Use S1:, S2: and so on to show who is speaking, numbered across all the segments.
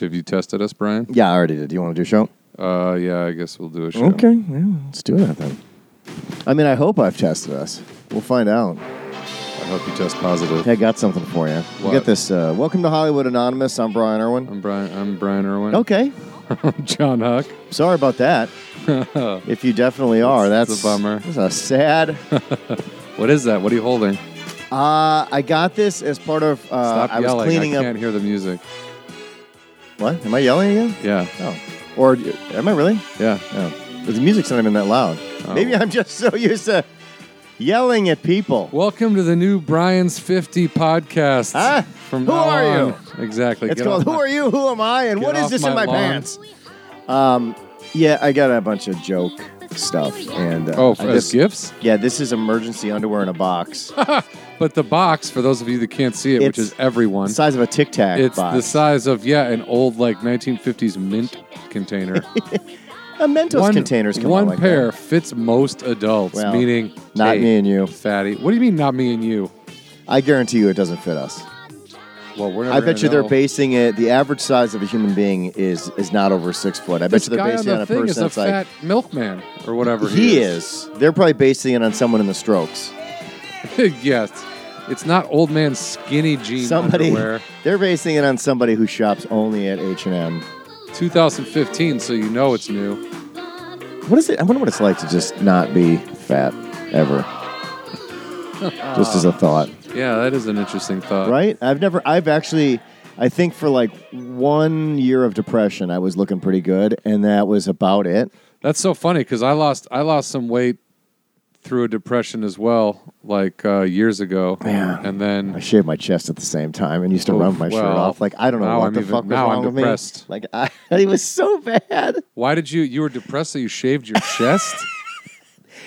S1: Have you tested us, Brian?
S2: Yeah, I already did. Do you want to do a show?
S1: Uh, yeah, I guess we'll do a show.
S2: Okay, yeah, let's do that then. I mean, I hope I've tested us. We'll find out.
S1: I hope you test positive.
S2: Hey, I got something for you. We
S1: What?
S2: get this. Uh, Welcome to Hollywood Anonymous. I'm Brian Irwin.
S1: I'm Brian. I'm Brian Irwin.
S2: Okay,
S1: I'm John Huck.
S2: sorry about that. if you definitely are,
S1: That's-
S2: that's
S1: that's a bummer.
S2: That's a sad.
S1: What is that? What are you holding?
S2: uh, I got this as part of. Uh,
S1: Stop
S2: I was
S1: yelling!
S2: cleaning
S1: I
S2: up.
S1: can't hear the music.
S2: What? Am I yelling again?
S1: Yeah,
S2: Oh, or am I really?
S1: yeah.
S2: No, the music's not even that loud.
S1: Oh.
S2: Maybe I'm just so used to yelling at people.
S1: Welcome to the new Brian's 50 podcast.
S2: Huh?
S1: From
S2: Ah, Who
S1: now
S2: are
S1: on.
S2: you?
S1: Exactly.
S2: It's
S1: Get
S2: called
S1: off
S2: Who
S1: my-
S2: Are You? Who Am I? And
S1: Get
S2: What Is
S1: off
S2: This in
S1: my
S2: My
S1: lawn.
S2: Pants? Um, yeah, I got a bunch of joke stuff. and uh,
S1: Oh,
S2: I
S1: as
S2: just-
S1: gifts?
S2: Yeah, this is emergency underwear in a box.
S1: But the box, for those of you that can't see it, which
S2: It's-
S1: is everyone,
S2: the size of a Tic Tac
S1: it's
S2: box.
S1: the size of, yeah, an old, like, 1950s mint container.
S2: a Mentos containers come
S1: one
S2: out like
S1: pair
S2: that.
S1: fits most adults,
S2: Well,
S1: meaning
S2: not
S1: hey,
S2: me and you.
S1: fatty. What do you mean, not me and you?
S2: I guarantee you it doesn't fit us.
S1: Well, we're never
S2: I bet
S1: gonna
S2: you they're
S1: know.
S2: basing it. The average size of a human being is is not over six foot. I
S1: This
S2: bet you they're
S1: guy on
S2: basing
S1: the
S2: it on a
S1: thing
S2: person
S1: is a
S2: that's like
S1: fat milkman or whatever.
S2: he is. They're probably basing it on someone in the Strokes.
S1: yes, it's not old man skinny jean
S2: Somebody.
S1: underwear.
S2: They're basing it on somebody who shops only at H and M.
S1: 2015, so you know it's new.
S2: What is it? I wonder what it's like to just not be fat ever. just as a thought,
S1: Yeah, that is an interesting thought.
S2: right? I've never. I've actually. I think for like one year of depression, I was looking pretty good, and that was about it.
S1: That's so funny because I lost I lost some weight through a depression as well, like uh, years ago.
S2: Man.
S1: and
S2: I
S1: then
S2: shaved my chest at the same time and used to
S1: Oh,
S2: rub my shirt
S1: well,
S2: off. Like I don't know
S1: now
S2: what
S1: I'm
S2: the
S1: even-
S2: fuck was
S1: now I'm
S2: wrong with
S1: depressed.
S2: me. Like I, it was so bad.
S1: why did you you were depressed that you shaved your chest?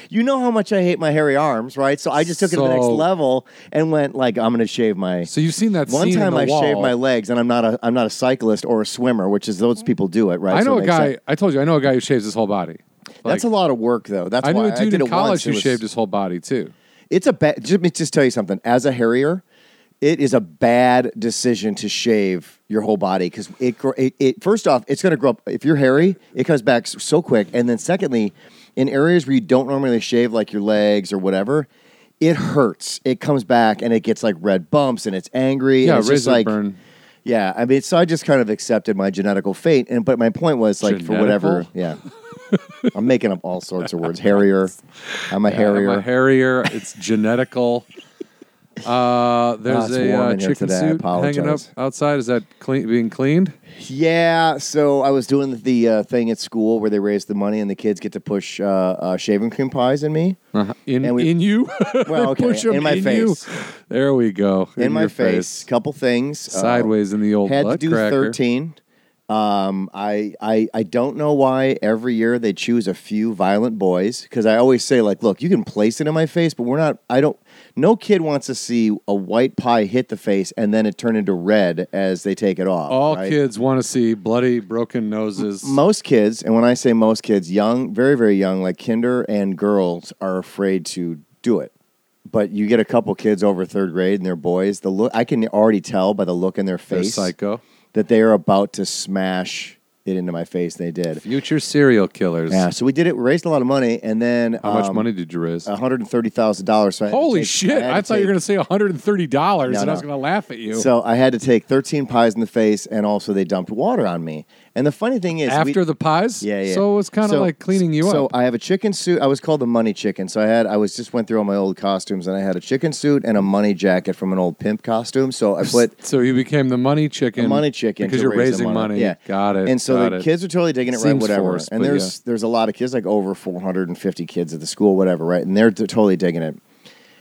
S2: You know how much I hate my hairy arms, right? So I just took it to the next
S1: So-
S2: level and went like I'm gonna shave my.
S1: So you've seen that
S2: One
S1: scene in
S2: time
S1: the
S2: I
S1: wall.
S2: shaved my legs, and I'm not a I'm not a cyclist or a swimmer, which is those people do it, right?
S1: I
S2: So
S1: know
S2: it
S1: a
S2: makes
S1: guy.
S2: sense.
S1: I told you I know a guy who shaves his whole body.
S2: That's a lot of work, though. That's
S1: I knew
S2: why
S1: a
S2: I
S1: dude
S2: did
S1: in
S2: it once.
S1: college
S2: It
S1: who
S2: was-
S1: shaved his whole body too.
S2: It's a bad. Just, let me just tell you something. As a harrier, it is a bad decision to shave your whole body because it, gr- it it first off it's going to grow up. If you're hairy, it comes back s- so quick, and then secondly, in areas where you don't normally shave, like your legs or whatever. It hurts. It comes back and it gets like red bumps and it's angry. and
S1: Yeah,
S2: it's just
S1: razor
S2: like,
S1: burn.
S2: Yeah, I mean, so I just kind of accepted my genetical fate, and but my point was like for whatever,
S1: Genetical?
S2: yeah. I'm making up all sorts of words. Harrier, I'm a harrier.
S1: I'm a harrier. It's genetical. Uh, there's
S2: it's
S1: a
S2: warm
S1: uh,
S2: in here
S1: chicken
S2: today. I
S1: suit hanging up
S2: apologize.
S1: outside. Is that clean, being cleaned?
S2: yeah, so I was doing the uh, thing at school where they raise the money and the kids get to push uh, uh, shaving cream pies in me.
S1: In
S2: And we-
S1: in you?
S2: Well, okay,
S1: Push 'em
S2: in my
S1: you.
S2: face.
S1: There we go.
S2: In, my
S1: your
S2: face, couple things. Uh,
S1: sideways in the old
S2: had to
S1: butt
S2: do
S1: cracker.
S2: 13 um, I, I I don't know why every year they choose a few violent boys because I always say like, look, you can place it in my face, but we're not. I don't. No kid wants to see a white pie hit the face and then it turn into red as they take it off.
S1: All
S2: right?
S1: kids want to see bloody, broken noses.
S2: Most kids, and when I say most kids, young, very very young, like kinder and girls, are afraid to do it. But you get a couple kids over third grade and they're boys. The look I can already tell by the look in their
S1: They're
S2: face
S1: psycho.
S2: that they are about to smash it into my face. They did.
S1: Future serial killers.
S2: Yeah, so we did it. We raised a lot of money, and then
S1: How much
S2: um,
S1: money did you raise?
S2: One hundred and thirty thousand dollars. So I had to
S1: Holy
S2: take-
S1: shit!
S2: had
S1: I, thought you were
S2: take-
S1: going to say $130 and
S2: No,
S1: I was
S2: no.
S1: going to laugh at you.
S2: So I had to take thirteen pies in the face, and also they dumped water on me. And the funny thing is, we-
S1: After the pies?
S2: yeah, yeah.
S1: So it was kind of
S2: So-
S1: like cleaning you
S2: So
S1: up.
S2: I have a chicken suit. I was called the money chicken. So I had. I was just went through all my old costumes, and I had a chicken suit and a money jacket from an old pimp costume. So I put
S1: so you became the money chicken.
S2: the money chicken
S1: Because
S2: to
S1: you're
S2: raise the
S1: raising money.
S2: Yeah,
S1: Got it.
S2: And so
S1: got
S2: the
S1: it.
S2: kids are totally taking it right,
S1: Seems
S2: whatever.
S1: forced,
S2: and
S1: but
S2: there's there's a lot of kids, like over 450 kids at the school, whatever, right? And they're t- totally digging it.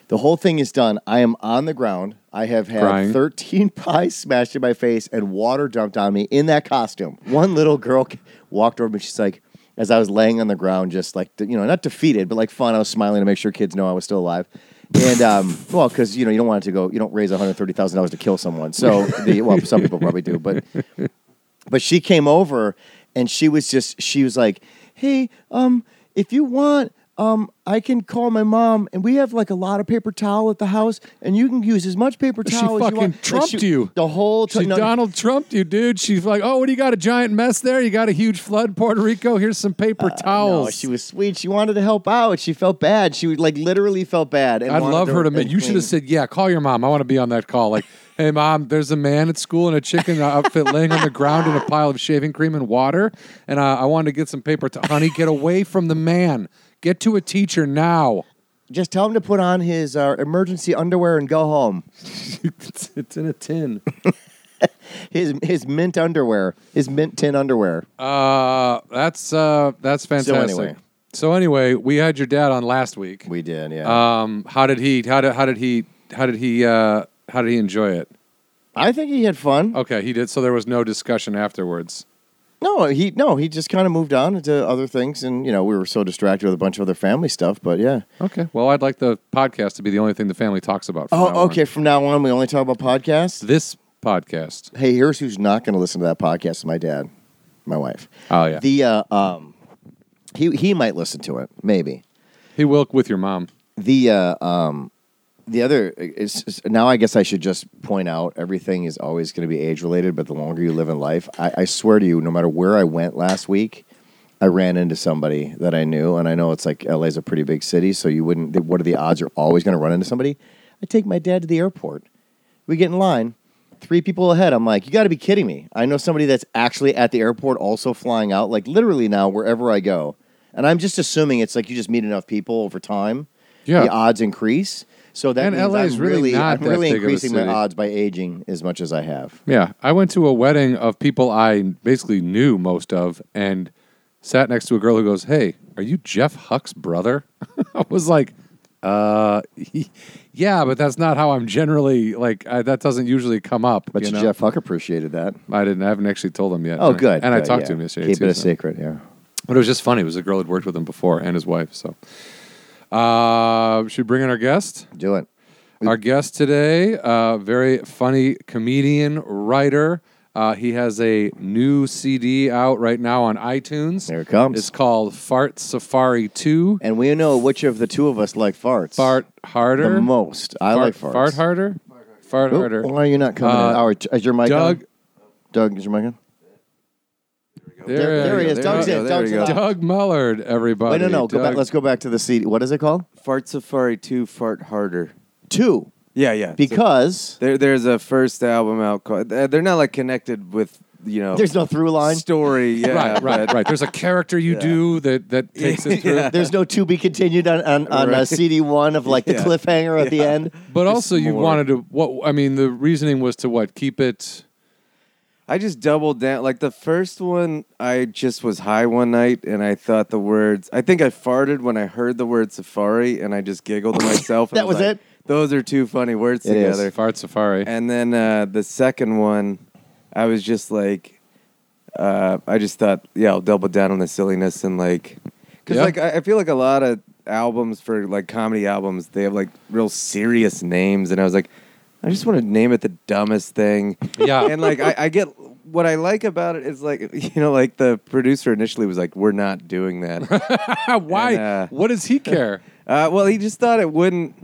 S2: The whole thing is done. I am on the ground. I have had
S1: Crying.
S2: 13 pies smashed in my face and water dumped on me in that costume. One little girl c- walked over me. She's like, as I was laying on the ground, just like, you know, not defeated, but like fun. I was smiling to make sure kids know I was still alive. And, um, well, because, you know, you don't want it to go, you don't raise $130,000 to kill someone. So, the, well, some people probably do, but but she came over and she was just she was like, "Hey, um, if you want, um, I can call my mom, and we have like a lot of paper towel at the house, and you can use as much paper
S1: She
S2: towel as you
S1: fucking
S2: want. Like,
S1: trumped
S2: she-
S1: you.
S2: the whole time.
S1: She Donald Trumped you, dude. She's like, "Oh, what do you got? A giant mess there? You got a huge flood, in Puerto Rico. Here's some paper towels."
S2: Uh, No, she was sweet. She wanted to help out. She felt bad. She like literally felt bad. And
S1: I'd
S2: wanted
S1: love her to.
S2: and
S1: Make, you should
S2: clean.
S1: have said, "Yeah, call your mom. I want to be on that call." Like, "Hey, mom, there's a man at school in a chicken uh, outfit laying on the ground in a pile of shaving cream and water, and uh, I wanted to get some paper. To- Honey, get away from the man. Get to a teacher now."
S2: Just tell him to put on his uh, emergency underwear and go home.
S1: it's, it's in a tin.
S2: His his mint underwear. His mint tin underwear.
S1: Uh, that's uh, that's fantastic.
S2: anyway.
S1: So anyway, we had your dad on last week.
S2: We did, yeah.
S1: Um, how did he? How did how did he? How did he? Uh, how did he enjoy it?
S2: I think he had fun.
S1: Okay, he did. So there was no discussion afterwards.
S2: No, he no, he just kind of moved on to other things, and you know we were so distracted with a bunch of other family stuff. But yeah.
S1: Okay. Well, I'd like the podcast to be the only thing the family talks about. from now
S2: Oh,
S1: on.
S2: okay. From now on, we only talk about podcasts.
S1: This podcast.
S2: Hey, here's who's not going to listen to that podcast: my dad, my wife.
S1: Oh yeah.
S2: The uh, um, he he might listen to it, maybe.
S1: he will with your mom.
S2: The uh, um, the other is is- now. I guess I should just point out everything is always going to be age related, but the longer you live in life, I, I swear to you, no matter where I went last week, I ran into somebody that I knew, and I know it's like LA's a pretty big city, so you wouldn't. What are the odds you're always going to run into somebody? I take my dad to the airport. We get in line. Three people ahead. I'm like, you got to be kidding me. I know somebody that's actually at the airport also flying out, like literally now, wherever I go. And I'm just assuming it's like you just meet enough people over time.
S1: Yeah.
S2: The odds increase. So that
S1: And
S2: means
S1: LA is
S2: I'm
S1: really
S2: really,
S1: not
S2: I'm
S1: that
S2: really
S1: big of a
S2: increasing my
S1: city.
S2: odds by aging as much as I have.
S1: Yeah, I went to a wedding of people I basically knew most of, and sat next to a girl who goes, "Hey, are you Jeff Huck's brother?" I was like, "Uh, yeah, but that's not how I'm generally like. I, that doesn't usually come up."
S2: But
S1: you know?
S2: Jeff Huck appreciated that.
S1: I didn't. I haven't actually told him yet.
S2: Oh,
S1: And I-
S2: good.
S1: And I
S2: good,
S1: talked
S2: yeah.
S1: to him yesterday.
S2: Keep
S1: too,
S2: it a
S1: so-
S2: secret. Yeah.
S1: But it was just funny. It was a girl who'd worked with him before and his wife. So, uh, should we bring in our guest?
S2: Do it.
S1: Our guest today, uh, very funny comedian, writer. Uh, he has a new CD out right now on iTunes.
S2: There it comes.
S1: It's called Fart Safari 2.
S2: And we know which of the two of us like farts.
S1: Fart harder.
S2: the most. I
S1: fart,
S2: like farts.
S1: Fart harder. Fart
S2: Oh,
S1: harder.
S2: Why are you not coming in?
S1: Uh,
S2: Oh, is- is your mic
S1: Doug.
S2: on? Doug, is your mic on? There,
S1: it
S2: there he
S1: is.
S2: is. Doug's
S1: There
S2: in.
S1: we
S2: Doug's
S1: go.
S2: in.
S1: Doug Mullard, everybody.
S2: Wait, no, no. Go
S1: Doug-
S2: back. Let's go back to the CD. What is it called?
S3: Fart Safari 2 Fart Harder.
S2: Two.
S3: Yeah, yeah.
S2: Because
S3: there, there's a first album out called. They're they're not like connected with, you know,
S2: there's no through line.
S3: story. Yeah,
S1: right, right, right. There's a character you
S3: Yeah.
S1: do that that takes it through.
S2: There's no to be continued on on, on uh,
S3: Right.
S2: CD one of like the
S3: Yeah.
S2: cliffhanger at the end.
S1: But also, you
S3: more.
S1: wanted to. What I mean, the reasoning was to what keep it.
S3: I just doubled down. Like the first one, I just was high one night and I thought the words. I think I farted when I heard the word safari and I just giggled to myself. and
S2: That was
S3: like,
S2: it?
S3: Those are two funny words
S2: It is.
S3: together.
S1: Fart Safari.
S3: And then uh, the second one, I was just like, uh, I just thought, yeah, I'll double down on the silliness and like, because
S1: Yeah.
S3: like I, I feel like a lot of albums for like comedy albums, they have like real serious names, and I was like, I just want to name it the dumbest thing.
S1: Yeah.
S3: and like I, I get what I like about it is like you know like the producer initially was like, we're not doing that.
S1: Why?
S3: and, uh,
S1: what does he care?
S3: Uh, well, he just thought it wouldn't.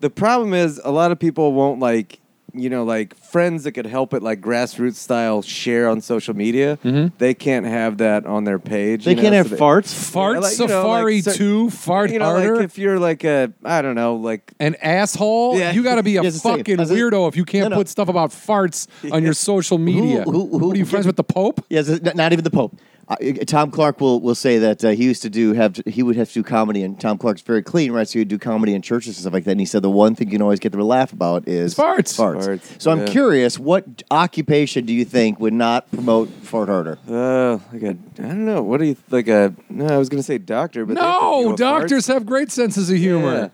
S3: The problem is, a lot of people won't like, you know, like friends that could help it, like grassroots style, share on social media.
S1: Mm-hmm.
S3: They can't have that on their page.
S2: They
S3: you know,
S2: can't
S3: so
S2: have farts.
S1: fart
S3: Yeah, like, you know,
S1: Safari
S3: like, so-
S1: Two. Fart
S3: You know,
S1: harder.
S3: like if you're like a, I don't know, like
S1: an asshole.
S3: Yeah.
S1: You got to be a
S2: Yes, it's safe.
S1: fucking
S2: As a-
S1: weirdo if you can't
S2: No, no.
S1: put stuff about farts on your social media.
S2: who- who-
S1: what are you friends with the Pope?
S2: Yes, it's not- not even the Pope. Uh, Tom Clark will, will say that uh, he used to do have to, he would have to do comedy and Tom Clark's very clean right so he'd do comedy in churches and stuff like that and he said the one thing you can always get them to laugh about is
S1: Farts.
S2: farts.
S3: Farts,
S2: So I'm
S3: yeah.
S2: curious what occupation do you think would not promote fart harder?
S3: uh, like a, I don't know, what do you like a? No, I was gonna say doctor, but they could do
S1: No,
S3: a
S1: doctors
S3: farts.
S1: have great senses of humor.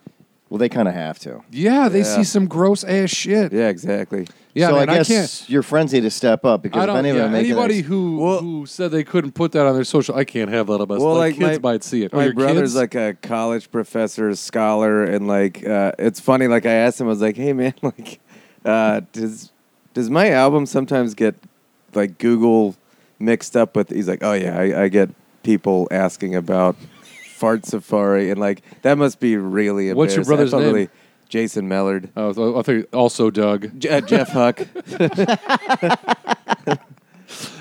S2: Well, they kind of have to.
S1: Yeah, they
S3: Yeah.
S1: see some gross ass shit.
S3: Yeah, yeah, exactly.
S1: Yeah,
S2: so
S1: man,
S2: I guess
S1: can't.
S2: your friends need to step up because
S1: I
S2: if
S1: don't.
S2: any of
S1: yeah,
S2: them make it,
S1: anybody
S2: it's-
S1: who
S3: Well-
S1: who said they couldn't put that on their social, I can't have that on my.
S3: Well,
S1: like,
S3: like,
S1: kids
S3: my-
S1: might see it.
S3: My
S1: oh, your
S3: brother's
S1: kids?
S3: like a college professor, scholar, and like uh, it's funny. Like I asked him, I was like, "Hey man, like uh, does does my album sometimes get like Google mixed up with?" He's like, "Oh yeah, I, I get people asking about fart safari, and like that must be really.
S1: What's your
S3: embarrassing. I
S1: brother's
S3: felt
S1: name?
S3: Really, Jason Mellard,
S1: Oh, so- I think also Doug.
S3: J- uh, Jeff Huck.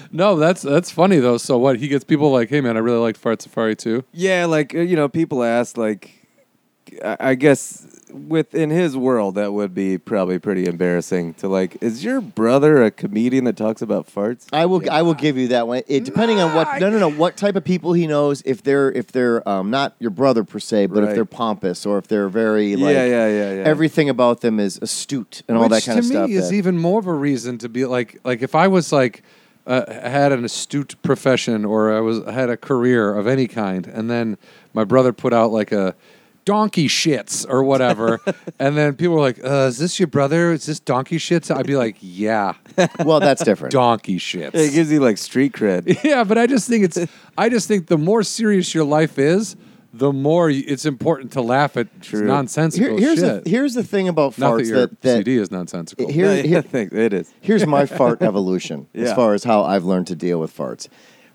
S1: No, that's that's funny though. So what? He gets people like, "Hey man, I really liked Fart Safari too."
S3: Yeah, like uh, you know, people ask like, I, I guess within his world that would be probably pretty embarrassing to like. Is your brother a comedian that talks about farts?
S2: I will. I will give you that one. It depending on what. No, no, no. What type of people he knows? If they're if they're um, not your brother per se, but if
S3: Right.
S2: they're pompous or if they're very like
S3: yeah, yeah, yeah, yeah.
S2: everything about them is astute and all that
S1: Which
S2: kind of
S1: to
S2: stuff.
S1: me is
S2: that-
S1: even more of a reason to be like, like if I was like uh, had an astute profession or I was had a career of any kind, and then my brother put out like a donkey shits or whatever, and then people were like, uh, "Is this your brother? Is this donkey shits?" I'd be like, "Yeah,
S2: well, that's different.
S1: donkey shits."
S3: It gives you like street cred.
S1: Yeah, but I just think it's. I just think the more serious your life is, the more y- it's important to laugh at
S3: True.
S1: nonsensical
S2: Here- here's
S1: shit.
S2: the here's the thing about
S1: Not that
S2: farts
S1: your
S2: that, that
S1: CD is nonsensical.
S2: Here-
S3: Yeah, yeah,
S2: here-
S3: thanks. It is.
S2: here's my fart evolution as
S3: Yeah.
S2: far as how I've learned to deal with farts.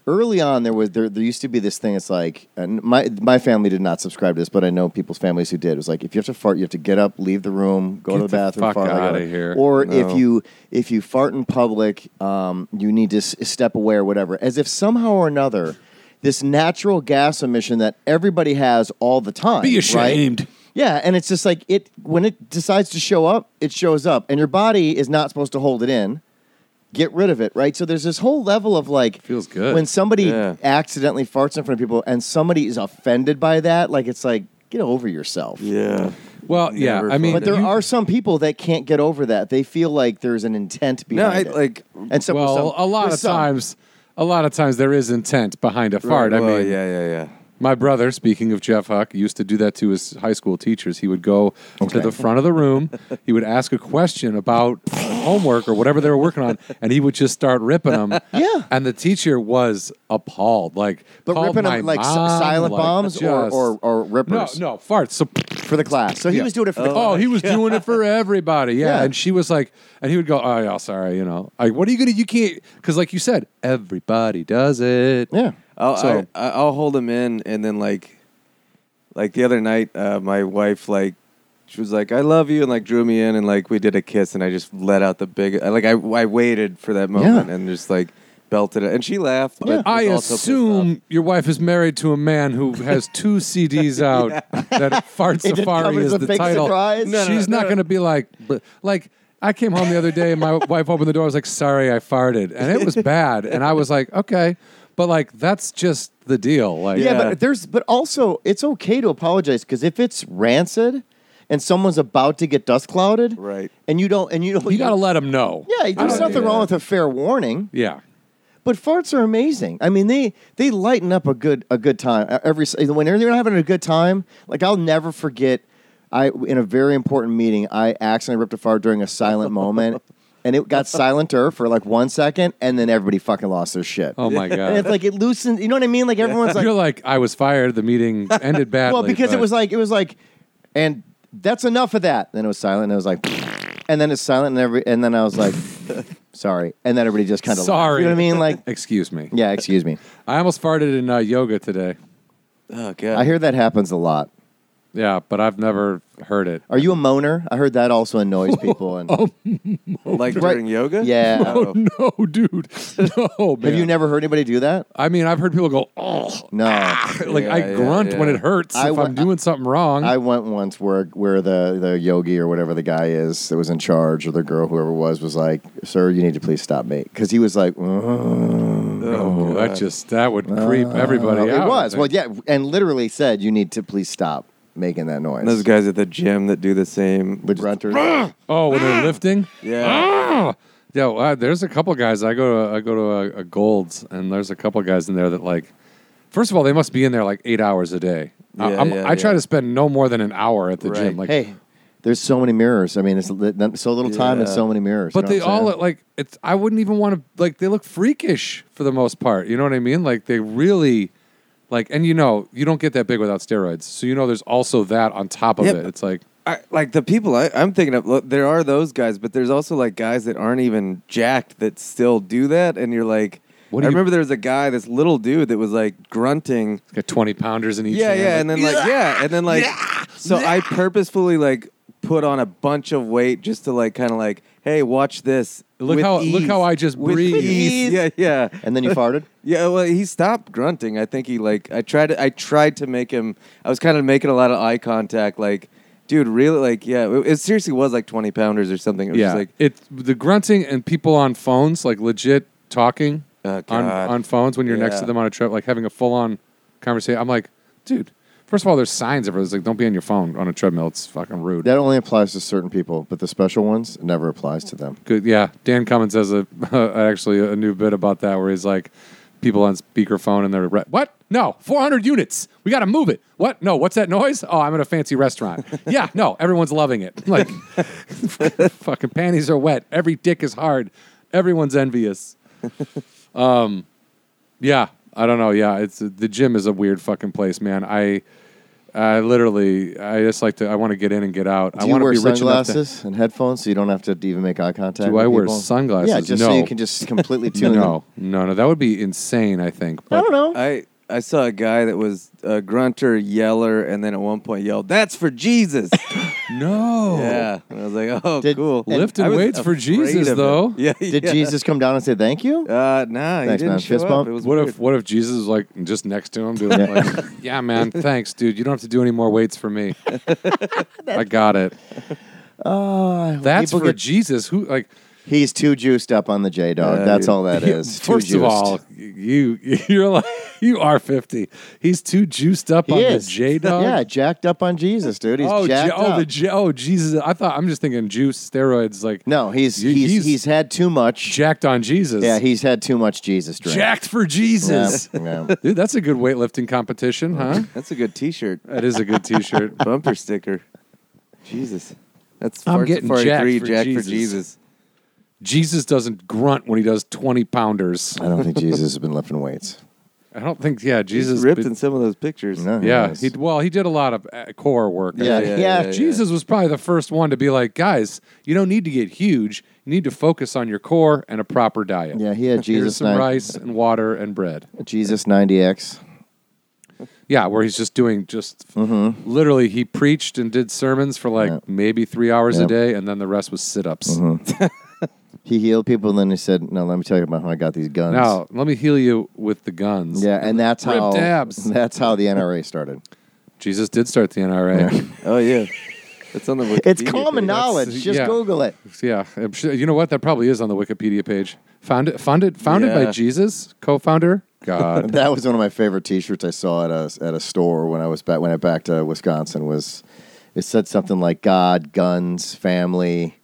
S2: Early on, there was there, there used to be this thing. It's like and my my family did not subscribe to this, but I know people's families who did. It was like if you have to fart, you have to get up, leave the room, go to
S1: Get
S2: the
S1: the
S2: bathroom,
S1: fuck
S2: fart.
S1: outta
S2: whatever.
S1: here.
S2: Or if
S3: No.
S2: you if you fart in public, um, you need to s- step away or whatever. As if somehow or another, this natural gas emission that everybody has all the time.
S1: Be
S2: right?
S1: ashamed.
S2: Yeah, and it's just like it when it decides to show up, it shows up, and your body is not supposed to hold it in. Get rid of it, right? So there's this whole level of like
S1: Feels good.
S2: when somebody
S3: Yeah.
S2: accidentally farts in front of people, and somebody is offended by that. Like it's like get over yourself.
S3: Yeah.
S1: Well, yeah,
S3: Never
S1: I mean,
S2: But there
S1: you-
S2: are some people that can't get over that. They feel like there's an intent
S3: No, I
S2: behind it.
S3: like.
S2: and so
S1: well,
S2: some,
S1: a lot
S2: with
S1: of
S2: some-
S1: times, a lot of times there is intent behind a fart. I
S3: well,
S1: mean,
S3: yeah, yeah, yeah.
S1: My brother, speaking of Jeff Huck, used to do that to his high school teachers. He would go to the front of the room, he would ask a question about homework or whatever they were working on, and he would just start ripping them.
S2: Yeah.
S1: And the teacher was appalled. Like,
S2: but
S1: called
S2: ripping
S1: my
S2: them like s-
S1: mom,
S2: silent
S1: like,
S2: bombs or,
S1: just-
S2: or or
S1: no,
S2: rippers
S1: no, farts. So,
S2: for the class. So he
S1: yeah.
S2: was doing it for the
S1: Oh,
S2: class.
S1: he was doing it for everybody. Yeah.
S2: Yeah.
S1: And she was like, and he would go, oh, yeah, sorry, you know, like, what are you going to, you can't, because like you said, everybody does it.
S2: yeah.
S3: I'll,
S1: So-
S3: I, I- I'll hold him in, and then like, like the other night, uh, my wife like, she was like, "I love you," and like drew me in, and like we did a kiss, and I just let out the big, I- like I, I waited for that moment, and just like belted it, and she laughed. But was
S1: I
S3: also pissed off.
S1: assume your wife is married to a man who has two CDs out that Fart
S2: It didn't
S1: Safari
S2: come as
S1: is
S2: a
S1: the
S2: big
S1: title.
S2: surprise? No, no,
S1: She's
S3: no,
S1: not
S3: no.
S1: going to be like, but, like I came home the other day and my wife opened the door. I was like, sorry, I farted, and it was bad. And I was like, okay, but like that's just the deal. Like,
S2: Yeah,
S3: Yeah.
S2: but there's but also it's okay to apologize because if it's rancid and someone's about to get dust clouded,
S3: Right.
S2: And you don't and you don't
S1: you got to let them know.
S2: Yeah,
S1: I
S2: there's
S1: don't-
S2: nothing
S3: yeah.
S2: wrong with a fair warning,
S1: Yeah.
S2: but farts are amazing. I mean, they they lighten up a good a good time Uh, every s- when they're having a good time. Like I'll never forget. I in a very important meeting, I accidentally ripped a fart during a silent moment, and it got silenter for like one second, and then everybody fucking lost their shit.
S1: Oh my
S2: And it's
S1: god.
S2: like it loosens. You know what I mean? Like everyone's like,
S1: You're like I was fired. The meeting ended badly.
S2: well, because it
S1: but-
S2: was like it was like, and that's enough of that. Then it was silent. And it was like, and then it's silent, and every, and then I was like, sorry, and then everybody just kind of
S1: Sorry.
S2: You know what I mean? Like,
S1: Excuse me.
S2: yeah, excuse me.
S1: I almost farted in uh, yoga today.
S3: Oh god,
S2: I hear that happens a lot.
S1: Yeah, but I've never heard it.
S2: Are you a moaner? I heard that also
S1: Oh,
S2: annoys people. And
S3: like
S2: Right.
S3: during yoga. Oh,
S2: Yeah.
S3: I don't know.
S1: No, dude. No, man.
S2: have you never heard anybody do that?
S1: I mean, I've heard people go, oh,
S2: No.
S1: like I
S3: Yeah, yeah,
S1: grunt when
S3: yeah.
S1: it hurts
S2: I
S1: if
S2: wa-
S1: I'm doing something wrong.
S2: I went once where where the, the yogi or whatever the guy is that was in charge or the girl whoever it was was like, "Sir, you need to please stop me," because he was like, "Mm."
S1: oh,
S3: God.
S1: that just that would creep everybody
S2: Uh,
S1: out. I
S2: It was.
S1: think.
S2: Well, yeah, and literally said, "You need to please stop making that noise."
S3: those guys at the gym that do the same.
S2: Would grunters.
S1: oh, when they're lifting.
S3: Yeah,
S1: Ah! Yeah, well, I- there's a couple guys. I go to I go to a, a Golds, and there's a couple guys in there that like. First of all, they must be in there like eight hours a day. I-
S3: Yeah,
S1: I'm- i
S3: yeah,
S1: try
S3: yeah.
S1: to spend no more than an hour at the
S3: Right.
S1: gym. Like,
S2: hey, there's so many mirrors. I mean, it's li- so little time and
S3: Yeah.
S2: so many mirrors.
S1: But
S2: you
S1: they
S2: know what I'm
S1: all
S2: saying?
S1: look like it's. I wouldn't even want to like. They look freakish for the most part. You know what I mean? Like they really, like, and you know, you don't get that big without steroids. So you know, there's also that on top of
S3: Yeah,
S1: it.
S3: but-
S1: It's like
S3: I, like the people I, I'm thinking of. Look, there are those guys, but there's also like guys that aren't even jacked that still do that, and you're like,
S1: What do
S3: I
S1: you-
S3: remember there was a guy, this little dude, that was like grunting.
S1: Got twenty pounders in each.
S3: Yeah,
S1: hand,
S3: yeah,
S1: like,
S3: and then like yeah, and then like so I purposefully like put on a bunch of weight just to like kind of like hey, watch this.
S1: Look
S3: with
S1: how- look
S3: ease.
S1: how I just
S3: With
S1: breathe.
S3: ease. Yeah, yeah,
S2: And then you farted.
S3: yeah. Well, he stopped grunting. I think he like I tried to I tried to make him. I was kind of making a lot of eye contact, like. Dude, really? Like, yeah. It, it seriously was like twenty pounders or something. It was
S1: yeah.
S3: just like,
S1: it the grunting and people on phones, like legit talking
S3: Oh,
S1: on
S3: God.
S1: on phones when you're next
S3: Yeah.
S1: to them on a trip, like having a full on conversation. I'm like, dude. First of all, there's signs everywhere. It's like, don't be on your phone on a treadmill. It's fucking rude.
S2: That only applies to certain people, but the special ones it never applies to them.
S1: Good, yeah. Dan Cummins has a actually a new bit about that where he's like, people on speakerphone and they're re- what? No, 400 units. We got to move it. What? No, what's that noise? Oh, I'm at a fancy restaurant. yeah, no, everyone's loving it. Like, fucking panties are wet. Every dick is hard. Everyone's envious. Um, yeah, I don't know. Yeah, it's the gym is a weird fucking place, man. I. I literally, I just like to. I want to get in and get out. I
S2: Do you
S1: want to
S2: wear
S1: be rich enough to
S2: sunglasses and headphones so you don't have to even make eye contact?
S1: Do
S2: with
S1: I wear
S2: people?
S1: sunglasses?
S2: Yeah, just so
S1: No.
S2: you can just completely tune
S1: No, no, no. That would be insane. I think.
S2: them.
S1: But
S2: I don't know.
S3: I I saw a guy that was a grunter, yeller, and then at one point yelled, "That's for Jesus."
S1: no.
S3: yeah, and I was like, "Oh,
S2: Did-
S3: cool."
S2: and-
S1: Lifted
S3: I was
S1: weights for
S3: afraid
S1: Jesus,
S3: of it.
S1: though.
S3: Yeah.
S2: Did
S3: yeah.
S2: Jesus come down and say thank you?
S3: Uh, nah,
S2: Thanks,
S3: he didn't
S2: man.
S3: show
S2: Fist
S3: up.
S2: bump?
S3: It was
S1: What
S3: weird.
S1: if what if Jesus was like just next to him doing
S2: Yeah.
S1: like, yeah, man, thanks, dude. You don't have to do any more weights for me. I got it.
S2: Uh,
S1: That's
S2: people
S1: for
S2: get-
S1: Jesus. Who like
S2: he's too juiced up on the J dog.
S3: Yeah,
S2: That's
S3: dude.
S2: all that is. Too
S1: first of
S2: juiced.
S1: all, you you're like you are fifty. He's too juiced up
S2: he
S1: on
S2: is
S1: the J dog.
S2: Yeah, jacked up on Jesus, dude. He's
S1: Oh, J-
S2: jacked
S1: oh,
S2: up.
S1: the J- oh, Jesus! I thought I'm just thinking juice, steroids, like
S2: no, he's
S1: You-
S2: he's,
S1: he's-
S2: he's had too much.
S1: jacked on Jesus.
S2: yeah, he's had too much Jesus drink.
S1: jacked for
S2: Yeah,
S1: Jesus.
S2: yeah.
S1: Dude, that's a good weightlifting competition, huh?
S3: That's a good T-shirt,
S1: That is a good T-shirt.
S3: bumper sticker. Jesus, that's
S1: I'm
S3: far
S1: getting
S3: far
S1: jacked
S3: three,
S1: for
S3: Jack
S1: Jesus.
S3: for Jesus.
S1: Jesus doesn't grunt when he does twenty pounders.
S2: I don't think Jesus has been lifting weights.
S1: I don't think. Yeah, Jesus
S3: He's ripped
S1: been-
S3: in some of those pictures.
S2: No, he
S1: yeah,
S2: has.
S1: he well, he did a lot of uh, core work. I
S2: Yeah,
S1: think.
S2: yeah,
S3: yeah, yeah.
S1: Jesus was probably the first one to be like, guys, you don't need to get huge. You need to focus on your core and a proper diet.
S2: yeah, he had
S1: Here's
S2: Jesus
S1: some
S2: nine,
S1: rice and water and bread.
S2: Jesus ninety X.
S1: Yeah, where he's just doing just literally he preached and did sermons for like
S2: Mm-hmm. Yeah. Mm-hmm.
S1: maybe three hours
S2: Yeah.
S1: a day, and then the rest was sit ups.
S2: He healed people, and then he said, "No, let me tell you about how I got these guns."
S1: Now let me heal you with the guns.
S2: Yeah, and that's
S1: Ripped
S2: how
S1: abs.
S2: that's how the NRA started.
S1: Jesus did start the NRA.
S2: Yeah.
S3: Oh yeah, it's on the. Wikipedia
S2: It's common
S3: page.
S2: knowledge.
S1: That's-
S2: Just
S1: yeah.
S2: Google it.
S1: Yeah, I'm sure- you know what? That probably is on the Wikipedia page. Founded, founded, founded by
S3: Yeah.
S1: Jesus, co-founder God.
S2: That was one of my favorite T-shirts I saw at a at a store when I was back when I back to Wisconsin. Was it said something like God, guns, family,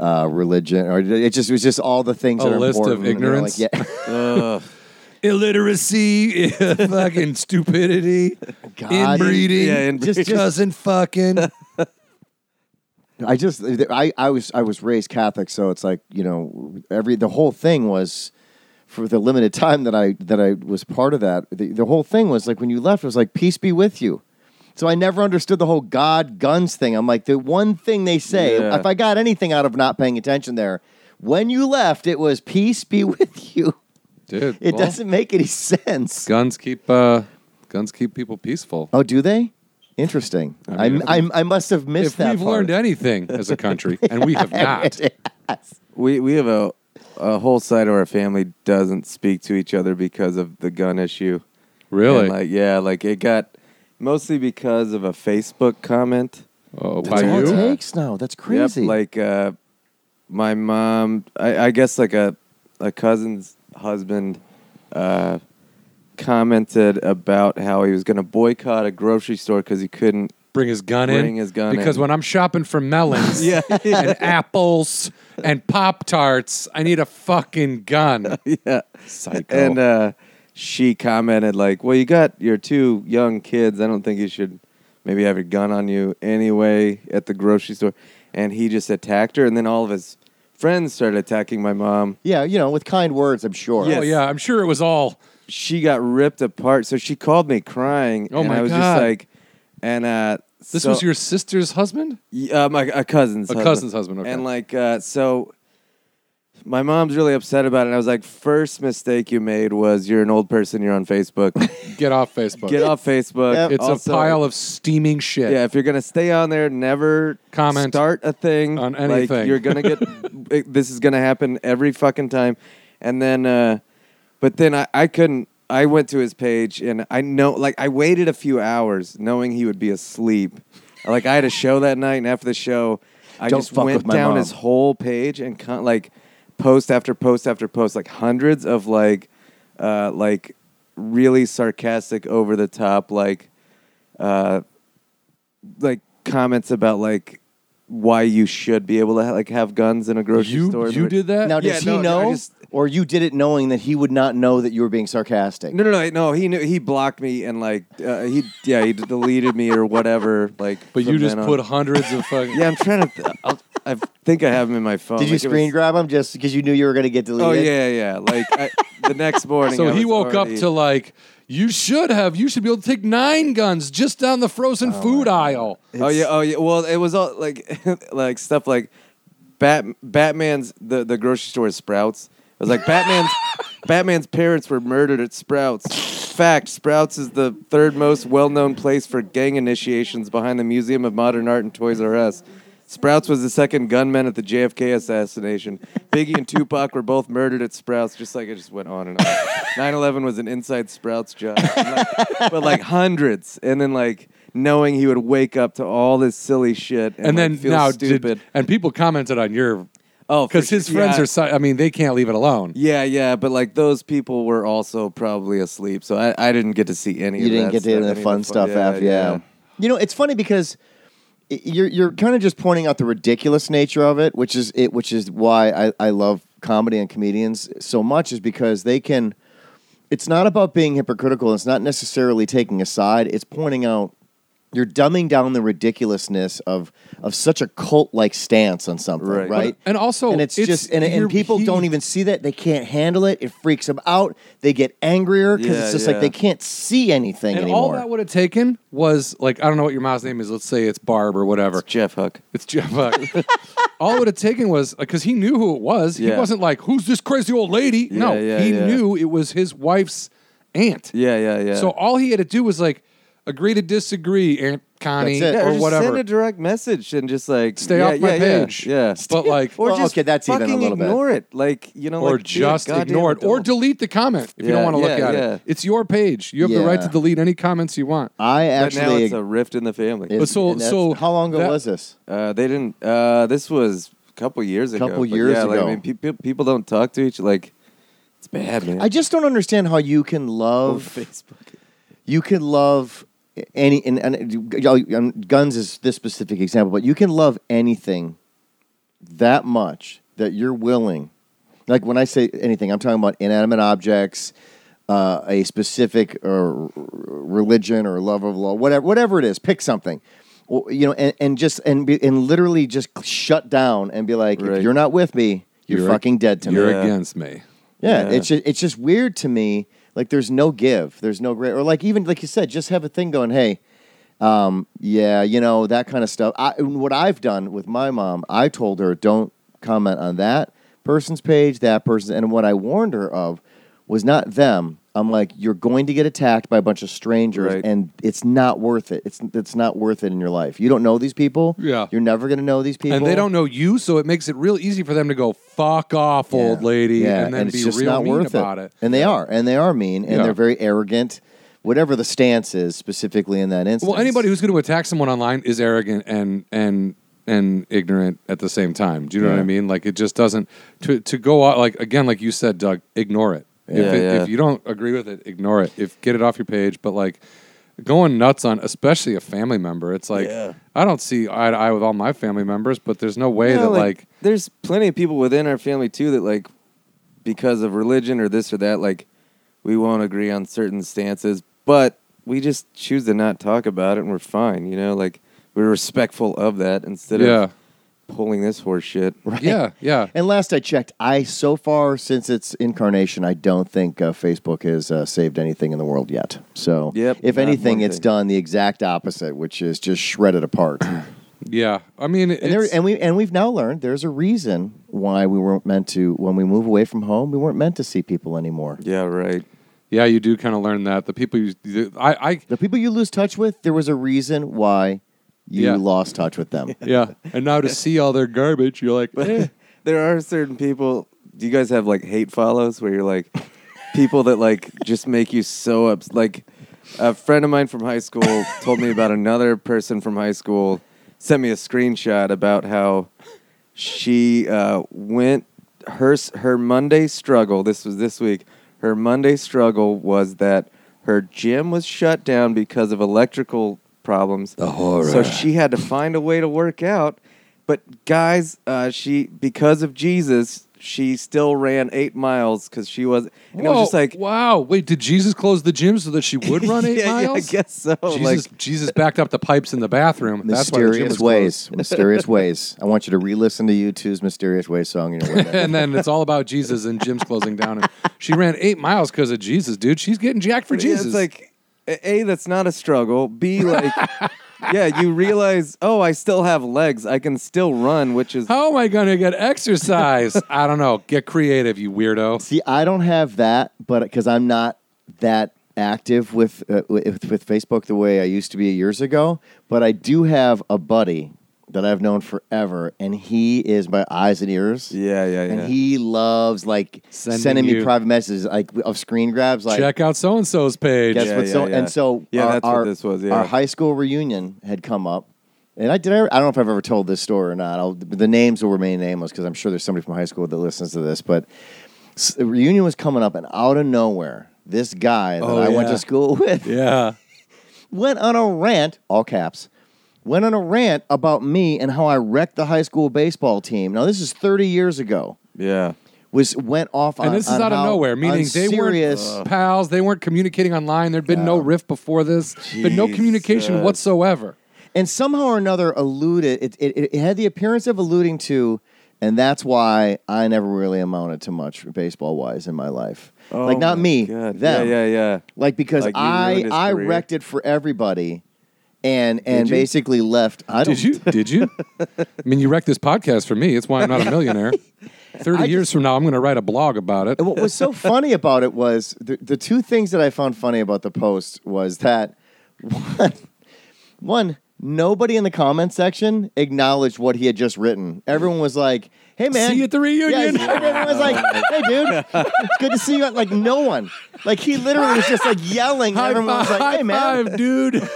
S2: uh, religion, or it just it was just all the things
S1: A
S2: that are
S1: list of
S2: important. and they're
S1: ignorance?
S2: Like, yeah,
S3: Ugh.
S1: Illiteracy, fucking stupidity,
S2: God. inbreeding,
S3: Yeah, inbreeding.
S1: just cousin fucking.
S2: I just I, I was I was raised Catholic, so it's like you know every the whole thing was for the limited time that I that I was part of that. The, the whole thing was like when you left, it was like peace be with you. So I never understood the whole God guns thing. I'm like the one thing they say.
S3: Yeah.
S2: If I got anything out of not paying attention there, when you left, it was peace be with you.
S1: Dude,
S2: It
S1: well,
S2: doesn't make any sense.
S1: Guns keep uh, guns keep people peaceful.
S2: Oh, do they? Interesting. I
S1: mean,
S2: I, I must have missed
S1: if
S2: that.
S1: we've
S2: part.
S1: learned anything as a country, and we have not,
S3: We we have a a whole side of our family doesn't speak to each other because of the gun issue.
S1: really.
S3: And, like yeah, like it got mostly because of a Facebook comment.
S1: oh, by
S2: That's all it
S1: you?
S2: takes now. That's crazy.
S3: Yep, like uh, my mom, I, I guess like a a cousin's husband uh, commented about how he was going to boycott a grocery store because he couldn't.
S1: Bring his gun in.
S3: Bring his gun in.
S1: because when I'm shopping for melons,
S3: Yeah,
S1: and apples and pop tarts. I need a fucking gun. Oh,
S3: yeah.
S1: Psycho.
S3: And uh, she commented like, "Well, you got your two young kids. I don't think you should maybe have your gun on you anyway at the grocery store." And he just attacked her, and then all of his friends started attacking my mom.
S2: Yeah, you know, with kind words, I'm sure.
S1: oh yeah, I'm sure it was all.
S3: she got ripped apart. So she called me crying.
S1: Oh,
S3: and
S1: my
S3: I was
S1: God.
S3: just like, and uh,
S1: This
S3: so-
S1: was your sister's husband.
S3: Yeah, my a cousin's
S1: A
S3: husband.
S1: cousin's husband, okay.
S3: And like uh, so, my mom's really upset about it. And I was like, first mistake you made was you're an old person. You're on Facebook.
S1: Get off Facebook.
S3: Get off Facebook.
S2: Yep.
S1: It's
S3: Also,
S1: a pile of steaming shit.
S3: Yeah, if you're gonna stay on there, never
S1: Comment
S3: start a thing
S1: on
S3: Like,
S1: anything.
S3: you're gonna get it- this is gonna happen every fucking time, and then, uh, but then I, I couldn't. I went to his page and I know, like, I waited a few hours knowing he would be asleep. Like, I had a show that night, and after the show, I
S2: Don't
S3: just
S2: fuck
S3: went
S2: with my
S3: down
S2: mom.
S3: his whole page and con- like post after post after post, like hundreds of like, uh, like really sarcastic, over the top, like uh, like comments about like why you should be able to ha- like have guns in a grocery
S1: You
S3: store.
S1: you did that?
S2: Now,
S3: Yeah,
S2: does
S3: no,
S2: he
S3: no, I
S2: know,
S3: just-
S2: or you did it knowing that he would not know that you were being sarcastic?
S3: No, no, no, no. He knew he blocked me and like uh, he yeah he deleted me or whatever. Like,
S1: but
S3: from
S1: you just
S3: then on.
S1: put hundreds of fucking.
S3: Yeah, I'm trying to. Th- I'll, I think I have him in my phone.
S2: Did you
S3: Like, it was-
S2: screen grab him just because you knew you were going to get deleted?
S3: Oh yeah, yeah. Like I, the next morning.
S1: So
S3: I
S1: he
S3: was
S1: woke
S3: already-
S1: up to like, you should have. You should be able to take nine guns just down the frozen food aisle.
S3: Oh yeah, oh yeah. Well, it was all like like stuff like Bat Batman's the the grocery store is Sprouts. It was like Batman's Batman's parents were murdered at Sprouts. Fact: Sprouts is the third most well-known place for gang initiations behind the Museum of Modern Art and Toys R Us. Sprouts was the second gunman at the JFK assassination. Biggie and Tupac were both murdered at Sprouts, just like it just went on and on. 9 11 was an inside Sprouts job. And like- but like hundreds. And then like knowing he would wake up to all this silly shit and,
S1: And
S3: like,
S1: then
S3: feel
S1: now,
S3: stupid.
S1: did, and people commented on your
S3: oh,
S1: because his friends are. Si- I mean, they can't leave it alone.
S3: Yeah, yeah, but like those people were also probably asleep, so I, I didn't get to see any.
S2: you
S3: of
S2: didn't
S3: that
S2: get to
S3: stuff,
S2: any of the
S3: of
S2: fun stuff after. Yeah, You know, it's funny because i- you're you're kind of just pointing out the ridiculous nature of it, which is it, which is why I, I love comedy and comedians so much, is because they can. It's not about being hypocritical. It's not necessarily taking a side. It's pointing out you're dumbing down the ridiculousness of of such a cult like stance on something,
S3: Right.
S2: right?
S1: And also,
S2: and it's, just and,
S1: you're-
S2: and people
S1: he-
S2: don't even see that they can't handle it it freaks them out they get angrier because
S3: Yeah,
S2: it's just
S3: yeah.
S2: like they can't see anything
S1: And all
S2: anymore
S1: that would have taken was like I don't know what your mom's name is. Let's say it's Barb or whatever.
S3: Jeff Huck.
S1: It's Jeff. Buck. all it would have taken was because he knew who it was. He
S3: Yeah.
S1: wasn't like, "Who's this crazy old lady?" no,
S3: Yeah, yeah,
S1: he
S3: yeah.
S1: knew it was his wife's aunt.
S3: Yeah, yeah, yeah.
S1: So all he had to do was like agree to disagree, Aunt Connie,
S2: That's it.
S3: yeah,
S1: or
S3: just send
S1: whatever.
S3: a direct message and just like
S1: Stay
S3: yeah,
S1: off my
S3: yeah, yeah,
S1: page.
S3: Yeah,
S1: But like,
S3: or
S2: Well,
S3: just
S2: okay, that's even a
S3: fucking
S2: little bit.
S3: ignore it, like you know,
S1: or
S3: like, be a
S1: just
S3: goddamn
S1: ignore it, or
S3: adult.
S1: delete the comment if you
S3: Yeah,
S1: don't want to look
S3: yeah,
S1: at
S3: yeah.
S1: it. It's your page. You have the right
S2: Yeah.
S1: to delete any comments you want.
S2: i
S3: But
S2: actually
S3: now it's a rift in the family.
S2: it's-
S1: so-
S2: and that's-
S1: so
S2: how long ago
S1: that-
S2: was this
S3: Uh, they didn't. Uh, this was a couple years ago.
S2: Couple
S3: but
S2: years
S3: yeah, Like, I
S2: ago.
S3: mean, people people don't talk to each like. It's bad, man.
S2: i just don't understand how you can
S3: On
S2: love
S3: Facebook.
S2: you can love any and, and y'all- um, guns is this specific example but you can love anything that much that you're willing like when i say anything i'm talking about inanimate objects uh, a specific uh, r- religion or love of law whatever whatever it is pick something Or, you know and, and just and be, and literally just shut down and be like
S3: Right.
S2: if you're not with me you're,
S1: You're a-
S2: fucking dead to me
S1: You're
S3: Yeah.
S1: against me.
S2: yeah,
S3: Yeah.
S2: it's just, it's just weird to me. Like there's no give, there's no great, or like even like you said, just have a thing going. Hey, um, yeah, you know that kind of stuff. I, and what I've done with my mom, I told her don't comment on that person's page, that person, and what I warned her of was not them. I'm like, you're going to get attacked by a bunch of strangers,
S3: Right.
S2: and it's not worth it. It's it's not worth it in your life. You don't know these people.
S1: Yeah.
S2: you're never going to know these people,
S1: And they don't know you, so it makes it real easy for them to go "fuck off, old lady," and then
S2: it's
S1: be
S2: just
S1: real
S2: not
S1: mean
S2: worth
S1: about it.
S2: And they are, and they are mean, and
S1: Yeah.
S2: they're very arrogant. Whatever the stance is specifically in that instance.
S1: Well, anybody who's going to attack someone online is arrogant and and and ignorant at the same time. Do you know what I
S2: Yeah.
S1: mean? Like it just doesn't to to go out like again, like you said, Doug. Ignore it.
S3: Yeah,
S1: if, it,
S3: yeah.
S1: if you don't agree with it, ignore it. If get it off your page, but like going nuts on especially a family member, it's like
S3: Yeah.
S1: I don't see eye to eye with all my family members, but there's no way
S3: Yeah,
S1: that like
S3: there's plenty of people within our family too that like because of religion or this or that like we won't agree on certain stances but we just choose to not talk about it and we're fine you know like we're respectful of that instead
S1: yeah
S3: of pulling this horse shit right
S1: yeah yeah
S2: And last I checked, I so far since its incarnation, I don't think uh, Facebook has uh, saved anything in the world yet. So,
S3: Yep,
S2: if
S3: not
S2: anything,
S3: one
S2: it's
S3: thing.
S2: done the exact opposite, which is just shredded apart.
S1: Yeah. I mean,
S2: And, there,
S1: it's-
S2: and we and we've now learned there's a reason why we weren't meant to when we move away from home we weren't meant to see people anymore.
S3: Yeah, right.
S1: yeah, you do kind of learn that the people you, the- I, I,
S2: The people you lose touch with, there was a reason why you
S1: Yeah.
S2: lost touch with them.
S1: yeah, and now to see all their garbage, you're like, eh.
S3: There are certain people. Do you guys have like hate follows where you're like people that like just make you so up? Like a friend of mine from high school told me about another person from high school sent me a screenshot about how she uh, went her s- her Monday struggle. This was this week. Her Monday struggle was that her gym was shut down because of electrical problems. The
S1: horror.
S3: So she had to find a way to work out. But guys, uh, she because of Jesus, she still ran eight miles because she was. And I was
S1: Whoa,
S3: just like,
S1: wow, wait, did Jesus close the gym so that she would run eight
S3: yeah, yeah, I
S1: miles?
S3: guess so.
S1: Jesus,
S3: Like,
S1: Jesus backed up the pipes in the bathroom. That's why the gym
S2: Mysterious
S1: was
S2: ways, mysterious ways. I want you to re-listen to you two's "Mysterious Ways" song. You know, way
S1: closed.
S2: back.
S1: and then it's all about Jesus and Jim's closing down. And she ran eight miles because of Jesus, dude. She's getting jacked for
S3: Yeah,
S1: Jesus.
S3: it's like a that's not a struggle. B like, yeah, you realize, oh, I still have legs. I can still run, which is
S1: how am I going to get exercise? I don't know. Get creative, you weirdo.
S2: See, I don't have that, but because I'm not that active with, uh, with with Facebook the way I used to be years ago, but I do have a buddy that I've known forever, and he is my eyes and ears.
S3: yeah, yeah, yeah.
S2: And he loves like
S1: Sending
S2: sending,
S1: you-
S2: me private messages like of screen grabs like
S1: Check out so and so's page.
S2: guess
S3: Yeah,
S2: what
S3: yeah,
S2: so
S3: yeah.
S2: and so
S3: Yeah,
S2: our,
S3: that's what
S2: our-
S3: this was, yeah.
S2: our high school reunion had come up and I did I, I don't know if I've ever told this story or not I'll, the names will remain nameless because I'm sure there's somebody from high school that listens to this but s- the reunion was coming up and out of nowhere this guy that
S1: Oh,
S2: I went
S1: yeah.
S2: to school with
S1: Yeah.
S2: went on a rant, all caps, went on a rant about me and how I wrecked the high school baseball team. Now this is 30 years ago.
S3: yeah.
S2: Was went off on
S1: And this is
S2: on
S1: out of
S2: how
S1: nowhere, meaning they weren't Oh.
S2: unserious-
S1: pals. They weren't communicating online. There'd been no riff before this, but no communication
S3: Jesus.
S1: whatsoever.
S2: and somehow or another alluded it, it, it had the appearance of alluding to and that's why I never really amounted to much baseball wise in my life. like
S3: Oh
S2: not
S3: my
S2: me,
S3: God.
S2: them.
S3: Yeah, yeah, yeah.
S2: Like because
S3: Like, you
S2: I
S3: ruined his
S2: I
S3: career.
S2: wrecked it for everybody and and
S3: you?
S2: basically left I don't
S1: Did you? Did you? I mean, you wrecked this podcast for me. It's why I'm not a millionaire. 30 years from now, I'm going to write a blog about it.
S2: And what was so funny about it was the, the two things that I found funny about the post was that one, one, nobody in the comment section acknowledged what he had just written. Everyone was like, "Hey man,
S1: See you at the reunion."
S2: Yeah, everyone was like, "Hey dude, it's good to see you." at-" Like no one, like he literally was just like yelling. and
S1: High
S2: everyone was
S1: five,
S2: like, "Hey
S1: high
S2: man."
S1: five, dude.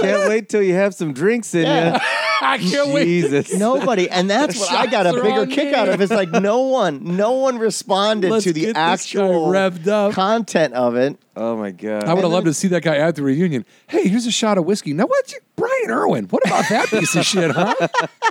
S3: Can't wait till you have some drinks in
S2: Yeah.
S1: I
S3: you.
S1: can't wait.
S3: Jesus.
S2: Nobody, and that's what I
S1: Shots
S2: got a
S1: are
S2: bigger
S1: on
S2: kick
S1: me.
S2: out of. It's like no one, no one responded
S1: Let's
S2: to
S1: get
S2: the
S1: this guy
S2: actual
S1: revved up.
S2: content of it.
S3: Oh my god.
S1: I would have
S2: And
S1: loved to see that guy at the reunion. Hey, here's a shot of whiskey. Now, what? You, Brian Irwin. What about that piece of shit, huh?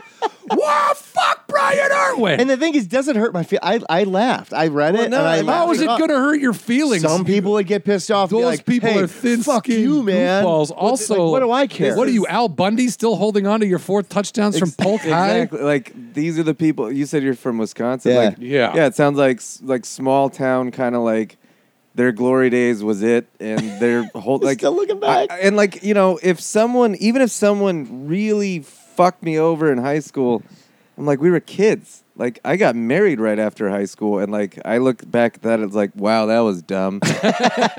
S1: Wow, fuck Brian Irwin.
S2: And the thing is, it doesn't hurt my feel. I, I laughed. I read it.
S3: no,
S2: and I
S3: and
S1: How
S2: laughed
S1: is it
S2: up.
S1: going to hurt your feelings?
S2: Some people would get pissed off. and be
S1: Those
S2: like,
S1: people
S2: "Hey,
S1: are thin
S2: fuck you, man.
S1: Balls.
S2: What-
S1: Also,
S2: like, what do I care?
S1: What are you, Al Bundy, still holding on to your four touchdowns from Polk High?
S3: Exactly. Like these are the people. You said you're from Wisconsin.
S2: Yeah.
S3: Like,
S1: Yeah.
S3: Yeah. It sounds like s- like small town kind of like their glory days was it, and their whole like
S2: Still looking back.
S3: I- and like you know, if someone, even if someone really fucked me over in high school, I'm like, we were kids. Like I got married right after high school, and like I look back at that, it's like, wow, that was dumb.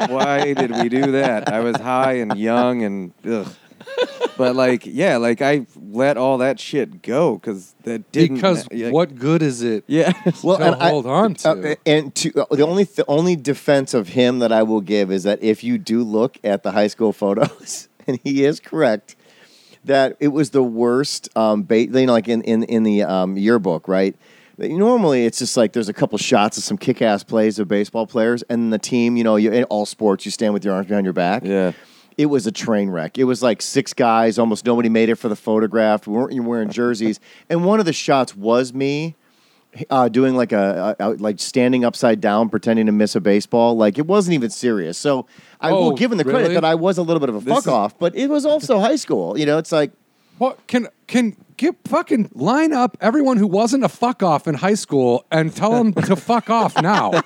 S3: Why did we do that? I was high and young and ugh. But like, yeah, like I let all that shit go because that didn't.
S1: Because
S3: yeah,
S1: what good is it?
S3: Yeah.
S2: Well,
S1: to
S2: and I-
S1: hold on to.
S2: uh, and to uh, the only the only defense of him that I will give is that if you do look at the high school photos, and he is correct that it was the worst. Um, ba- you know, like in in in the um, yearbook, right? Normally, it's just like there's a couple shots of some kick-ass plays of baseball players, and the team. You know, you in all sports, you stand with your arms behind your back.
S3: Yeah.
S2: It was a train wreck. It was like six guys. Almost nobody made it for the photograph. We weren't you wearing jerseys, and one of the shots was me uh, doing like a, a, a- like standing upside down, pretending to miss a baseball. Like it wasn't even serious. So I
S1: Oh,
S2: will give him the
S1: really?
S2: credit that I was a little bit of a fuck
S3: is-
S2: off, but it was also high school. You know, it's like
S1: What can can get fucking line up everyone who wasn't a fuck off in high school and tell them to fuck off now?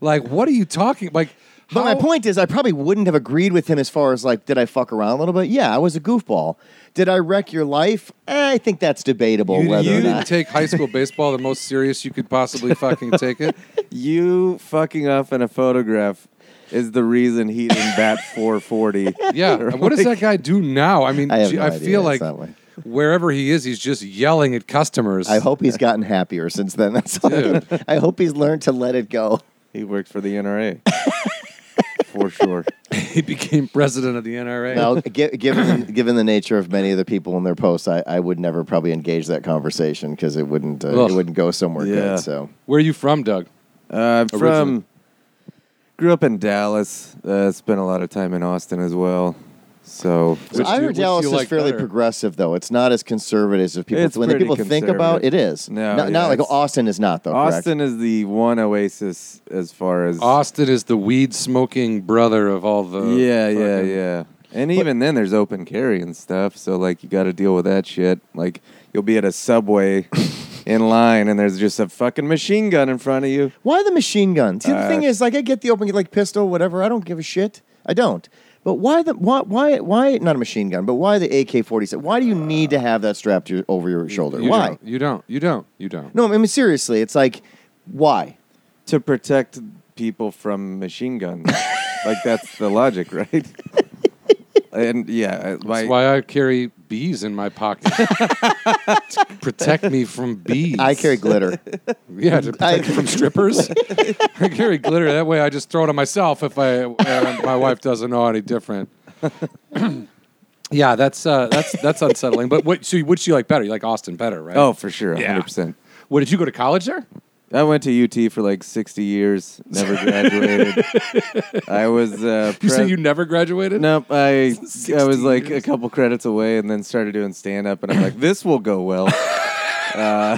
S1: Like, what are you talking? Like,
S2: But my
S1: how-
S2: point is, I probably wouldn't have agreed with him as far as like, did I fuck around a little bit? Yeah, I was a goofball. Did I wreck your life? Eh, I think that's debatable
S1: You,
S2: whether
S1: you
S2: or
S1: didn't
S2: not.
S1: take high school baseball the most serious you could possibly fucking take it.
S3: You fucking off in a photograph is the reason he didn't bat 440.
S1: Yeah. and what does that guy do now? I mean,
S2: I
S1: gee, I,
S2: have no idea.
S1: feel like
S2: It's not like-
S1: wherever he is, he's just yelling at customers.
S2: I hope he's gotten happier since then. That's all. I,
S1: Dude.
S2: I hope he's learned to let it go.
S3: He works for the NRA. for sure.
S1: he became president of the NRA.
S2: Now, gi- given given the nature of many of the people in their posts, I, I would never probably engage that conversation because it wouldn't uh,
S1: Ugh.
S2: it wouldn't go somewhere
S3: Yeah.
S2: good. So
S1: Where are you from, Doug?
S3: Uh, I'm
S1: Originally.
S3: from, grew up in Dallas. Uh, spent a lot of time in Austin as well. So
S2: So
S1: Which
S2: I
S1: do-
S2: heard
S1: which do
S2: Dallas
S1: you
S2: is
S1: like
S2: fairly
S1: better?
S2: progressive, though. It's not as conservative as people
S3: It's
S2: when the
S3: pretty
S2: people think about it. Is
S3: No,
S2: not,
S3: yeah,
S2: not like
S3: it's-
S2: Austin is not though. correct?
S3: Austin is the one oasis as far as
S1: Austin is the weed smoking brother of all the.
S3: Yeah, yeah,
S1: fucking-
S3: yeah. And even then, there's open carry and stuff. So like, you got to deal with that shit. Like, you'll be at a subway in line, and there's just a fucking machine gun in front of you.
S2: Why the machine gun? See, the
S3: Uh,
S2: thing is, like, I get the open like pistol, whatever. I don't give a shit. I don't. But why the why why why not a machine gun? But why the AK forty seven? Why do you need to have that strapped to your, over your shoulder?
S1: You
S2: why?
S1: Don't, you don't. You don't. You don't.
S2: No, I mean seriously. It's like why?
S3: to protect people from machine guns. like that's the logic, right? and yeah, I-
S1: That's
S3: like
S1: why I carry bees in my pocket to protect me from bees.
S2: I carry glitter.
S1: yeah, to protect me from strippers. I carry glitter. That way, I just throw it on myself if I uh, my wife doesn't know any different. yeah, that's uh, that's that's unsettling. But what so which do you like better? You like Austin better, right?
S3: oh, for sure,
S1: Yeah.
S3: hundred percent.
S1: what did you go to college there?
S3: I went to UT for like sixty years, never graduated. I was uh,
S1: You say
S3: pres-
S1: you never graduated?
S3: Nope, I I
S1: 60
S3: was like
S1: years.
S3: a couple credits away, and then started doing stand up, and I'm like, this will go well.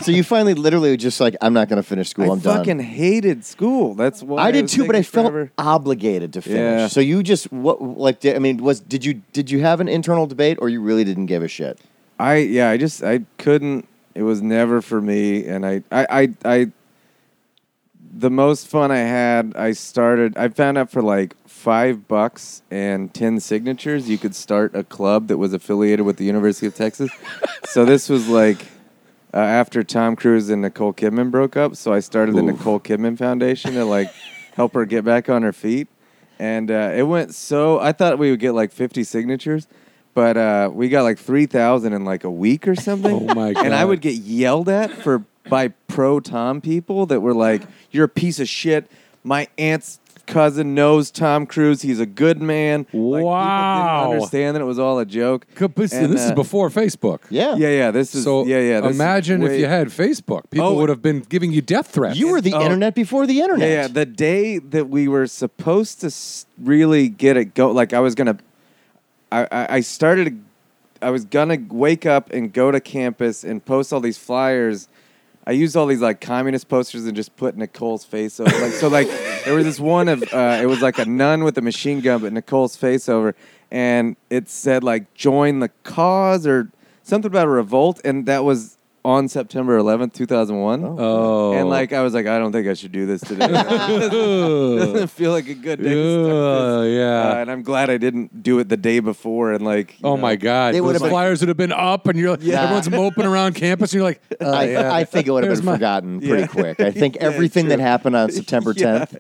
S2: so you finally, literally, just like I'm not going to finish school.
S3: Uh, I
S2: am
S3: fucking
S2: done.
S3: hated school. That's why
S2: I did
S3: was
S2: too, but
S3: taking
S2: I felt
S3: forever.
S2: obligated to finish.
S3: Yeah.
S2: So you just what like did, I mean was did you did you have an internal debate or you really didn't give a shit?
S3: I yeah, I just I couldn't. It was never for me, and I I I, I the most fun I had. I started. I found out for like five bucks and ten signatures, you could start a club that was affiliated with the University of Texas. so this was like. Uh, after Tom Cruise and Nicole Kidman broke up, so I started the Nicole Kidman Foundation to like help her get back on her feet, and uh, it went so. I thought we would get like fifty signatures, but uh, we got like three thousand in like a week or something.
S1: Oh my
S3: And I
S1: God.
S3: would get yelled at for by pro Tom people that were like, "You're a piece of shit." My aunt's cousin knows Tom Cruise. He's a good man. Like,
S1: Wow.
S3: people didn't understand that it was all a joke.
S1: Good, but see,
S3: And,
S1: this is
S3: uh,
S1: before Facebook.
S2: Yeah.
S3: Yeah, yeah. This is
S1: So
S3: yeah, yeah. this is
S1: imagine if
S3: way-
S1: you had Facebook. People
S3: Oh.
S1: would have been giving you death threats.
S2: You were the
S3: Oh.
S2: internet before the internet.
S3: Yeah, yeah. The day that we were supposed to s- really get it go, like I was gonna, I, I, I started, I was gonna wake up and go to campus and post all these flyers. I used all these like communist posters and just put Nicole's face over. Like so, like there was this one of uh, it was like a nun with a machine gun, but Nicole's face over, and it said like join the cause or something about a revolt, and that was on September 11th, 2001.
S1: Oh.
S3: And like I was like, I don't think I should do this today. doesn't feel like a good day. to start
S1: Ugh,
S3: this. Uh,
S1: yeah.
S3: and I'm glad I didn't do it the day before. And like, you
S1: Oh
S3: know,
S1: my God!
S2: They would
S1: Those
S2: have been-
S1: flyers would have been up, and you're like,
S2: Yeah.
S1: everyone's moping around campus, and you're like, oh,
S2: I,
S1: yeah.
S2: I think it would have
S1: There's
S2: been
S1: my-
S2: forgotten pretty
S3: Yeah.
S2: quick. I think
S3: Yeah,
S2: everything that
S3: true.
S2: happened on September
S3: Yeah.
S2: 10th,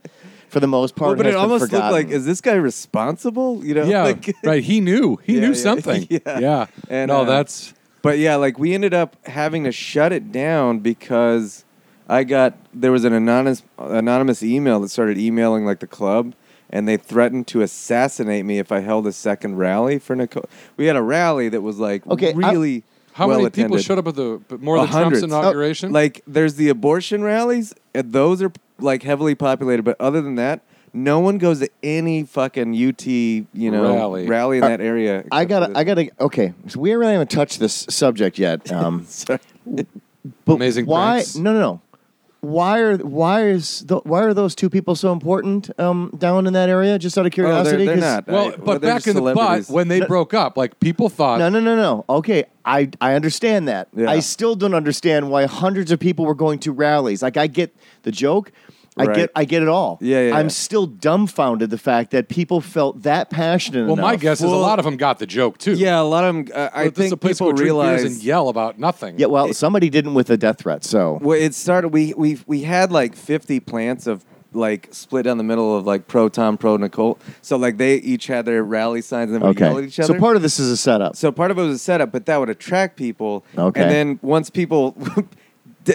S2: for the most part,
S3: Well, but
S2: has
S3: it
S2: been
S3: almost
S2: forgotten.
S3: looked like, is this guy responsible? You know,
S1: Yeah,
S3: like,
S1: right. He knew. He
S3: Yeah,
S1: knew
S3: yeah.
S1: something. Yeah.
S3: Yeah.
S1: And
S3: And,
S1: no,
S3: uh,
S1: that's
S3: But yeah, like we ended up having to shut it down because I got there was an anonymous anonymous email that started emailing like the club, and they threatened to assassinate me if I held a second rally for Nicole. We had a rally that was like
S2: Okay, I-
S3: really
S1: how
S3: well
S1: many people
S3: attended.
S1: showed up at the but more than
S3: A
S1: Trump's
S3: hundred. Oh,
S1: inauguration?
S3: Like there's the abortion rallies, and those are like heavily populated. But other than that, no one goes to any fucking UT you know
S1: Rally.
S3: rally, in that area.
S2: I
S3: except for
S2: gotta,
S3: this.
S2: I gotta. Okay, so we really haven't touched this subject yet. Um,
S3: Sorry.
S2: but
S1: Amazing
S2: why?
S1: pranks.
S2: No, no, no. why are why is the, why are those two people so important um, down in that area? Just out of
S3: Oh, they're,
S2: curiosity,
S3: they're
S2: 'cause-
S3: not. I-
S1: Well,
S3: well,
S1: but
S3: they're
S1: back
S3: just
S1: in the butt
S3: celebrities.
S1: when they broke up, like people thought
S2: No, no, no, no. Okay, I I understand that.
S3: Uh, Yeah.
S2: I still don't understand why hundreds of people were going to rallies. Like I get the joke. I
S3: Right.
S2: get I get it all.
S3: Yeah, yeah,
S2: I'm
S3: yeah.
S2: still dumbfounded the fact that people felt that passionate.
S1: Well, my
S2: enough.
S1: guess is a
S3: Well-
S1: lot of them got the joke too.
S3: yeah, a lot of them. Uh, I
S1: But this is
S3: think
S1: a place
S3: people
S1: where drink beers
S3: realize.
S1: and yell about nothing.
S2: Yeah, well, somebody didn't with a death threat, so
S3: Well, it started. We we we had like fifty plants of like split down the middle of like pro Tom, pro Nicole. So like they each had their rally signs and they would yell at
S2: okay.
S3: each other.
S2: So part of this is a setup.
S3: So part of it was a setup, but that would attract people.
S2: Okay.
S3: And then once people,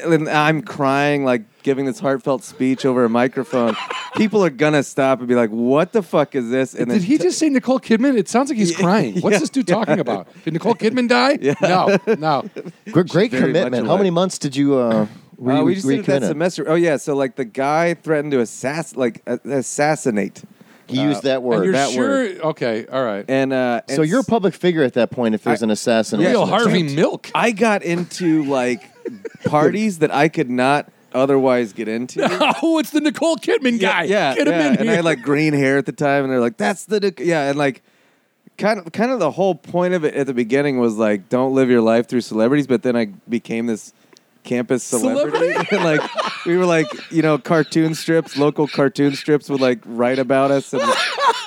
S3: and I'm crying, like giving this heartfelt speech over a microphone, people are gonna stop and be like, "What the fuck is this?" And
S1: Did
S3: then
S1: he just say Nicole Kidman? It sounds like he's crying. What's
S3: yeah,
S1: this dude talking about? Did Nicole Kidman die? No, no.
S2: Gr- great
S3: very much
S2: commitment. How
S3: alive.
S2: many months did you? Uh, were
S3: Uh,
S2: you
S3: we just
S2: were you
S3: did it that
S2: committed?
S3: semester. Oh yeah, so like the guy threatened to assass, like a- assassinate,
S2: He used that
S1: And
S2: word.
S1: you're
S3: uh, that
S1: sure? Okay, all right.
S3: and uh,
S2: so
S3: and
S2: you're a public figure at that point if there's
S3: I-
S2: an assassination.
S1: Real
S2: attempt.
S1: Harvey Milk.
S3: I got into like parties that I could not otherwise get into.
S1: oh, it's the Nicole Kidman guy.
S3: Yeah,
S1: get him
S3: yeah.
S1: in
S3: and
S1: here.
S3: I had like green hair at the time, and they're like, "That's the Nic-" yeah," and like, kind of, kind of the whole point of it at the beginning was like, don't live your life through celebrities. But then I became this campus celebrity,
S1: Celebrity?
S3: and like, we were like, you know, cartoon strips, local cartoon strips would like write about us, and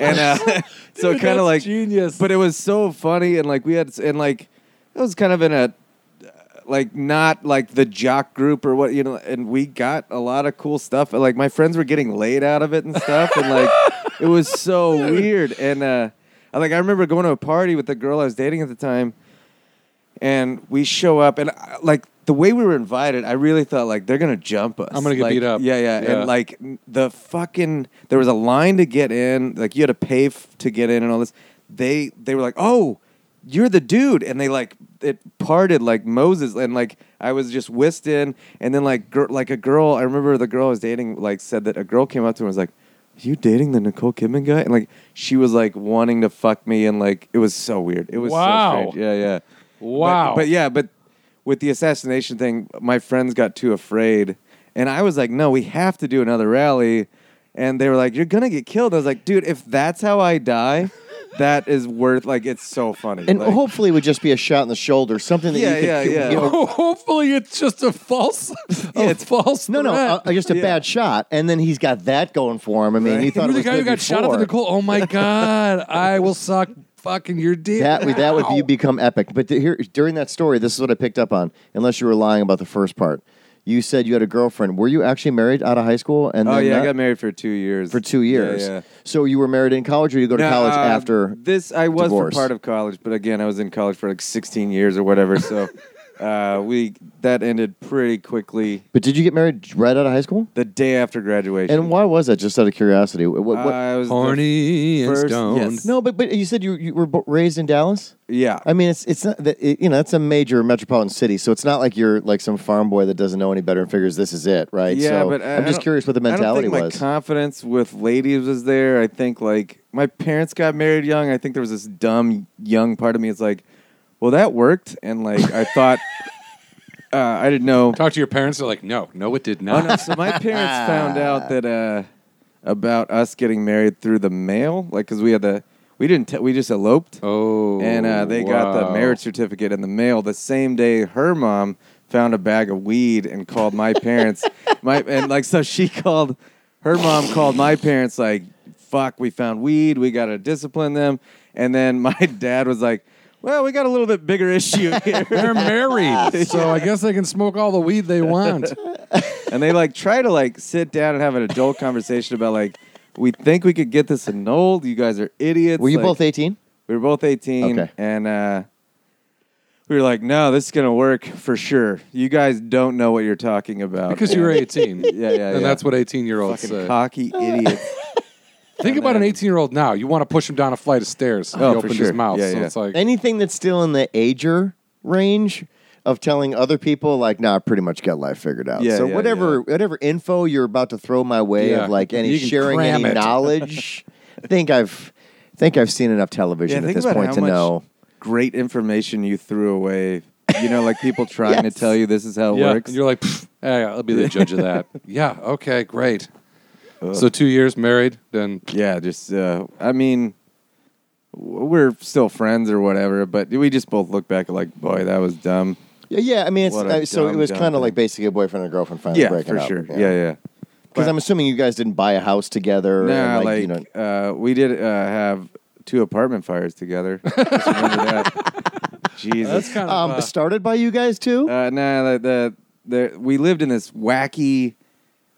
S3: and uh, so
S1: Dude,
S3: kind
S1: that's
S3: of like
S1: genius.
S3: but it was so funny and like we had and like it was kind of in a like not like the jock group or what you know and we got a lot of cool stuff and like my friends were getting laid out of it and stuff and like it was so weird and uh I, like i remember going to a party with the girl i was dating at the time and we show up and uh, like the way we were invited i really thought like they're gonna jump us
S1: I'm gonna get
S3: Like,
S1: beat up.
S3: yeah yeah,
S1: Yeah.
S3: and like n- the fucking there was a line to get in like you had to pay f- to get in and all this they they were like oh you're the dude and they like it parted like moses and like i was just whisked in and then like gir- like a girl i remember the girl i was dating like said that a girl came up to her and was like are you dating the nicole kidman guy and like she was like wanting to fuck me and like it was so weird it was
S1: Wow.
S3: so strange. yeah yeah
S1: Wow.
S3: but, but yeah, but with the assassination thing, my friends got too afraid, and I was like, "No, we have to do another rally," and they were like, "You're gonna get killed." I was like, "Dude, if that's how I die, that is worth like it's so funny."
S2: And
S3: Like,
S2: hopefully it would just be a shot in the shoulder, something that
S3: Yeah,
S2: you could,
S3: yeah, yeah.
S2: you know,
S1: Hopefully, it's just a false. a
S3: it's-
S1: false.
S2: no, no,
S1: threat.
S2: uh, uh, just a
S3: Yeah.
S2: bad shot, and then he's got that going for him. I mean, he
S3: Right.
S2: thought
S1: You're
S2: it
S1: the
S2: was
S1: guy who
S2: good
S1: got shot at the
S2: before.
S1: Nicole. Oh my god! I will suck fucking your dick.
S2: That would that would
S1: Ow.
S2: be, become epic. But th- here during that story, this is what I picked up on. Unless you were lying about the first part, you said you had a girlfriend. Were you actually married out of high school? And
S3: oh
S2: then
S3: yeah, I
S2: not-
S3: got married for two years.
S2: for two years.
S3: Yeah, yeah.
S2: So you were married in college, or you go to
S3: No,
S2: college
S3: uh,
S2: after?
S3: this, I was
S2: divorce?
S3: for part of college, but again, I was in college for like 16 years or whatever. So uh, we that ended pretty quickly
S2: But did you get married right out of high school?
S3: the day after graduation.
S2: And why was that? Just out of curiosity. What, what,
S3: I was the-
S1: horny and
S3: first-
S1: stoned.
S3: yes.
S2: no, but but you said you, you were bo- raised in Dallas.
S3: yeah.
S2: I mean, it's it's not that it, you know it's a major metropolitan city, so it's not like you're like some farm boy that doesn't know any better and figures this is it, right?
S3: Yeah,
S2: so
S3: but I,
S2: I'm
S3: I
S2: just
S3: don't-
S2: curious what the
S3: I
S2: mentality
S3: don't think
S2: was.
S3: My confidence with ladies was there. I think like my parents got married young. I think there was this dumb young part of me. It's like, well, that worked, and like I thought, uh, I didn't know.
S1: Talk to your parents. They're like, no, no, it did
S3: Oh
S1: not.
S3: no! So my parents found out that uh, about us getting married through the mail, like because we had the we didn't t- we just eloped.
S1: Oh,
S3: and uh, they got the
S1: wow.
S3: marriage certificate in the mail the same day her mom found a bag of weed and called my parents my and like so she called her mom called my parents like fuck we found weed we got to discipline them and then my dad was like well we got a little bit bigger issue here
S1: They're married, so I guess they can smoke all the weed they want.
S3: and they like try to like sit down and have an adult conversation about like we think we could get this annulled you guys are idiots
S2: were you
S3: like-
S2: both 18?
S3: We were both 18.
S2: Okay.
S3: And uh, we were like, no, this is going to work for sure. You guys don't know what you're talking about.
S1: Because you were 18.
S3: Yeah, yeah,
S1: And
S3: yeah.
S1: that's what uh, 18 year olds
S3: fucking
S1: say.
S3: cocky
S2: Uh,
S3: idiots.
S1: Think about an 18 year old now. You want to push him down a flight of stairs.
S3: Oh,
S1: he
S3: for
S1: opened his
S3: sure.
S1: mouth.
S3: Yeah,
S1: so
S3: yeah.
S1: it's like,
S2: Anything that's still in the ager range of telling other people like, nah, I pretty much got life figured out.
S3: Yeah,
S2: so
S3: yeah,
S2: whatever whatever info you're about to throw my way
S1: Yeah.
S2: of like any
S1: You can
S2: sharing
S1: cram
S2: any
S1: it.
S2: knowledge, I think I've think I've seen enough television at
S3: think
S2: this
S3: about
S2: point
S3: how
S2: to
S3: much
S2: know.
S3: Great information you threw away You know, like people trying
S2: Yes.
S3: to tell you this is how it
S1: yeah.
S3: works.
S1: And you're like, "Pfft, hey, I'll be the judge of that. yeah. Okay. Great. So two years married, then
S3: yeah, just uh, I mean, w- we're still friends or whatever, but we just both look back like, boy, that was dumb.
S2: Yeah, yeah, I mean, it's,
S3: What a
S2: uh, so it
S3: dumb,
S2: was
S3: dumb
S2: kind of
S3: thing.
S2: like basically a boyfriend and girlfriend finally
S3: Yeah,
S2: breaking
S3: for
S2: up.
S3: sure. Yeah, yeah.
S2: Because I'm assuming you guys didn't buy a house together.
S3: Nah,
S2: and
S3: like,
S2: like, you know,
S3: uh, we did uh, have two apartment fires together. Just remember that. Jesus.
S1: that's kind of
S2: um,
S1: uh,
S2: started by you guys too.
S3: Uh, nah, the, the, the, we lived in this wacky.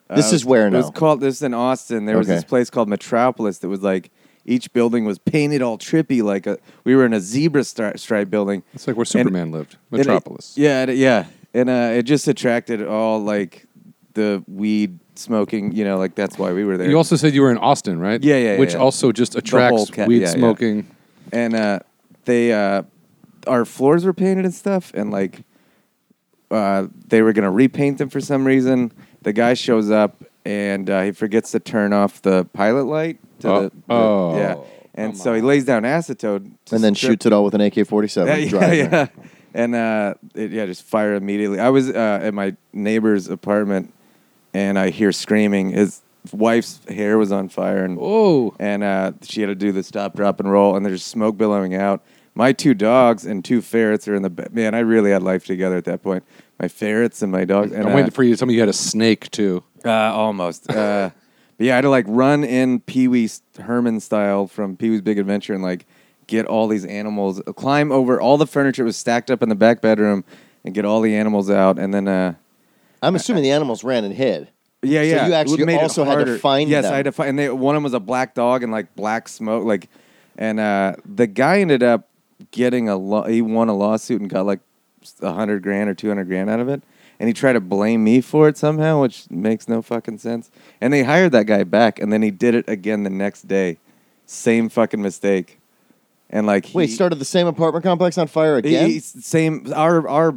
S3: uh,
S2: This is where
S3: it was
S2: now?
S3: called this is in Austin. There was
S2: Okay.
S3: this place called Metropolis that was like each building was painted all trippy. Like a, we were in a zebra stri- stripe building.
S1: it's like where Superman lived,
S3: And it-
S1: Metropolis.
S3: yeah, it- yeah, and uh, it just attracted all like the weed smoking. You know, like that's why we were there.
S1: You also said you were in Austin, right?
S3: Yeah, yeah,
S1: Which
S3: yeah.
S1: also just
S3: whole
S1: attracts
S3: ca-
S1: weed
S3: yeah, yeah.
S1: smoking.
S3: and uh, they uh, our floors were painted and stuff, and like uh, they were gonna repaint them for some reason. The guy shows up and uh, he forgets to turn off the pilot light. To
S1: Oh.
S3: the, the-
S1: Oh,
S3: yeah, and so he lays down acetone to
S2: and then
S3: strip-
S2: shoots it all with an AK-47.
S3: Yeah,
S2: and
S3: yeah,
S2: drives it.
S3: yeah. and uh, it, yeah, just fire immediately. I was uh, at my neighbor's apartment and I hear screaming. His wife's hair was on fire and
S1: Oh,
S3: and uh, she had to do the stop, drop, and roll, and there's smoke billowing out. My two dogs and two ferrets are in the ba- man. I really had life together at that point. My ferrets and my dogs. And
S1: I'm
S3: uh,
S1: waiting for you to tell me you had a snake too.
S3: uh, almost. Uh, but yeah, I had to like run in Pee Wee Herman style from Pee Wee's Big Adventure and like get all these animals, climb over all the furniture that was stacked up in the back bedroom, and get all the animals out, and then. Uh,
S2: I'm assuming the animals ran and hid.
S3: yeah,
S2: So
S3: yeah.
S2: you
S3: It
S2: actually
S3: made it
S2: also had to
S3: harder.
S2: find
S3: Yes,
S2: them.
S3: I had to find. And they, one of them was a black dog and like black smoke, like, and uh, the guy ended up getting a law. he won a lawsuit and got like a hundred grand or two hundred grand out of it. And he tried to blame me for it somehow, which makes no fucking sense. And they hired that guy back, and then he did it again the next day, same fucking mistake. And like, he,
S2: Wait, started the same apartment complex on fire
S3: he-
S2: again?
S3: he- same our our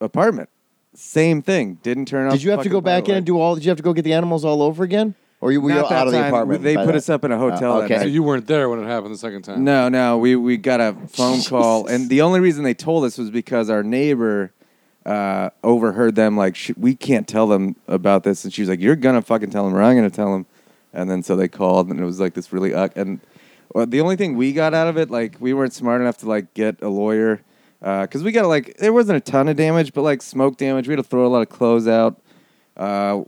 S3: apartment, same thing. Didn't turn off.
S2: did you
S3: the
S2: have to
S3: fucking
S2: go back in
S3: light.
S2: and do all? Did you have to go get the animals all over again, or you- were you
S3: Not that
S2: out of the
S3: time.
S2: apartment?
S3: They
S2: by
S3: put
S2: then?
S3: us up in a hotel
S2: Oh,
S3: that
S2: okay.
S3: night.
S1: So you weren't there when it happened the second time.
S3: No, no, we we got a phone call, and the only reason they told us was because our neighbor uh, overheard them. Like, "Sh- we can't tell them about this, and she was like, "You're gonna fucking tell them, or I'm gonna tell them." And then so they called, and it was like this really uh, and well, the only thing we got out of it, like, we weren't smart enough to like get a lawyer because we got like there wasn't a ton of damage, but like smoke damage. We had to throw a lot of clothes out. Uh,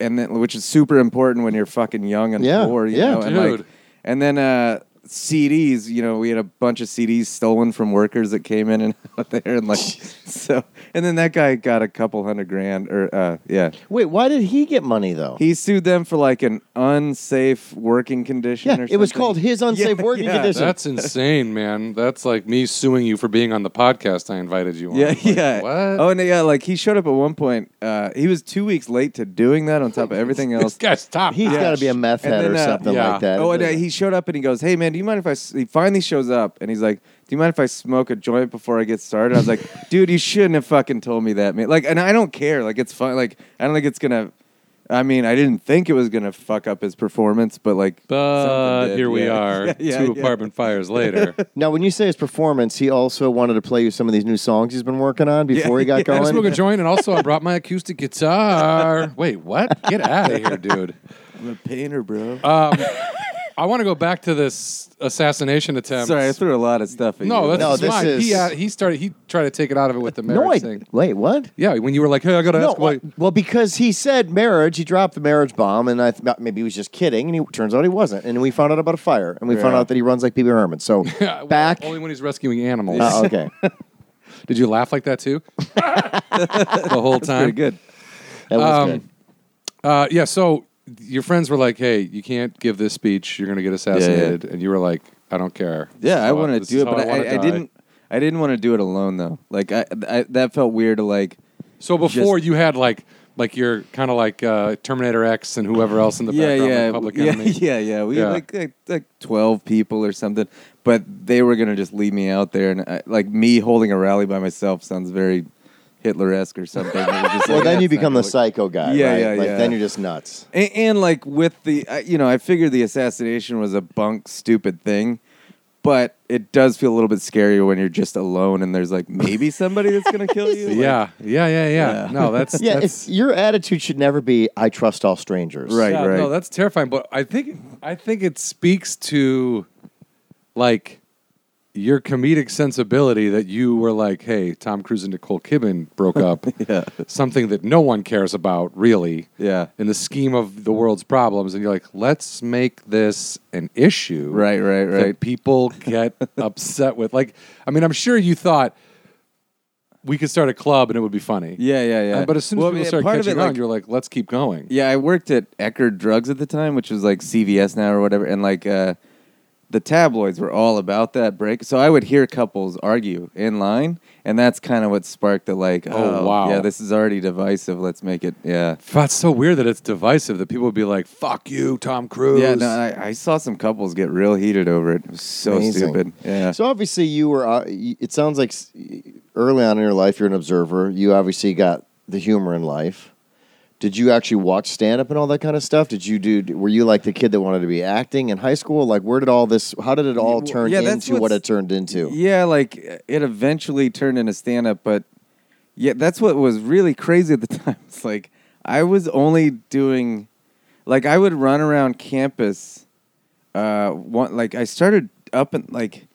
S3: and then, which is super important when you're fucking young and
S2: Yeah,
S3: poor, you
S2: yeah,
S3: know, and like
S1: dude.
S3: and then uh, CDs, you know, we had a bunch of CDs stolen from workers that came in and out there, and like so. And then that guy got a couple hundred grand, or uh, yeah,
S2: Wait, why did he get money though?
S3: he sued them for like an unsafe working condition. or
S2: yeah, it was
S3: something.
S2: called his unsafe
S3: Yeah,
S2: working
S3: yeah.
S2: condition.
S1: That's insane, man. That's like me suing you for being on the podcast I invited you on.
S3: Yeah,
S1: Like,
S3: yeah.
S1: What?
S3: Oh, and yeah, like he showed up at one point. Uh, he was two weeks late to doing that on top of everything else.
S1: this guy's top.
S2: He's
S1: notch.
S2: got to be a meth
S3: And
S2: head
S3: then,
S2: or
S3: uh,
S2: something
S1: yeah.
S2: like that.
S3: Oh, and uh, he showed up and he goes, "Hey, man, do you mind if I?" s-" He finally shows up and he's like, "Do you mind if I smoke a joint before I get started?" I was like, "Dude, you shouldn't have fucking told me that, man." Like, and I don't care. Like, it's fine. Like, I don't think it's gonna. I mean, I didn't think it was gonna fuck up his performance, but like,
S1: But
S3: something did,
S1: here we
S3: yeah.
S1: are,
S3: Yeah, yeah,
S1: two
S3: yeah.
S1: apartment fires later.
S2: Now, when you say his performance, he also wanted to play you some of these new songs he's been working on before he got
S1: I
S2: going.
S1: smoke a joint, and also I brought my acoustic guitar. Wait, what? Get out of here, dude.
S3: I'm a painter, bro.
S1: I want to go back to this assassination attempt.
S3: Sorry, I threw a lot of stuff at
S1: Um, no,
S3: you.
S1: that's
S2: No,
S1: just
S2: this
S1: mine. He,
S2: is-
S1: uh, he started. He tried to take it out of it with the marriage
S2: no, I
S1: thing.
S2: wait. What?
S1: Yeah, when you were like, "Hey, I got to
S2: No,
S1: ask why."
S2: I- well, because he said marriage, he dropped the marriage bomb, and I thought maybe he was just kidding, and he turns out he wasn't. And we found out about a fire, and we found
S3: Yeah.
S2: out that he runs like Pee Wee Herman. So
S1: Yeah, well,
S2: back,
S1: only when he's rescuing animals.
S2: uh, okay, that
S1: Did you laugh like that too? the whole time.
S3: pretty good.
S2: was good.
S1: Um, Uh, yeah. So your friends were like, "Hey, you can't give this speech. You're going to get assassinated," and you were like, "I don't care."
S3: Yeah, I
S1: So
S3: want to
S1: this
S3: do
S1: is
S3: it,
S1: how
S3: but I,
S1: wanna
S3: I,
S1: die."
S3: didn't. I didn't want to do it alone though. Like, I, I that felt weird to like.
S1: So before
S3: just-
S1: you had like like your kind of like uh, Terminator X and whoever else in the background, like Public
S3: yeah,
S1: Enemy.
S3: yeah, yeah. We
S1: Yeah.
S3: had like, like like twelve people or something, but they were gonna just leave me out there, and I, like me holding a rally by myself sounds very Hitler-esque or something. It was just
S2: well,
S3: like,
S2: then you
S3: that's not
S2: become the
S3: gonna work.
S2: psycho guy,
S3: Yeah,
S2: right?
S3: yeah,
S2: like,
S3: yeah.
S2: Then you're just nuts.
S3: And, uh, and like with the, I, you know, I figured the assassination was a bunk, stupid thing, but it does feel a little bit scarier when you're just alone and there's like maybe somebody that's gonna kill you. Like,
S1: yeah, yeah, yeah, yeah.
S3: Yeah.
S1: No, that's
S2: Yeah,
S1: that's
S2: it's, your attitude should never be "I trust all strangers."
S3: Right.
S1: yeah, no, that's terrifying. But I think I think it speaks to like your comedic sensibility that you were like, hey, Tom Cruise and Nicole Kidman broke up.
S3: yeah,
S1: Something that no one cares about really
S3: yeah.
S1: in the scheme of the world's problems, and you're like, let's make this an issue.
S3: Right, right, right.
S1: that people get upset with. Like, I mean, I'm sure you thought we could start a club and it would be funny.
S3: Yeah, yeah, yeah.
S1: Uh, But as soon as
S3: Well, I
S1: people
S3: mean,
S1: start
S3: part
S1: catching
S3: of it,
S1: on,
S3: like-
S1: you're like, let's keep going.
S3: Yeah, I worked at Eckerd Drugs at the time, which was like CVS now or whatever, and like uh, the tabloids were all about that break. So I would hear couples argue in line, and that's kind of what sparked the like,
S1: Oh,
S3: oh,
S1: wow.
S3: yeah, this is already divisive. Let's make it, yeah,
S1: That's so weird that it's divisive that people would be like, fuck you, Tom Cruise.
S3: yeah. No, I, I saw some couples get real heated over it. It was so
S2: Amazing.
S3: stupid. Yeah,
S2: So obviously, you were. Uh, y- it sounds like s- early on in your life, you're an observer. You obviously got the humor in life. Did you actually watch stand up and all that kind of stuff? Did you do? Were you like the kid that wanted to be acting in high school? Like, where did all this? How did it all
S3: Yeah,
S2: turn
S3: that's
S2: into what
S3: what's-
S2: it turned into?
S3: Yeah, like it eventually turned into stand up, but yeah, that's what was really crazy at the time. It's like I was only doing like I would run around campus uh one like I started up and like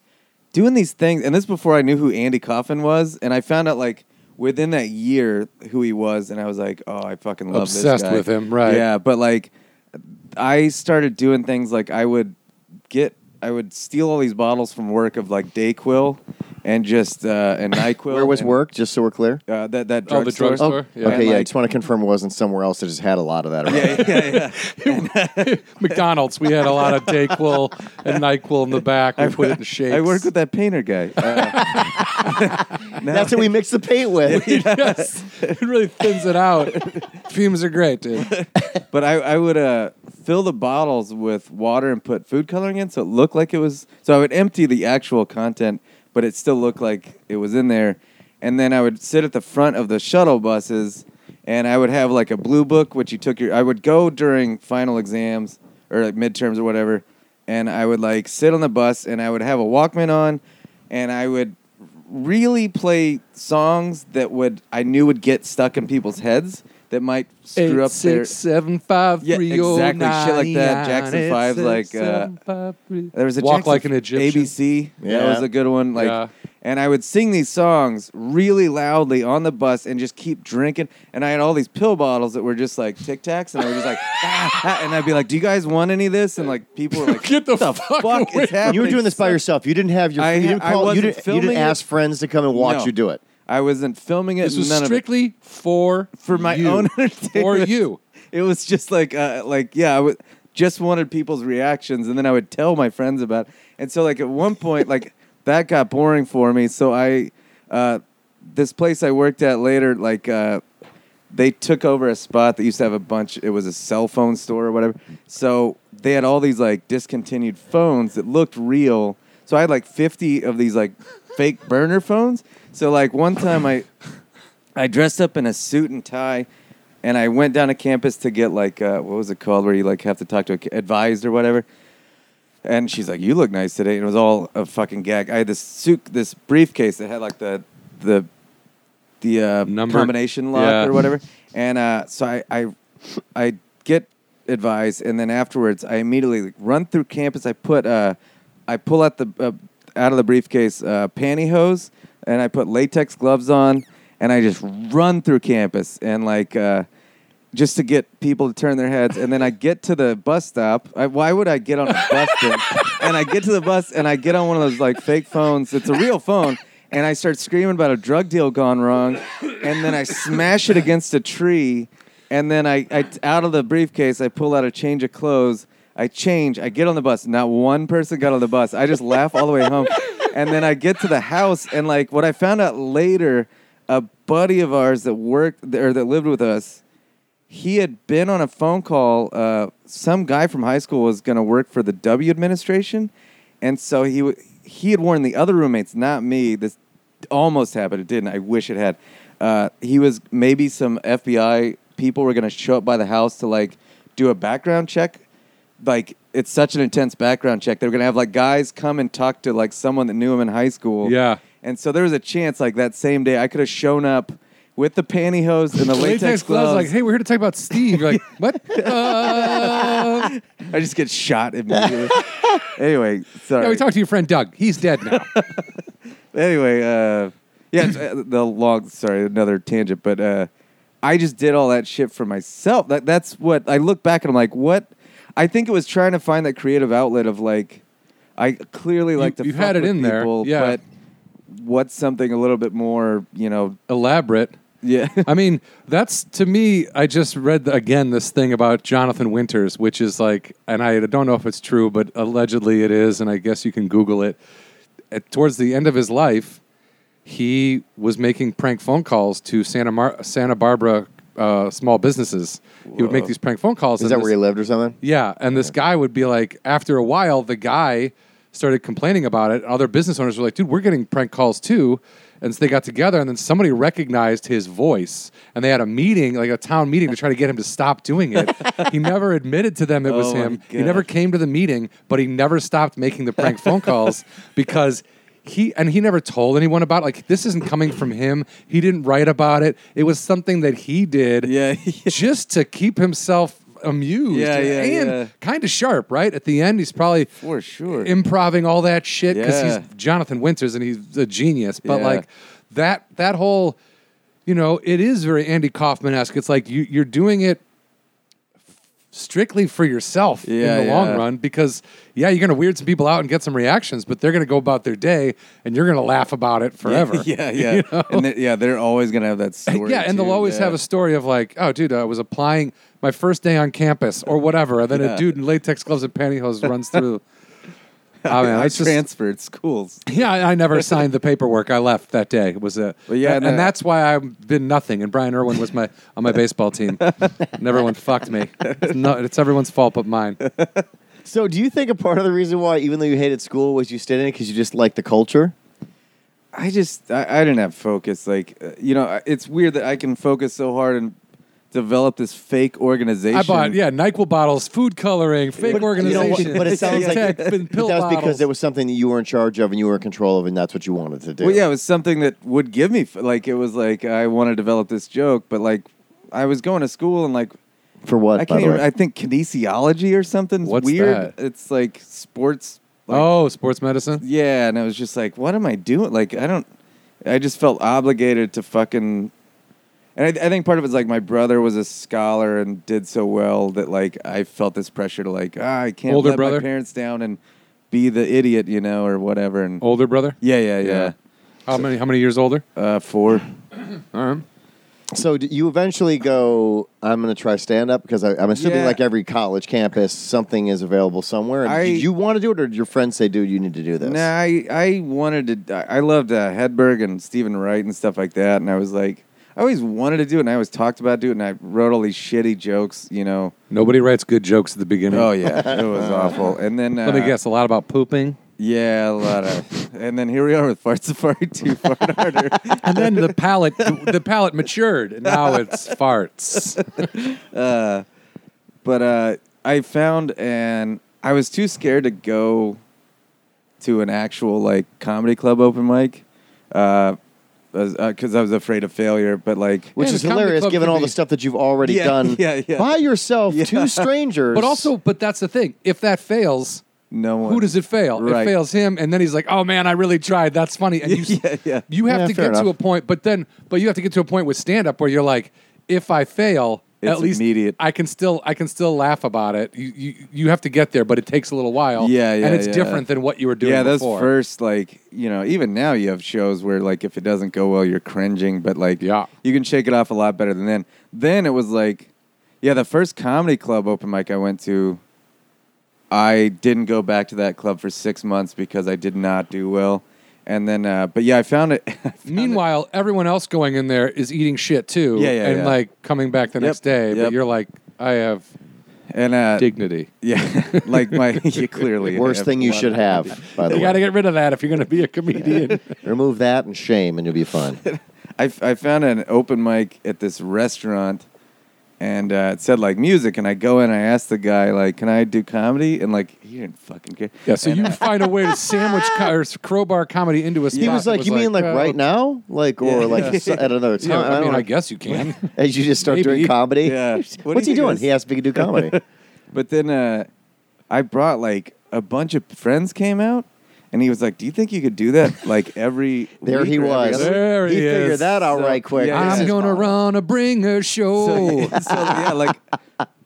S3: doing these things and this before I knew who Andy Coffin was and I found out like within that year who he was and I was like, "Oh, I fucking love
S1: Obsessed
S3: this guy."
S1: with him, right.
S3: Yeah, but like I started doing things like I would get, I would steal all these bottles from work of like Dayquil and just uh, and Nyquil.
S2: Where was
S3: and,
S2: work? Just so we're clear.
S3: Uh, that that
S1: Oh, the
S3: drugstore.
S1: drugstore? Oh, yeah.
S2: Okay, yeah. I
S3: like-
S2: just want to confirm it wasn't somewhere else that just had a lot of that. Around.
S3: yeah, yeah, yeah.
S1: McDonald's, we had a lot of Dayquil and NyQuil in the back. We put it in shakes.
S3: I work with that painter guy. Uh, now-
S2: That's what we mix the paint with.
S1: yes. It really thins it out. Fumes are great, dude.
S3: But I, I would uh, fill the bottles with water and put food coloring in, so it looked like it was. So I would empty the actual content, but it still looked like it was in there. And then I would sit at the front of the shuttle buses, and I would have like a blue book, which you took your. I would go during final exams or like midterms or whatever, and I would like sit on the bus, and I would have a Walkman on, and I would really play songs that would I knew would get stuck in people's heads that might screw up their
S1: seven, five,
S3: Yeah,
S1: three, oh,
S3: exactly. Shit like that.
S1: nine,
S3: Jackson
S1: eight,
S3: five,
S1: six,
S3: like, uh,
S1: seven, five, three. oh
S3: There was a
S1: walk
S3: Jackson-
S1: like an Egyptian.
S3: ABC. That
S2: Yeah.
S3: was a good one. Like,
S1: Yeah.
S3: and I would sing these songs really loudly on the bus and just keep drinking. And I had all these pill bottles that were just like Tic Tacs, and I was just like, ah, ah," and I'd be like, "Do you guys want any of this?" And like, people were like,
S1: Get the fuck away
S3: is
S1: from me."
S3: happening?"
S2: You were doing this by yourself. You didn't have your.
S3: I-
S2: you didn't
S3: I
S2: call. you
S3: wasn't
S2: didn't, you
S3: filming
S2: didn't
S3: it.
S2: ask friends to come and watch
S3: No.
S2: you do it.
S3: I wasn't filming it.
S1: This was
S3: none of it.
S1: strictly for
S3: for my
S1: you.
S3: own
S1: for
S3: entertainment.
S1: you.
S3: It was just like, uh, like yeah, I would just wanted people's reactions, and then I would tell my friends about. It. And so, like at one point, like that got boring for me. So I, uh, this place I worked at later, like. Uh, they took over a spot that used to have a bunch. It was a cell phone store or whatever. So they had all these like discontinued phones that looked real. So I had like fifty of these like fake burner phones. So like one time I, I dressed up in a suit and tie, and I went down to campus to get like uh, what was it called where you like have to talk to a advised or whatever. And she's like, "You look nice today." And it was all a fucking gag. I had this suit, this briefcase that had like the the the uh,
S1: Number-
S3: combination lock
S1: yeah.
S3: or whatever. And uh, so I, I I get advice, and then afterwards I immediately like, run through campus. I put uh, I pull out the uh, out of the briefcase uh, pantyhose, and I put latex gloves on, and I just run through campus and like. Uh, just to get people to turn their heads. And then I get to the bus stop. I, why would I get on a bus then? And I get to the bus and I get on one of those like fake phones. It's a real phone. And I start screaming about a drug deal gone wrong. And then I smash it against a tree. And then I, I out of the briefcase, I pull out a change of clothes. I change. I get on the bus. Not one person got on the bus. I just laugh all the way home. And then I get to the house. And like what I found out later, a buddy of ours that worked or that lived with us, he had been on a phone call. Uh, some guy from high school was going to work for the W administration, and so he w- he had warned the other roommates, not me. This almost happened. It didn't. I wish it had. Uh, he was maybe some FBI people were going to show up by the house to like do a background check like it's such an intense background check. They were gonna have like guys come and talk to like someone that knew him in high school.
S1: Yeah.
S3: And so there was a chance like that same day I could have shown up with the pantyhose and the latex, gloves.
S1: Like, hey, we're here to talk about Steve. You're like, what? Uh,
S3: I just get shot immediately. anyway, sorry.
S1: yeah, we talked to your friend Doug. He's dead now.
S3: anyway, uh, yeah, it's, uh, the long. Sorry, another tangent, but uh, I just did all that shit for myself. That, that's what I look back and I'm like, what? I think it was trying to find that creative outlet of like, I clearly like to.
S1: you
S3: fuck
S1: had it
S3: with
S1: in there,
S3: people,
S1: yeah.
S3: But what's something a little bit more, you know?
S1: Elaborate.
S3: Yeah.
S1: I mean, that's to me. I just read again this thing about Jonathan Winters, which is like, and I don't know if it's true, but allegedly it is, and I guess you can Google it. At, towards the end of his life, he was making prank phone calls to Santa Mar- Santa Barbara uh, small businesses. He would make
S3: Whoa.
S1: these prank phone calls.
S2: Is
S1: and
S2: that
S1: this-
S2: where he lived or something?
S1: Yeah, and this guy would be like, after a while, the guy started complaining about it. Other business owners were like, dude, we're getting prank calls too. And so they got together, and then somebody recognized his voice, and they had a meeting, like a town meeting, to try to get him to stop doing it. he never admitted to them it was
S3: Oh, my
S1: him. He never
S3: God.
S1: came to the meeting, but he never stopped making the prank phone calls because he and he never told anyone about it. like this isn't coming from him. He didn't write about it. It was something that he did
S3: Yeah.
S1: just to keep himself amused
S3: Yeah, yeah,
S1: and
S3: yeah.
S1: kind of sharp, right? At the end, he's probably
S3: For sure.
S1: improving all that shit because
S3: Yeah.
S1: he's Jonathan Winters and he's a genius. But
S3: Yeah.
S1: like that, that whole, you know, it is very Andy Kaufman esque. It's like you, you're doing it strictly for yourself
S3: Yeah,
S1: in the
S3: yeah.
S1: long run because yeah you're going to weird some people out and get some reactions but they're going to go about their day and you're going to laugh about it forever
S3: yeah, yeah.
S1: You know?
S3: And they yeah, they're always gonna have that story.
S1: yeah, and
S3: too,
S1: they'll always
S3: yeah.
S1: have a story of like, oh, dude, I was applying my first day on campus or whatever, and then a
S3: Yeah.
S1: dude in latex gloves and pantyhose runs through. I mean,
S3: I,
S1: I just
S3: transferred schools.
S1: yeah, I I never signed the paperwork. I left that day. It was a
S3: Well, yeah,
S1: and,
S3: and that-
S1: that's why I've been nothing. And Brian Irwin was my on my baseball team, and everyone fucked me. It's, no, it's everyone's fault but mine.
S2: So, do you think a part of the reason why, even though you hated school, was you stayed in it because you just liked the culture?
S3: I just I, I didn't have focus. Like uh, you know, I- it's weird that I can focus so hard and develop this fake organization.
S1: I bought yeah Nyquil bottles, food coloring, fake
S2: But you know
S1: organization.
S2: what- but it sounds like-
S1: tech, and
S2: But
S1: pill
S2: that was
S1: bottles.
S2: because it was something that you were in charge of and you were in control of, and that's what you wanted to do.
S3: Well, yeah, it was something that would give me f- like it was like I want to develop this joke, but like I was going to school and like
S2: For what? by
S3: I can't.
S2: the
S3: Even,
S2: way?
S3: I think kinesiology or something
S1: What's that?
S3: weird. It's like sports. Like,
S1: oh, sports medicine.
S3: Yeah, and I was just like, what am I doing? Like, I don't. I just felt obligated to fucking. And I, I think part of it's like my brother was a scholar and did so well that like I felt this pressure to like ah, I can't
S1: Older
S3: let
S1: brother?
S3: my parents down and be the idiot, you know, or whatever. And
S1: Older brother.
S3: yeah, yeah,
S1: Yeah.
S3: yeah.
S1: How many? How many years older?
S3: Uh, four.
S1: All right.
S2: So, do you eventually go, I'm going to try stand up? Because I- I'm assuming,
S3: Yeah.
S2: like every college campus, something is available somewhere. And
S3: I-
S2: did you want to do it, or did your friends say, dude, you need to do this?
S3: Nah, I I wanted to. I I loved uh, Hedberg and Stephen Wright and stuff like that, and I was like, I always wanted to do it, and I always talked about doing it, and I wrote all these shitty jokes, you know.
S1: Nobody writes good jokes at the beginning.
S3: Oh yeah, it was awful. And then uh,
S1: Let me guess, a lot about pooping.
S3: Yeah, a lot of. and then here we are with Fart Safari 2 Fart Harder.
S1: And then the palate the palate matured and now it's farts.
S3: But uh, I found and I was too scared to go to an actual like comedy club open mic uh, because I was afraid of failure. But like,
S2: Which
S1: Yeah,
S2: is
S1: the comedy
S2: hilarious
S1: club
S2: given
S1: could
S2: all
S1: be-
S2: the stuff that you've already
S3: Yeah,
S2: done
S3: yeah, yeah.
S2: by yourself
S3: Yeah.
S2: to strangers.
S1: But also, but that's the thing. If that fails,
S3: no one.
S1: who does it fail? It
S3: Right.
S1: fails him and then he's like, "Oh man, I really tried. That's funny." And you
S3: Yeah, yeah.
S1: you have
S2: Yeah,
S1: to
S2: fair
S1: get to a
S2: enough.
S1: point, but then but you have to get to a point with stand up where you're like, "If I fail, at
S3: It's
S1: least
S3: immediate.
S1: I can still I can still laugh about it." You, you you have to get there, but it takes a little while.
S3: Yeah, yeah,
S1: And it's
S3: yeah.
S1: different than what you were doing
S3: yeah, those
S1: before.
S3: first like you know, even now you have shows where like if it doesn't go well, you're cringing, but like
S1: Yeah.
S3: you can shake it off a lot better than then. Then it was like, yeah, the first comedy club open mic I went to, I didn't go back to that club for six months because I did not do well, and then uh, but yeah, I found it.
S1: Meanwhile, everyone else going in there is eating shit too.
S3: Yeah, yeah,
S1: And
S3: yeah.
S1: like coming back the
S3: Yep,
S1: next day, but
S3: yep.
S1: you're like, I have
S3: and uh,
S1: dignity.
S3: yeah, like my yeah, clearly
S2: worst
S3: have
S2: thing
S3: a
S2: you
S3: lot
S2: should
S3: of-
S2: have, by the
S1: You got to
S2: way.
S1: get rid of that if you're going to be a comedian.
S2: Remove that and shame, and you'll be fine.
S3: I, I found an open mic at this restaurant, and uh, it said like music, and I go in, I ask the guy like, "Can I do comedy?" And like he didn't fucking care.
S1: Yeah, so
S3: And
S1: you find a way to sandwich co- or crowbar comedy into a spot.
S2: He was
S1: that uh,
S2: like, "You mean like
S1: well,
S2: right now, like or
S3: Yeah.
S2: like s- at another time?"
S1: Yeah, I, mean,
S2: don't
S1: I
S2: know.
S1: guess you can.
S2: As you just start
S1: Maybe.
S2: doing comedy,
S3: Yeah. What do
S2: what's
S3: you
S2: he
S3: think
S2: doing?
S3: is-
S2: He asked if he could do comedy.
S3: But then uh, I brought like a bunch of friends came out, and he was like, "Do you think you could do that like every?"
S2: there
S3: week
S2: he
S3: or every
S2: was.
S3: other
S1: There
S2: he
S1: he
S2: figured
S1: is.
S2: that out
S3: So-
S2: right quick.
S3: Yeah,
S2: This
S1: I'm
S2: is
S1: gonna
S2: fun.
S1: run a bringer show.
S3: So, so, yeah, like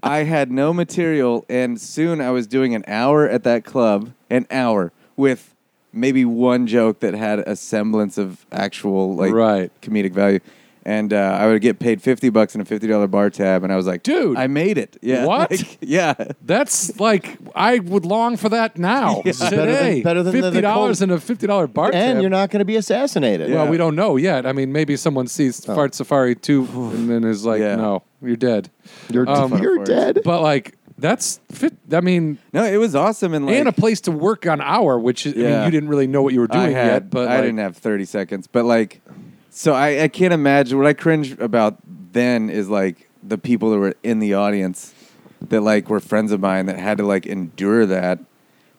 S3: I had no material, and soon I was doing an hour at that club, an hour with maybe one joke that had a semblance of actual like
S1: Right.
S3: comedic value. And uh, I would get paid fifty bucks in a fifty dollar bar tab, and I was like,
S1: Dude.
S3: I made it!" Yeah,
S1: What?
S3: Like, yeah,
S1: That's like I would long for that now
S2: better than-
S1: today.
S2: better than the- the
S1: fifty dollars
S2: cold-
S1: and a fifty dollar bar
S2: And
S1: tab.
S2: you're not going to be assassinated.
S1: Well,
S3: Yeah. Oh.
S1: we don't know yet. I mean, maybe someone sees Fart Safari two and then is like,
S3: Yeah.
S1: "No, you're dead."
S2: You're,
S1: Um,
S2: you're dead.
S1: But like, that's fit. I mean,
S3: no, it was awesome, and like
S1: and a place to work an hour, which is, I mean,
S3: Yeah.
S1: you didn't really know what you were doing
S3: I had,
S1: yet. But
S3: I
S1: like,
S3: didn't have 30 seconds. But like, so I, I can't imagine what I cringe about then is like the people that were in the audience that like were friends of mine that had to like endure that.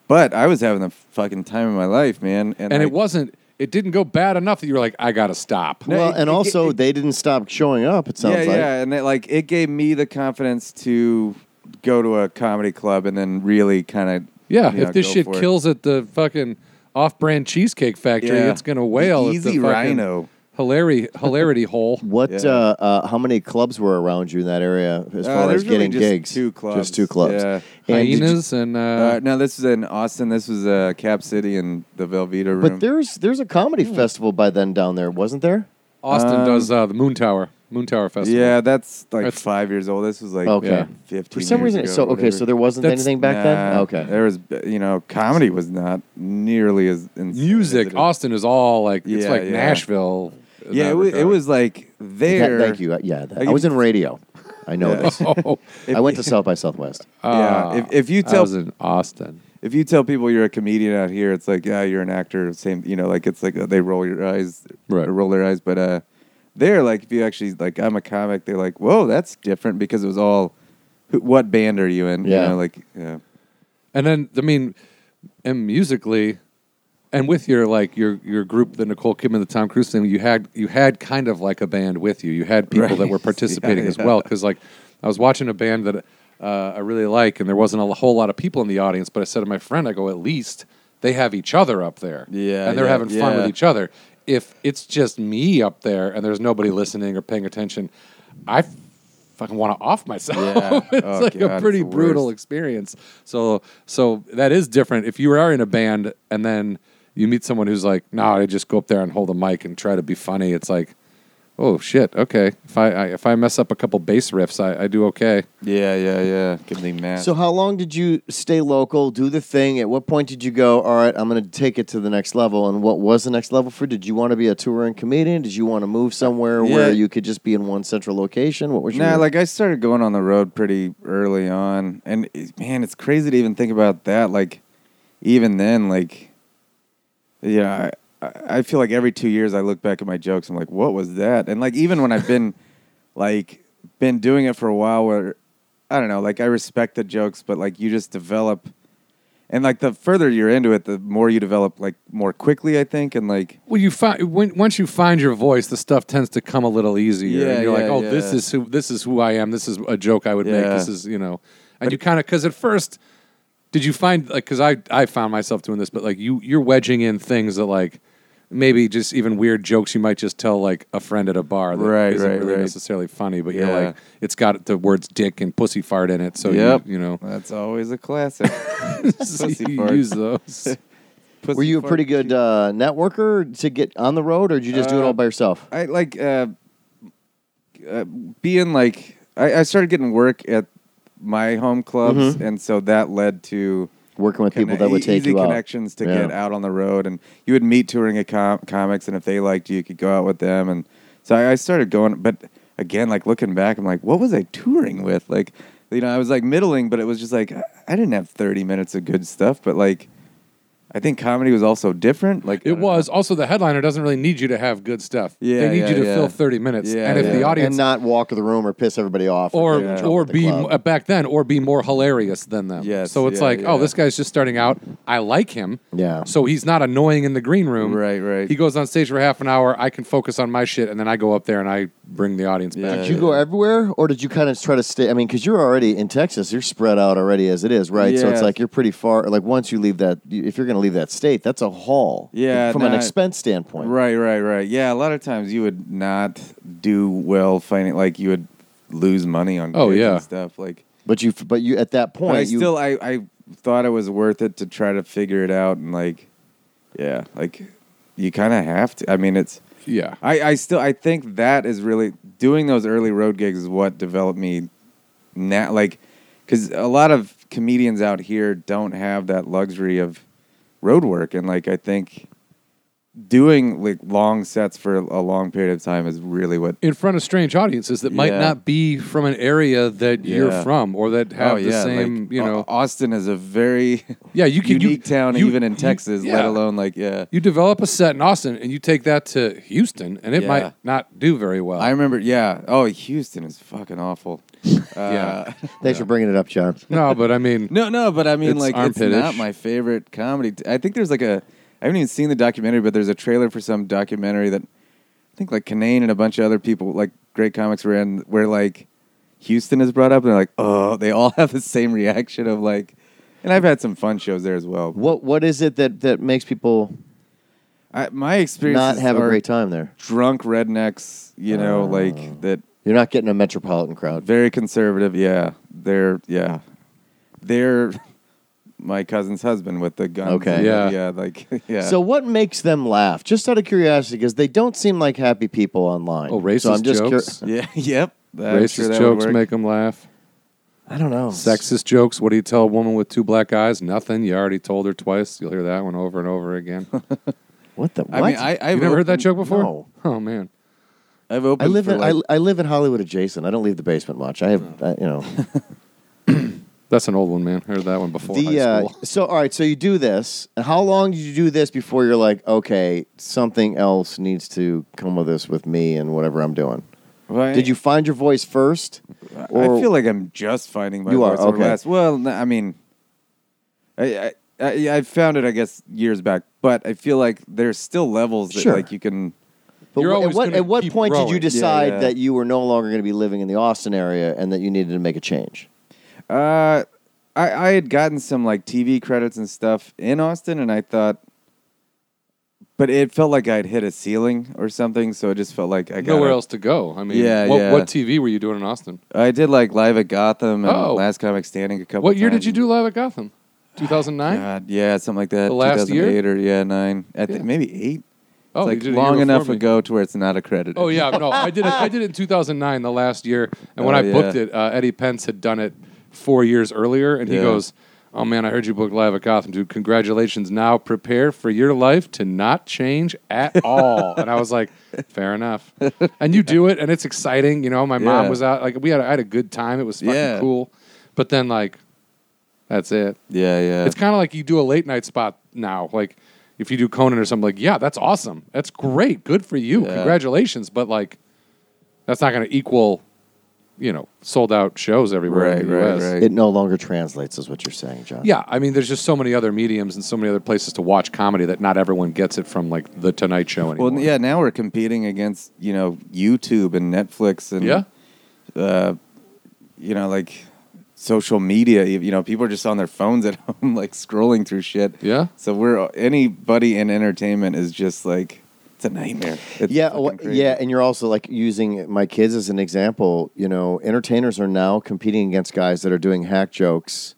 S3: But I was having the fucking time of my life, man. And,
S1: and it
S3: like,
S1: wasn't. It didn't go bad enough that you were like, "I gotta stop."
S3: No,
S2: well,
S3: it-
S2: and
S3: it-
S2: also
S3: it-
S2: they didn't stop showing up. It sounds
S3: yeah,
S2: like.
S3: yeah. And it, like, it gave me the confidence to go to a comedy club and then really kind of.
S1: Yeah,
S3: you know,
S1: if this
S3: go
S1: shit
S3: for it.
S1: kills at the fucking off-brand cheesecake factory,
S3: Yeah.
S1: it's gonna wail.
S3: The
S1: at the
S3: Easy
S1: fucking
S3: Rhino.
S1: hilarity hilarity hole.
S2: What?
S3: Yeah.
S2: Uh, uh, how many clubs were around you in that area as
S3: Uh,
S2: far as
S3: there's really
S2: getting
S3: just
S2: gigs?
S3: two clubs.
S2: Just two clubs.
S3: Yeah.
S2: And did you-
S1: Hyenas and uh,
S3: Uh, no, this was in Austin. This was uh, Cap City and the Velveeta room. Hmm.
S2: but there's there's a comedy festival by then down there, wasn't there?
S1: Austin
S3: um,
S1: does uh, the Moon Tower Moon Tower Festival.
S3: Yeah, that's like
S1: That's-
S3: five years old. This was like
S2: Okay.
S3: yeah, fifteen.
S2: For some
S3: years
S2: reason,
S3: ago,
S2: so okay,
S3: whatever.
S2: so there wasn't
S1: That's-
S2: anything back then.
S3: Nah,
S2: Okay.
S3: there was you know comedy was not nearly as insane
S1: music.
S3: as it is.
S1: Austin is all like it's
S3: Yeah,
S1: like
S3: yeah.
S1: Nashville. in
S3: Yeah,
S1: that
S3: it was, it
S1: regard.
S3: was like there.
S2: That- thank you. Uh, Yeah, that-
S3: Like,
S2: I was
S3: if-
S2: in radio. I know
S3: Yeah.
S2: this.
S1: Oh,
S2: I went to South by Southwest.
S1: ah,
S3: yeah, if, if you
S1: I
S3: tell
S1: was in Austin.
S3: if you tell people you're a comedian out here, it's like yeah, you're an actor. Same, you know, like it's like uh, they roll your eyes,
S1: Right.
S3: or roll their eyes. But uh, there, like if you actually like, I'm a comic. They're like, whoa, that's different because it was all, who, what band are you in?
S2: Yeah.
S3: you know, like yeah.
S1: And then I mean, and musically, and with your like your your group, the Nicole Kidman, the Tom Cruise thing, you had you had kind of like a band with you. You had people
S3: Right.
S1: that were participating
S3: Yeah,
S1: as
S3: yeah.
S1: well. Because like I was watching a band that uh, I really like, and there wasn't a whole lot of people in the audience. But I said to my friend, I go, at least they have each other up there,
S3: Yeah,
S1: and they're
S3: yeah,
S1: having fun with
S3: yeah.
S1: each other. If it's just me up there and there's nobody listening or paying attention, I fucking want to off myself.
S3: Yeah.
S1: it's
S3: Oh,
S1: like
S3: God,
S1: a
S3: it's
S1: pretty
S3: the
S1: brutal
S3: worst.
S1: experience. So so that is different. If you are in a band and then you meet someone who's like, no, I just go up there and hold a mic and try to be funny. It's like, oh shit, okay. If I, I if I mess up a couple bass riffs, I, I do okay.
S3: Yeah, yeah, yeah. Give me mad.
S2: So how long did you stay local, do the thing? At what point did you go, all right, I'm going to take it to the next level? And what was the next level for? you? Did you want to be a touring comedian? Did you want to move somewhere
S3: Yeah.
S2: where you could just be in one central location? What was your
S3: Nah, like I started going on the road pretty early on, and it- man, it's crazy to even think about that. Like, even then, like, yeah, I- I, I feel like every two years I look back at my jokes. I'm like, what was that? And like, even when I've been, like, been doing it for a while, where I don't know, like, I respect the jokes, but like, you just develop, and like, the further you're into it, the more you develop, like, more quickly, I think, and like,
S1: Well, you find when, once you find your voice, the stuff tends to come a little easier.
S3: Yeah,
S1: and you're like,
S3: yeah,
S1: oh,
S3: yeah.
S1: this is who this is who I am. This is a joke I would make.
S3: Yeah.
S1: This is you know, and you kind of because at first, did you find like because I I found myself doing this, but like you you're wedging in things that like maybe just even weird jokes you might just tell like a friend at a bar that
S3: Right,
S1: isn't
S3: right,
S1: really
S3: right.
S1: necessarily funny, but you're
S3: Yeah.
S1: like it's got the words dick and pussy fart in it, so
S3: yep,
S1: you, you know
S3: that's always a classic.
S1: so
S3: Pussy
S1: you
S3: fart.
S1: use those.
S2: were you a
S3: Pussy
S2: pretty
S3: fart.
S2: good uh, networker to get on the road, or did you just do it
S3: Uh,
S2: all by yourself?
S3: I like uh, uh, being like I, I started getting work at my home clubs, and so that led to
S2: Working with Mm-hmm. people
S3: conne-
S2: that would take
S3: easy
S2: you out.
S3: connections to
S2: Yeah.
S3: get out on the road, and you would meet touring com- comics, and if they liked you, you could go out with them, and so I, I started going. But again, like looking back, I'm like, what was I touring with? Like, you know, I was like middling, but it was just like I I didn't have 30 minutes of good stuff, but like. I I think comedy was also different. Like I
S1: It
S3: don't know.
S1: was also the headliner doesn't really need you to have good stuff.
S3: Yeah,
S1: they need
S3: yeah,
S1: you to
S3: yeah.
S1: fill thirty minutes,
S3: Yeah,
S1: and if
S3: yeah.
S1: the
S2: and
S1: audience
S2: not walk the room or piss everybody off
S1: or
S2: get in trouble
S1: or
S2: with the
S1: be
S2: club.
S1: uh, back then or be more hilarious than them.
S3: Yes,
S1: So it's
S3: yeah,
S1: like, oh,
S3: yeah.
S1: this guy's just starting out. I like him.
S2: Yeah.
S1: So he's not annoying in the green room.
S3: Right, right.
S1: He goes on stage for half an hour. I can focus on my shit, and then I go up there and I bring the audience
S3: Yeah.
S1: back.
S2: Did you go everywhere, or did you kind of try to stay? I mean, because you're already in Texas, you're spread out already as it is, right? So it's
S3: Yeah.
S2: like you're pretty far. Like once you leave that, you- if you're going to leave that state, that's a haul.
S3: Yeah,
S2: from an
S3: nah,
S2: expense standpoint,
S3: Right, right, right. Yeah, a lot of times you would not do well finding like you would lose money on
S1: Oh,
S3: gigs
S1: yeah.
S3: and stuff like.
S2: But you, but you at that point,
S3: But I
S2: you,
S3: still I I thought it was worth it to try to figure it out and like, yeah, like you kind of have to. I mean, it's
S1: Yeah.
S3: I I still I think that is really doing those early road gigs is what developed me now like because a lot of comedians out here don't have that luxury of road work and like i think doing like long sets for a long period of time is really what
S1: in front of strange audiences that might
S3: Yeah.
S1: not be from an area that you're
S3: Yeah.
S1: from or that have the
S3: Oh, like,
S1: same, you
S3: Au-
S1: know.
S3: austin is a very
S1: yeah, you can
S3: unique
S1: you,
S3: town
S1: you-
S3: even in
S1: you-
S3: texas
S1: yeah.
S3: let alone like yeah
S1: You develop a set in Austin and you take that to Houston, and it
S3: Yeah.
S1: might not do very well.
S3: i remember yeah oh houston is fucking awful Uh,
S1: Yeah.
S2: thanks for bringing it up, John.
S1: no, but I mean,
S3: No, no, but I mean,
S1: It's
S3: like,
S1: armpit-ish.
S3: it's not my favorite comedy. t- I think there's like a, I haven't even seen the documentary, but there's a trailer for some documentary that I think like Kanane and a bunch of other people, like great comics, were in, where like Houston is brought up, and they're like, oh, they all have the same reaction of like, and I've had some fun shows there as well.
S2: What what is it that that makes people
S3: I, my experience
S2: not have a great time Oh. there?
S3: drunk rednecks, you know, like that
S2: You're not getting a metropolitan crowd.
S3: very conservative. Yeah, they're yeah, they're my cousin's husband with the gun.
S2: Okay.
S1: Yeah.
S3: yeah, like yeah.
S2: So what makes them laugh? Just out of curiosity, because they don't seem like happy people online.
S1: oh, racist
S2: so I'm just cur-
S1: jokes.
S3: yeah, yep. I'm
S1: racist
S3: sure that would
S1: jokes
S3: work.
S1: make them laugh.
S2: I don't know.
S1: Sexist jokes. What do you tell a woman with two black eyes? Nothing. You already told her twice. You'll hear that one over and over again.
S2: What the?
S3: I
S2: what?
S3: mean, I I've
S1: You've never heard that
S3: opened-
S1: joke before?
S2: no.
S1: Oh man.
S3: I've
S2: I
S3: opened.
S2: live
S3: for,
S2: in
S3: like, Oh.
S2: I, I live in Hollywood adjacent. I don't leave the basement much. I have I, you know
S1: That's an old one, man. Heard that one before
S2: the
S1: high
S2: uh,
S1: school.
S2: so all right. So you do this. And How long did you do this before you're like okay something else needs to come with this with me and whatever I'm doing?
S3: Right?
S2: Did you find your voice first?
S3: I feel like I'm just finding my
S2: You are,
S3: voice. over the
S2: okay.
S3: last- Well, no, I mean, I, I I I found it, I guess, years back, but I feel like there's still levels that
S2: Sure.
S3: like you can.
S2: But
S1: You're
S2: wh- at
S1: always
S2: what
S1: gonna
S2: at what
S1: keep
S2: point did you
S1: growing. Yeah,
S2: decide
S3: yeah.
S2: that you were no longer going to be living in the Austin area and that you needed to make a change?
S3: Uh, I I had gotten some like TV credits and stuff in Austin, and I thought. But it felt like I'd hit a ceiling or something, so it just felt like I got
S1: Nowhere else to go. I mean,
S3: Yeah,
S1: what,
S3: yeah.
S1: what TV were you doing in Austin?
S3: I did like live at Gotham and
S1: Oh.
S3: Last Comic Standing a couple.
S1: What year did
S3: times.
S1: you do live at Gotham? 2009?
S3: God, yeah, something like that.
S1: The last year?
S3: 2008 or yeah, nine. I think
S1: Yeah.
S3: maybe eight.
S1: Oh, you
S3: it's like
S1: did a year
S3: long
S1: before
S3: enough
S1: me.
S3: ago to where it's not accredited.
S1: Oh yeah, no, I did it. I did it in 2009, the last year, and when
S3: Oh,
S1: I booked
S3: yeah.
S1: it, uh, Eddie Pence had done it four years earlier, and he
S3: Yeah.
S1: goes, "Oh man, I heard you booked live at Gotham, dude. Congratulations! Now prepare for your life to not change at all." and I was like, "Fair enough." And you do it, and it's exciting. You know, my mom
S3: Yeah.
S1: was out. Like we had, I had a good time. It was fucking
S3: Yeah.
S1: cool. But then like, that's it.
S3: Yeah, yeah.
S1: It's kind of like you do a late night spot now. Like if you do Conan or something, like yeah, that's awesome. That's great. Good for you.
S3: Yeah.
S1: Congratulations. But like, that's not going to equal, you know, sold out shows everywhere.
S3: right,
S1: in the
S3: right,
S1: US.
S3: right.
S2: It no longer translates, is what you're saying, John.
S1: Yeah, I mean, there's just so many other mediums and so many other places to watch comedy that not everyone gets it from like the Tonight Show anymore.
S3: well, yeah. Now we're competing against you know YouTube and Netflix and
S1: yeah.
S3: uh, you know like social media. You you know, people are just on their phones at home, like scrolling through shit.
S1: Yeah.
S3: So we're anybody in entertainment is just like it's a nightmare. It's
S2: yeah,
S3: fucking
S2: well,
S3: crazy.
S2: yeah, and you're also like using my kids as an example. You know, entertainers are now competing against guys that are doing hack jokes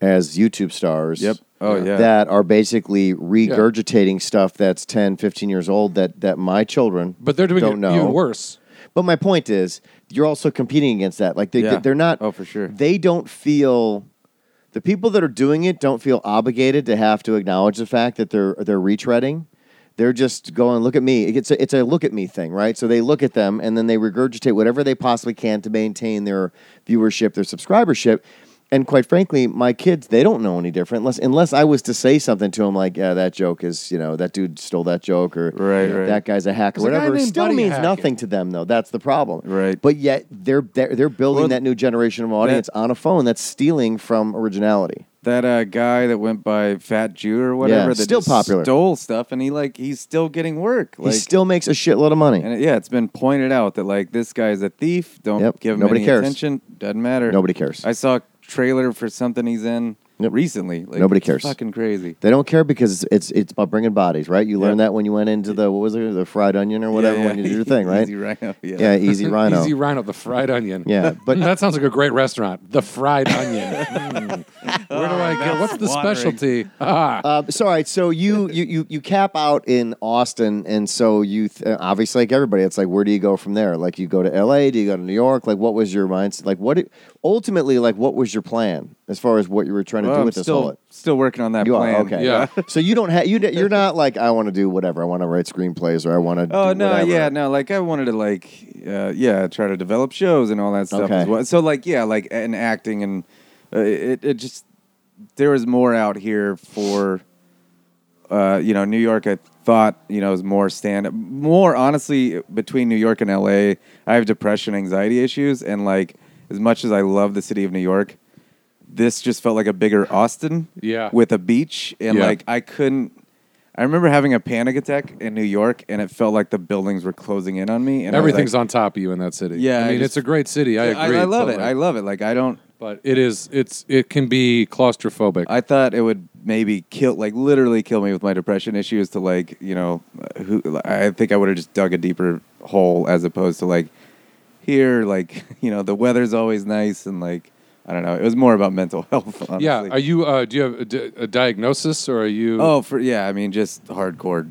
S2: as YouTube stars.
S3: Yep. Oh, yeah.
S2: That are basically regurgitating stuff that's 10, 15 years old that that my children
S1: But they're doing it
S2: don't know.
S1: even worse.
S2: But my point is, you're also competing against that. Like they,
S3: Yeah.
S2: they're not.
S3: Oh, for sure.
S2: They don't feel. The people that are doing it don't feel obligated to have to acknowledge the fact that they're they're retreading. They're just going, look at me. It's a, it's a look at me thing, right? So they look at them and then they regurgitate whatever they possibly can to maintain their viewership, their subscribership. and quite frankly, my kids they don't know any different unless unless I was to say something to them like, yeah, that joke is you know that dude stole that joke or
S3: Right, right.
S2: that guy's a hack or
S1: There's a guy
S2: whatever.
S1: named
S2: Still
S1: Buddy
S2: means
S1: Hackett.
S2: nothing to them though. That's the problem.
S3: Right.
S2: But yet they're they're, they're building
S3: Well,
S2: that new generation of audience on a phone that's stealing from originality.
S3: That uh, guy that went by Fat Jew or whatever that
S2: still
S3: just
S2: popular.
S3: stole stuff, and he like he's still getting work. Like,
S2: he still makes a shitload of money.
S3: and it- yeah, it's been pointed out that like this guy's a thief. Don't
S2: Yep.
S3: give him
S2: Nobody
S3: any
S2: cares.
S3: attention. Doesn't matter.
S2: Nobody cares.
S3: I saw a trailer for something he's in
S2: Yep.
S3: recently. Like,
S2: Nobody
S3: it's
S2: cares.
S3: Fucking crazy.
S2: They don't care because it's it's, it's about bringing bodies, right? You learned
S3: Yeah.
S2: that when you went into the what was it, the fried onion or whatever
S3: Yeah,
S2: when you
S3: yeah.
S2: did your thing, right?
S3: Easy rhino. Yeah.
S2: yeah. easy rhino.
S1: Easy Rhino, the fried onion.
S2: Yeah, but-
S1: that sounds like a great restaurant. The fried onion. Mm. Where do I get? What's the
S3: watering.
S1: specialty? Ah.
S2: Uh, so all right, so you, you you you cap out in Austin, and so you th- uh, obviously like everybody, it's like where do you go from there? Like you go to L.A., do you go to New York? Like what was your mindset? Like what it, ultimately, like what was your plan as far as what you were trying to
S3: Well,
S2: do
S3: I'm
S2: with this whole?
S3: still still working on that
S2: You
S3: plan.
S2: are okay.
S1: Yeah.
S2: So you don't have you. You're not like I want to do whatever. I want to write screenplays or I want to.
S3: Oh
S2: do
S3: no,
S2: whatever.
S3: yeah, no. Like I wanted to like, uh, yeah, try to develop shows and all that stuff
S2: Okay.
S3: as well. So like, yeah, like and acting and uh, it it just there was more out here for, uh, you know, New York. I thought you know was more stand up. More honestly, between New York and L.A., I have depression, anxiety issues, and like as much as I love the city of New York, this just felt like a bigger Austin.
S1: Yeah.
S3: With a beach and
S1: Yeah.
S3: like I couldn't. I remember having a panic attack in New York, and it felt like the buildings were closing in on me. And I was
S1: Everything's
S3: like,
S1: on top of you in that city. I
S3: Yeah, I
S1: mean
S3: just-
S1: it's a great city. I agree.
S3: I, love
S1: but,
S3: it.
S1: like,
S3: I love it. Like I don't.
S1: but it is. It's it can be claustrophobic.
S3: I thought it would maybe kill, like literally kill me with my depression issues. To like, you know, who I think I would have just dug a deeper hole as opposed to like here, like you know, the weather's always nice and like I don't know. It was more about mental health. Honestly.
S1: yeah. Are you? Uh, do you have a, di- a diagnosis or are you?
S3: Oh, for yeah, I mean just hardcore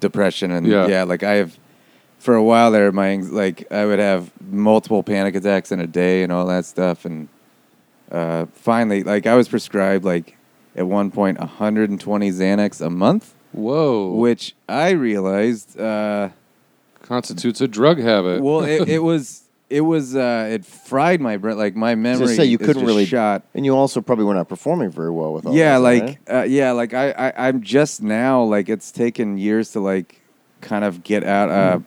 S3: depression and
S1: Yeah.
S3: yeah, like I have for a while there my anx- like I would have multiple panic attacks in a day and all that stuff and uh, finally like I was prescribed like at one point 120 Xanax a month,
S1: whoa.
S3: which I realized uh,
S1: constitutes a drug
S2: Uh.
S1: habit.
S3: well it, it was it was uh, it fried my brain like my memory
S2: Just say you
S3: is
S2: couldn't
S3: just
S2: really
S3: shot
S2: and you also probably were not performing very well with. All
S3: yeah
S2: this,
S3: like
S2: right?
S3: uh, yeah like I, I i'm just now like it's taken years to like kind of get out uh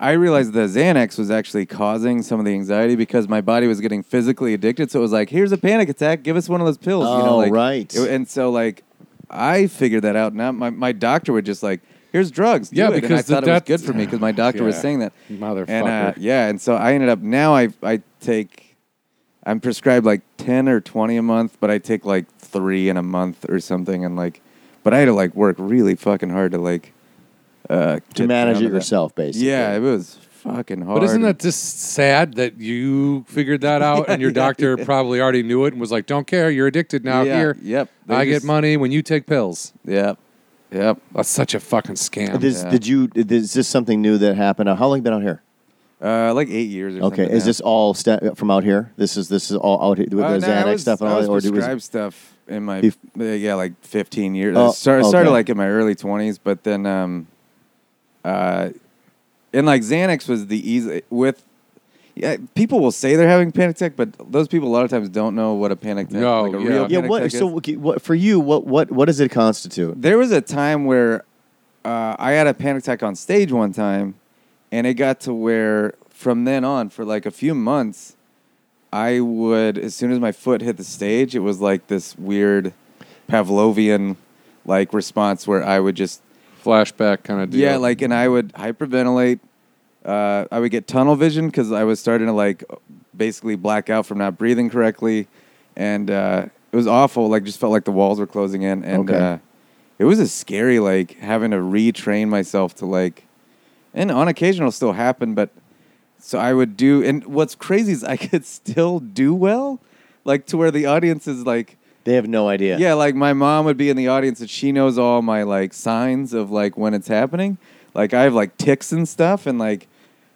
S3: i realized the xanax was actually causing some of the anxiety because my body was getting physically addicted so it was like here's a panic attack give us one of those pills you know
S2: Oh,
S3: like
S2: right.
S3: it- and so like i figured that out now my, my doctor would just like here's drugs do
S1: Yeah,
S3: it." And
S1: because the
S3: i thought it was
S1: death-
S3: good for me because my doctor was
S1: Yeah.
S3: saying that and uh,
S1: Motherfucker.
S3: yeah and so i ended up now i i take I'm prescribed like ten or twenty a month, but I take like three in a month or something, and like, but I had to like work really fucking hard to like uh,
S2: to
S3: get
S2: manage
S3: down
S2: it
S3: that.
S2: yourself, basically.
S3: Yeah, it was fucking hard.
S1: But isn't that just sad that you figured that out and your doctor probably already knew it and was like, "Don't care, you're addicted now."
S3: Yeah,
S1: Here,
S3: yep. They
S1: I
S3: just-
S1: get money when you take pills.
S3: Yep, yep.
S1: That's such a fucking scam.
S2: This,
S3: Yeah.
S2: Did you? Is this something new that happened? How long you been out here?
S3: Uh, like eight years. or
S2: Okay,
S3: something
S2: is
S3: now.
S2: this all sta- from out here? This is this is all out here with the
S3: Uh, no, I
S2: Xanax
S3: was-
S2: stuff and all
S3: I was
S2: that, or do we-
S3: prescribed stuff in my
S2: Bef-
S3: uh, yeah, like fifteen years.
S2: Oh,
S3: I started, started
S2: okay.
S3: like in my early twenties, but then um, uh, and like Xanax was the easy with. Yeah, people will say they're having panic attack, but those people a lot of times don't know what a panic attack,
S1: No,
S3: like a
S1: yeah.
S3: real
S2: Yeah,
S3: panic
S2: what?
S3: attack is.
S2: So, okay, what for you? What what what does it constitute?
S3: There was a time where uh, I had a panic attack on stage one time, and it got to where from then on, for like a few months, I would, as soon as my foot hit the stage, it was like this weird Pavlovian like response where I would just,
S1: flashback kind of deal.
S3: yeah, like, and I would hyperventilate. Uh, I would get tunnel vision because I was starting to like basically black out from not breathing correctly, and uh, it was awful. Like, just felt like the walls were closing in, and
S2: Okay.
S3: uh, it was a scary like having to retrain myself to like, and on occasion it'll still happen, but so I would do. And what's crazy is I could still do well, like to where the audience is like.
S2: They have no idea.
S3: Yeah, like my mom would be in the audience and she knows all my like signs of like when it's happening. Like I have like ticks and stuff and like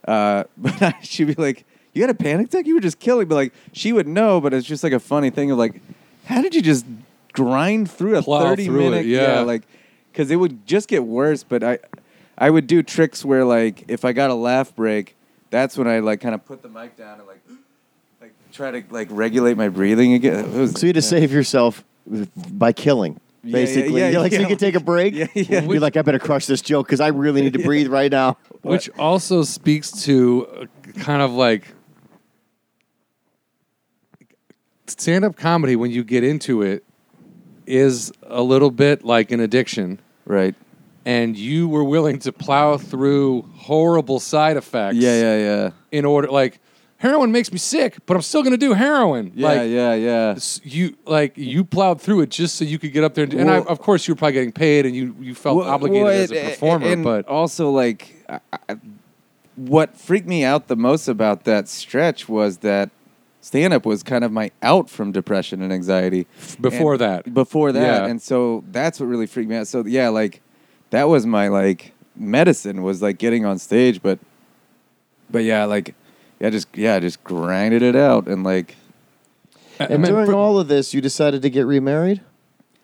S3: uh but I, she'd be like, You had a panic attack? You were just killing but like she would know, but it's just like a funny thing of like, how did you just grind through a
S1: Plow
S3: thirty
S1: through it,
S3: minute
S1: yeah.
S3: like because it would just get worse, but I I would do tricks where like if I got a laugh break, that's when I like kind of put the mic down and like like try to like regulate my breathing again. It was-
S2: So you just save yourself by killing,
S3: Yeah,
S2: basically.
S3: yeah, yeah,
S2: You're like, so
S3: yeah.
S2: you can take a break.
S3: Yeah, yeah.
S2: You're like, I better crush this joke because I really need to breathe right now.
S1: Which also speaks to uh, kind of like stand up comedy when you get into it is a little bit like an addiction.
S3: right.
S1: And you were willing to plow through horrible side effects
S3: Yeah, yeah, yeah.
S1: in order, like, heroin makes me sick, but I'm still going to do heroin.
S3: Yeah,
S1: like,
S3: yeah, yeah.
S1: s- you like you plowed through it just so you could get up there and, and I,
S3: Well-
S1: of course you were probably getting paid and you, you felt
S3: Well,
S1: obligated
S3: well,
S1: as
S3: it-
S1: a
S3: it-
S1: performer
S3: and
S1: but
S3: also like I, I- what freaked me out the most about that stretch was that stand up was kind of my out from depression and anxiety
S1: before
S3: And-
S1: that.
S3: before that
S1: Yeah.
S3: and so that's what really freaked me out so yeah like that was my like medicine was like getting on stage but but yeah like yeah just yeah I just grinded it out and like
S2: And
S1: mean,
S2: during
S1: for-
S2: all of this, you decided to get remarried?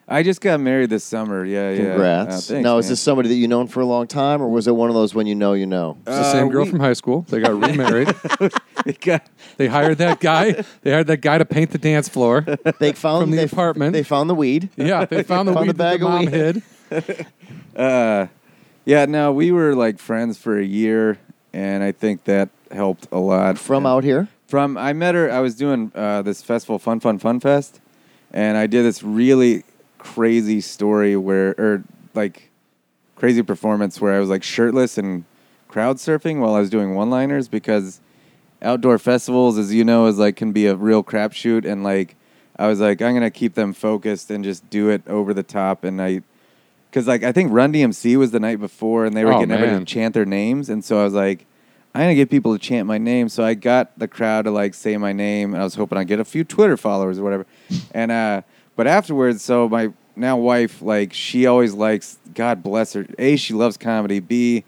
S3: I just got married this summer yeah yeah
S2: Congrats.
S3: Uh, thanks,
S2: now, is
S3: man.
S2: this somebody that you've known for a long time, or was it one of those when you know you know?
S1: It's the same
S3: Uh,
S1: girl
S3: we-
S1: from high school. They got remarried.
S3: It got-
S1: they hired that guy. They hired that guy to paint the dance floor.
S2: They found
S1: From the
S2: they,
S1: apartment.
S2: They found the weed.
S1: Yeah, they found the
S2: Found
S1: weed
S2: a
S1: that
S2: bag
S1: the
S2: of
S1: mom
S2: weed.
S1: hid.
S3: Uh, yeah, no, we were like friends for a year, and I think that helped a lot.
S2: From
S3: And-
S2: out here,
S3: from I met her. I was doing uh, this festival, Fun Fun Fun Fest, and I did this really crazy story where, or like crazy performance where I was like shirtless and crowd surfing while I was doing one liners because outdoor festivals, as you know, is like can be a real crapshoot. And like, I was like, I'm gonna keep them focused and just do it over the top. And I, because like I think Run DMC was the night before, and they were
S1: Oh,
S3: getting everybody
S1: man.
S3: to chant their names, and so I was like. I'm gonna get people to chant my name, so I got the crowd to like say my name, and I was hoping I'd get a few Twitter followers or whatever. And uh, but afterwards, so my now wife, like she always likes, God bless her. A, she loves comedy. B,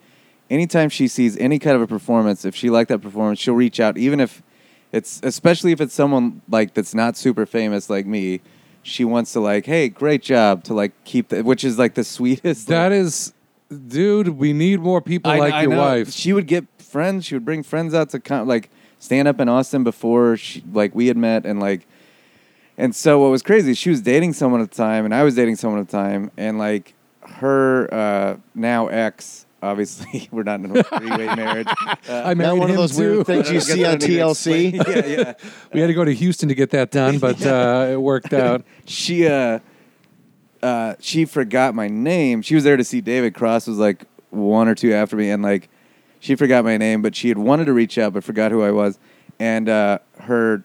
S3: anytime she sees any kind of a performance, if she liked that performance, she'll reach out, even if it's especially if it's someone like that's not super famous like me. She wants to like, hey, great job to like keep the, which is like the sweetest. like,
S1: That is, dude. We need more people
S3: I-
S1: like
S3: I
S1: your
S3: know.
S1: wife.
S3: She would get friends. She would bring friends out to come, like stand up in Austin before she, like we had met, and like, and so what was crazy? She was dating someone at the time, and I was dating someone at the time, and like her uh, now ex. Obviously, we're not in a three-way marriage. Uh,
S1: I married
S2: not one of
S1: him
S2: those
S1: too.
S2: weird things you
S3: I guess
S2: see
S3: I
S2: on
S3: don't need to
S2: TLC.
S3: explain. yeah, yeah.
S1: We had to go to Houston to get that done, but uh, it worked out.
S3: she uh, uh, she forgot my name. She was there to see David Cross. Was like one or two after me, and like she forgot my name, but she had wanted to reach out, but forgot who I was. And uh, her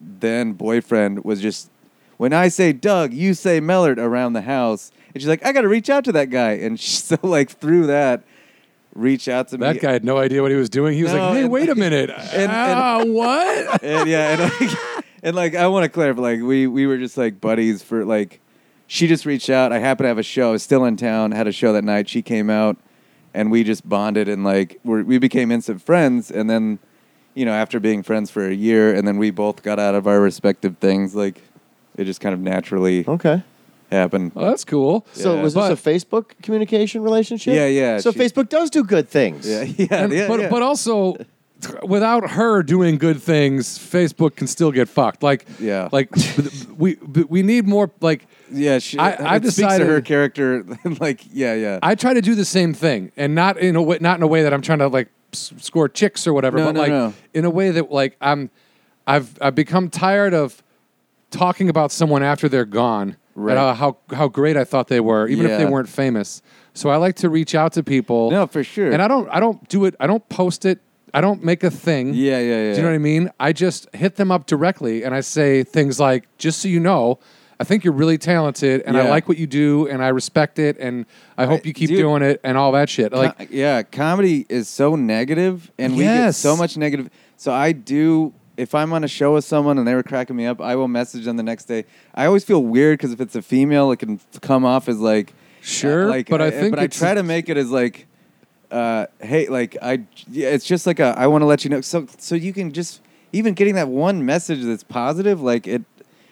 S3: then boyfriend was just when I say Doug, you say Mellard around the house, and she's like, I got to reach out to that guy, and she, so like through that, reach out to me.
S1: That guy had no idea what he was doing. He was
S3: No,
S1: like, "Hey,
S3: and-
S1: wait a minute,
S3: and-
S1: Ah, what?"
S3: and yeah, and like, and like I want to clarify, like we we were just like buddies for like. She just reached out. I happened to have a show. I was still in town. Had a show that night. She came out, and we just bonded and like we're, we became instant friends. And then, you know, after being friends for a year, and then we both got out of our respective things. Like it just kind of naturally
S2: Okay.
S3: happened.
S1: Well, that's cool.
S2: So
S3: Yeah.
S2: was
S1: But-
S2: this a Facebook communication relationship?
S3: Yeah, yeah,
S2: So
S3: she-
S2: Facebook does do good things.
S3: Yeah, yeah,
S1: And-
S3: yeah,
S1: but
S3: yeah.
S1: but also without her doing good things facebook can still get fucked like
S3: Yeah.
S1: like we we need more like
S3: yeah, she,
S1: I-
S3: it
S1: I've
S3: speaks to
S1: decided-
S3: her character. like yeah, yeah.
S1: i try to do the same thing and not in a way not in a way that i'm trying to like s- score chicks or whatever
S3: No,
S1: but
S3: no,
S1: like
S3: no.
S1: in a way that like i'm i've i've become tired of talking about someone after they're gone
S3: Right.
S1: and how, how how great i thought they were even if they
S3: Yeah.
S1: weren't famous so i like to reach out to people
S3: no, for sure.
S1: and i don't i don't do it i don't post it i don't make a thing
S3: yeah, yeah, yeah.
S1: Do you know what I mean? I just hit them up directly and I say things like, just so you know, I think you're really talented and I
S3: Yeah.
S1: like what you do and I respect it and I hope you keep
S3: dude.
S1: doing it and all that shit. Like,
S3: Co- yeah, comedy is so negative, and we get
S1: Yes.
S3: so much negative. So I do. If I'm on a show with someone and they were cracking me up, I will message them the next day. I always feel weird because if it's a female, it can come off as like
S1: Sure, but I think
S3: but I
S1: it's-
S3: try to make it as like, uh, hey, like I, yeah, it's just like a I want to let you know. So so you can just even getting that one message that's positive, like it,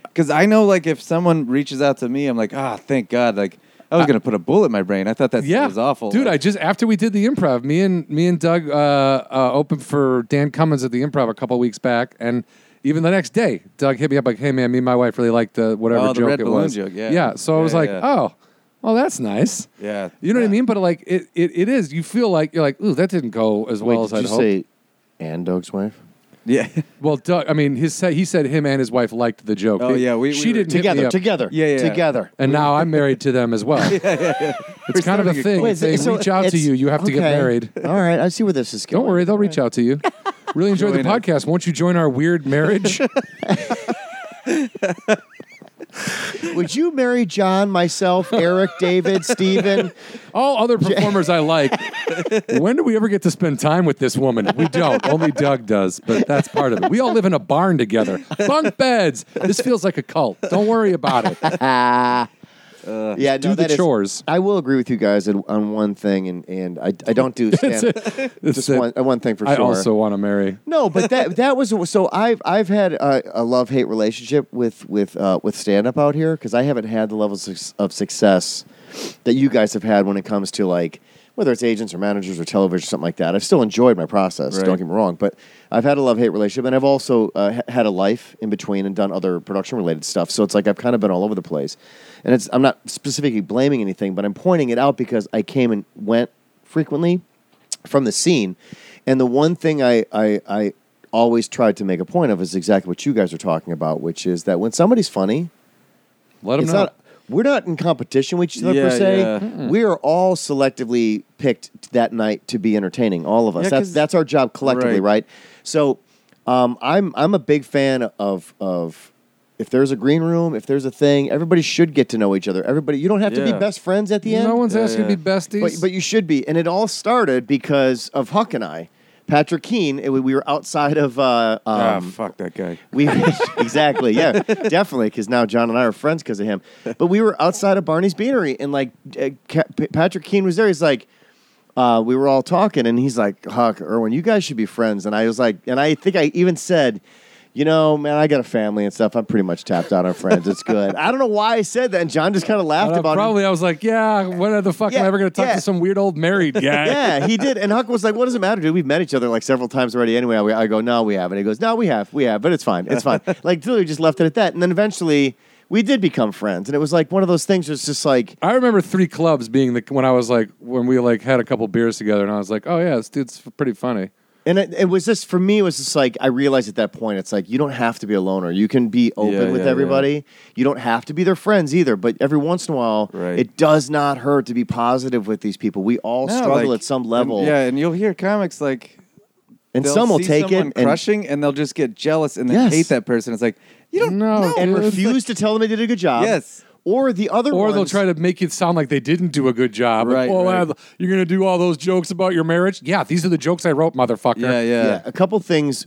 S3: because I know like if someone reaches out to me, I'm like, ah, thank God, like. I was gonna put a bullet in my brain. I thought that
S1: yeah,
S3: was awful,
S1: dude.
S3: Like,
S1: I just after we did the improv, me and me and Doug uh, uh, opened for Dan Cummins at the improv a couple weeks back, and Even the next day, Doug hit me up like, "Hey man, me and my wife really liked the whatever
S3: Oh, the
S1: joke
S3: red
S1: it
S3: balloon
S1: was."
S3: joke, yeah.
S1: yeah. So I
S3: Yeah,
S1: was like,
S3: yeah.
S1: "Oh, well, that's nice."
S3: Yeah.
S1: You know what
S3: Yeah.
S1: I mean? But like, it, it, it is. You feel like you're like, "Ooh, that didn't go as well
S2: Wait,
S1: as
S2: did
S1: I'd
S2: you
S1: hoped."
S2: say and Doug's wife?
S3: Yeah.
S1: Well, Doug, I mean, his sa- he said him and his wife liked the joke.
S3: Oh, yeah, we-
S1: she
S3: we were
S1: didn't hit me
S2: Together,
S1: up.
S2: together.
S3: Yeah, yeah.
S2: Together.
S1: And now I'm married to them as well. It's kind of a
S3: starting a-
S1: thing.
S2: Wait,
S1: they
S2: so
S1: reach out to
S2: it's-
S1: you. You have to get
S2: okay.
S1: married.
S2: All right, I see where this is going.
S1: Don't worry, they'll reach out to you. Really enjoyed the
S3: Join us.
S1: podcast. Won't you join our weird marriage?
S2: Would you marry John, myself, Eric, David, Steven?
S1: All other performers I like. When do we ever get to spend time with this woman? We don't. Only Doug does, but that's part of it. We all live in a barn together. Bunk beds. This feels like a cult. Don't worry about it.
S2: Uh, yeah,
S1: Ah. do
S2: no,
S1: the
S2: that is-
S1: chores.
S2: I will agree with you guys on- on one thing, and, and I, I don't do stand
S1: It's
S2: just
S1: it.
S2: one, uh, one thing for
S1: I
S2: sure.
S1: also want to marry.
S2: No, but that that was so. I've I've had a, a love hate relationship with with uh, with stand up out here because I haven't had the levels of, of success that you guys have had when it comes to like whether it's agents or managers or television or something like that. I've still enjoyed my process.
S3: Right.
S2: Don't get me wrong, but I've had a love hate relationship, and I've also uh, ha- had a life in between and done other production related stuff. So it's like I've kind of been all over the place, and it's I'm not specifically blaming anything, but I'm pointing it out because I came and went frequently from the scene. And the one thing I, I, I always tried to make a point of is exactly what you guys are talking about, which is that when somebody's funny,
S1: Let him
S2: it's
S1: know.
S2: not, we're not in competition with each other per
S3: Yeah,
S2: se.
S3: yeah.
S2: We are all selectively picked that night to be entertaining. All of us.
S3: Yeah,
S2: that's
S3: 'cause-
S2: that's our job collectively, right?
S3: Right.
S2: So, um, I'm I'm a big fan of of if there's a green room, if there's a thing, everybody should get to know each other. Everybody, you don't have to be
S3: Yeah.
S2: best friends at the end.
S1: No one's
S3: Yeah,
S1: asking to
S3: yeah.
S1: be besties.
S2: But, but you should be. And it all started because of Huck and I. Patrick Keene, it, we were outside of. Uh,
S3: Ah,
S2: um,
S3: fuck that guy.
S2: we exactly, yeah, definitely, because now John and I are friends because of him. But we were outside of Barney's Beanery, and like uh, Ca- P- Patrick Keene was there. He's like, uh, we were all talking, and he's like, Huck, Irwin, you guys should be friends. And I was like, and I think I even said, you know, man, I got a family and stuff. I'm pretty much tapped out on friends. It's good. I don't know why I said that, and John just kind of laughed
S1: And I
S2: about it.
S1: probably I was like, yeah, when the fuck am
S2: Yeah,
S1: I ever going to talk
S2: yeah.
S1: to some weird old married guy?
S2: yeah, he did. And Huck was like, "What does it matter, dude? We've met each other like several times already. Anyway, I I go, no, we haven't. He goes, no, we have, we have, but it's fine, it's fine. like, literally just left it at that. And then eventually, we did become friends, and it was like one of those things. It's just like,
S1: I remember three clubs being the when I was like when we like had a couple beers together, and I was like, oh yeah, this dude's pretty funny.
S2: and it, it was just for me. It was just like I realized at that point, it's like you don't have to be a loner. You can be open
S3: Yeah,
S2: with
S3: yeah,
S2: everybody. You don't have to be their friends either. But every once in a while,
S3: Right.
S2: it does not hurt to be positive with these people. We all
S3: No,
S2: struggle
S3: like-
S2: at some level,
S3: And, yeah, and you'll hear comics like
S2: and
S3: they'll
S2: some will
S3: see
S2: take it
S3: someone
S2: and
S3: crushing, and, they'll just get jealous and then
S2: Yes.
S3: hate that person. It's like you don't
S1: No,
S3: know.
S2: and
S1: It's
S2: refuse to tell them they did a good job.
S3: Yes.
S2: Or the other
S1: Or they'll
S2: ones-
S1: try to make it sound like they didn't do a good job. Like,
S3: Right,
S1: oh,
S3: right.
S1: uh, you're gonna do all those jokes about your marriage? Yeah, these are the jokes I wrote, motherfucker.
S3: Yeah, yeah.
S2: yeah. a couple things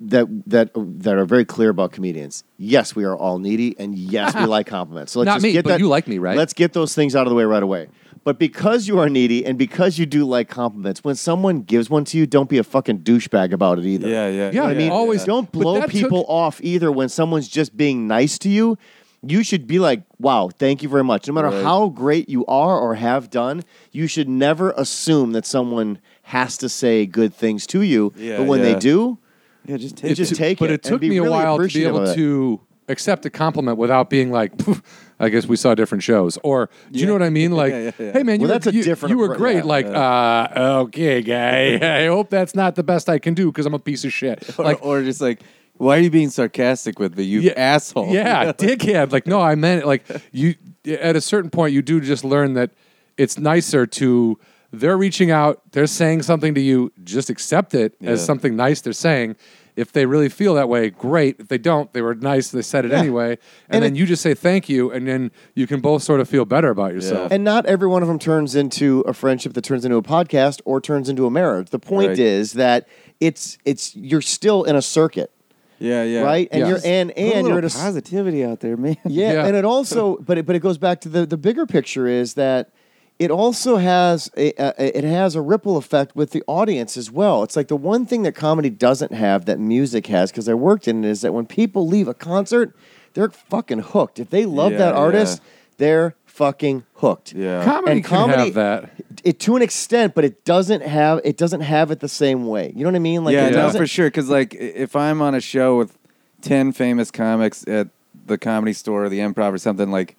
S2: that that that are very clear about comedians. Yes, we are all needy, and yes, we like compliments. So let's
S1: Not
S2: just
S1: me,
S2: get
S1: but
S2: that,
S1: you like me, right?
S2: Let's get those things out of the way right away. But because you are needy and because you do like compliments, when someone gives one to you, don't be a fucking douchebag about it either.
S3: Yeah, yeah,
S1: Yeah,
S2: I mean,
S1: always-
S2: don't
S1: but
S2: blow
S1: that took-
S2: people off either when someone's just being nice to you. You should be like, wow, thank you very much. No matter
S3: Right.
S2: how great you are or have done, you should never assume that someone has to say good things to you.
S3: Yeah,
S2: but when they
S3: yeah.
S2: do,
S3: Yeah, just
S2: It
S3: take
S2: just
S3: it.
S2: take
S1: but
S2: it
S1: it,
S2: and
S1: took
S2: be
S1: me a
S2: really
S1: while to be
S2: appreciative of
S1: able
S2: it.
S1: to accept a compliment without being like, "Phew, I guess we saw different shows. Or do you know what I mean? Like,
S3: Yeah, yeah, yeah.
S1: hey man, you, were,
S2: Well, that's a
S1: you-
S2: different
S1: you were
S2: appro-
S1: great.
S2: yeah,
S1: like, uh, okay, guy, I hope that's not the best I can do because I'm a piece of shit.
S3: Or,
S1: Like,
S3: or just like, why are you being sarcastic with me, you
S1: Yeah.
S3: asshole?
S1: yeah, dickhead. Like, no, I meant it. like you. At a certain point, you do just learn that it's nicer to. They're reaching out. They're saying something to you. Just accept it as
S3: Yeah.
S1: something nice they're saying. If they really feel that way, great. If they don't, they were nice. They said it
S2: Yeah.
S1: anyway, and,
S2: And
S1: then
S2: it-
S1: you just say thank you, and then you can both sort of feel better about yourself.
S2: And not every one of them turns into a friendship that turns into a podcast or turns into a marriage. The point
S3: Right.
S2: is that it's it's you're still in a circuit,
S3: yeah, yeah.
S2: right? And
S1: Yeah.
S2: you're and
S3: Put a
S2: and you're
S3: little
S2: at a s-
S3: positivity out there, man.
S2: Yeah,
S1: Yeah.
S2: and it also, but it, but it goes back to the the bigger picture is that it also has a, a, it has a ripple effect with the audience as well. It's like the one thing that comedy doesn't have that music has because I worked in it is that when people leave a concert, they're fucking hooked. If they love
S3: Yeah,
S2: that artist,
S3: yeah.
S2: they're fucking hooked.
S3: Yeah.
S1: Comedy
S2: And
S1: can
S2: comedy-
S1: have that.
S2: It to an extent, but it doesn't have it doesn't have it the same way. You know what I mean? Like
S3: yeah,
S2: it
S3: no,
S2: doesn't,
S3: for sure. Because like, i- if I'm on a show with ten famous comics at the comedy store or the improv or something, like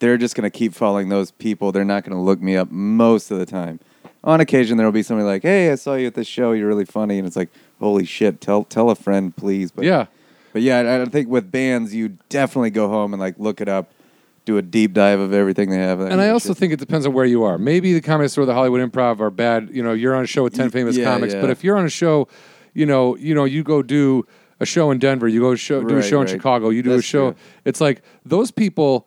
S3: they're just gonna keep following those people. They're not gonna look me up most of the time. On occasion there'll be somebody like, Hey, I saw you at this show, you're really funny and it's like, Holy shit, tell tell a friend please. But
S1: yeah.
S3: but yeah, I, I think with bands you definitely go home and like look it up, do a deep dive of everything they have.
S1: And I also
S3: Shit.
S1: think it depends on where you are. Maybe the comedy store, the Hollywood Improv, are bad. You know, you're on a show with ten
S3: Y-
S1: famous
S3: yeah,
S1: comics,
S3: yeah.
S1: but if you're on a show, you know, you know, you go do a show in Denver, you go show, do a
S3: Right,
S1: show
S3: right.
S1: in Chicago, you do a
S3: That's
S1: show.
S3: true.
S1: It's like those people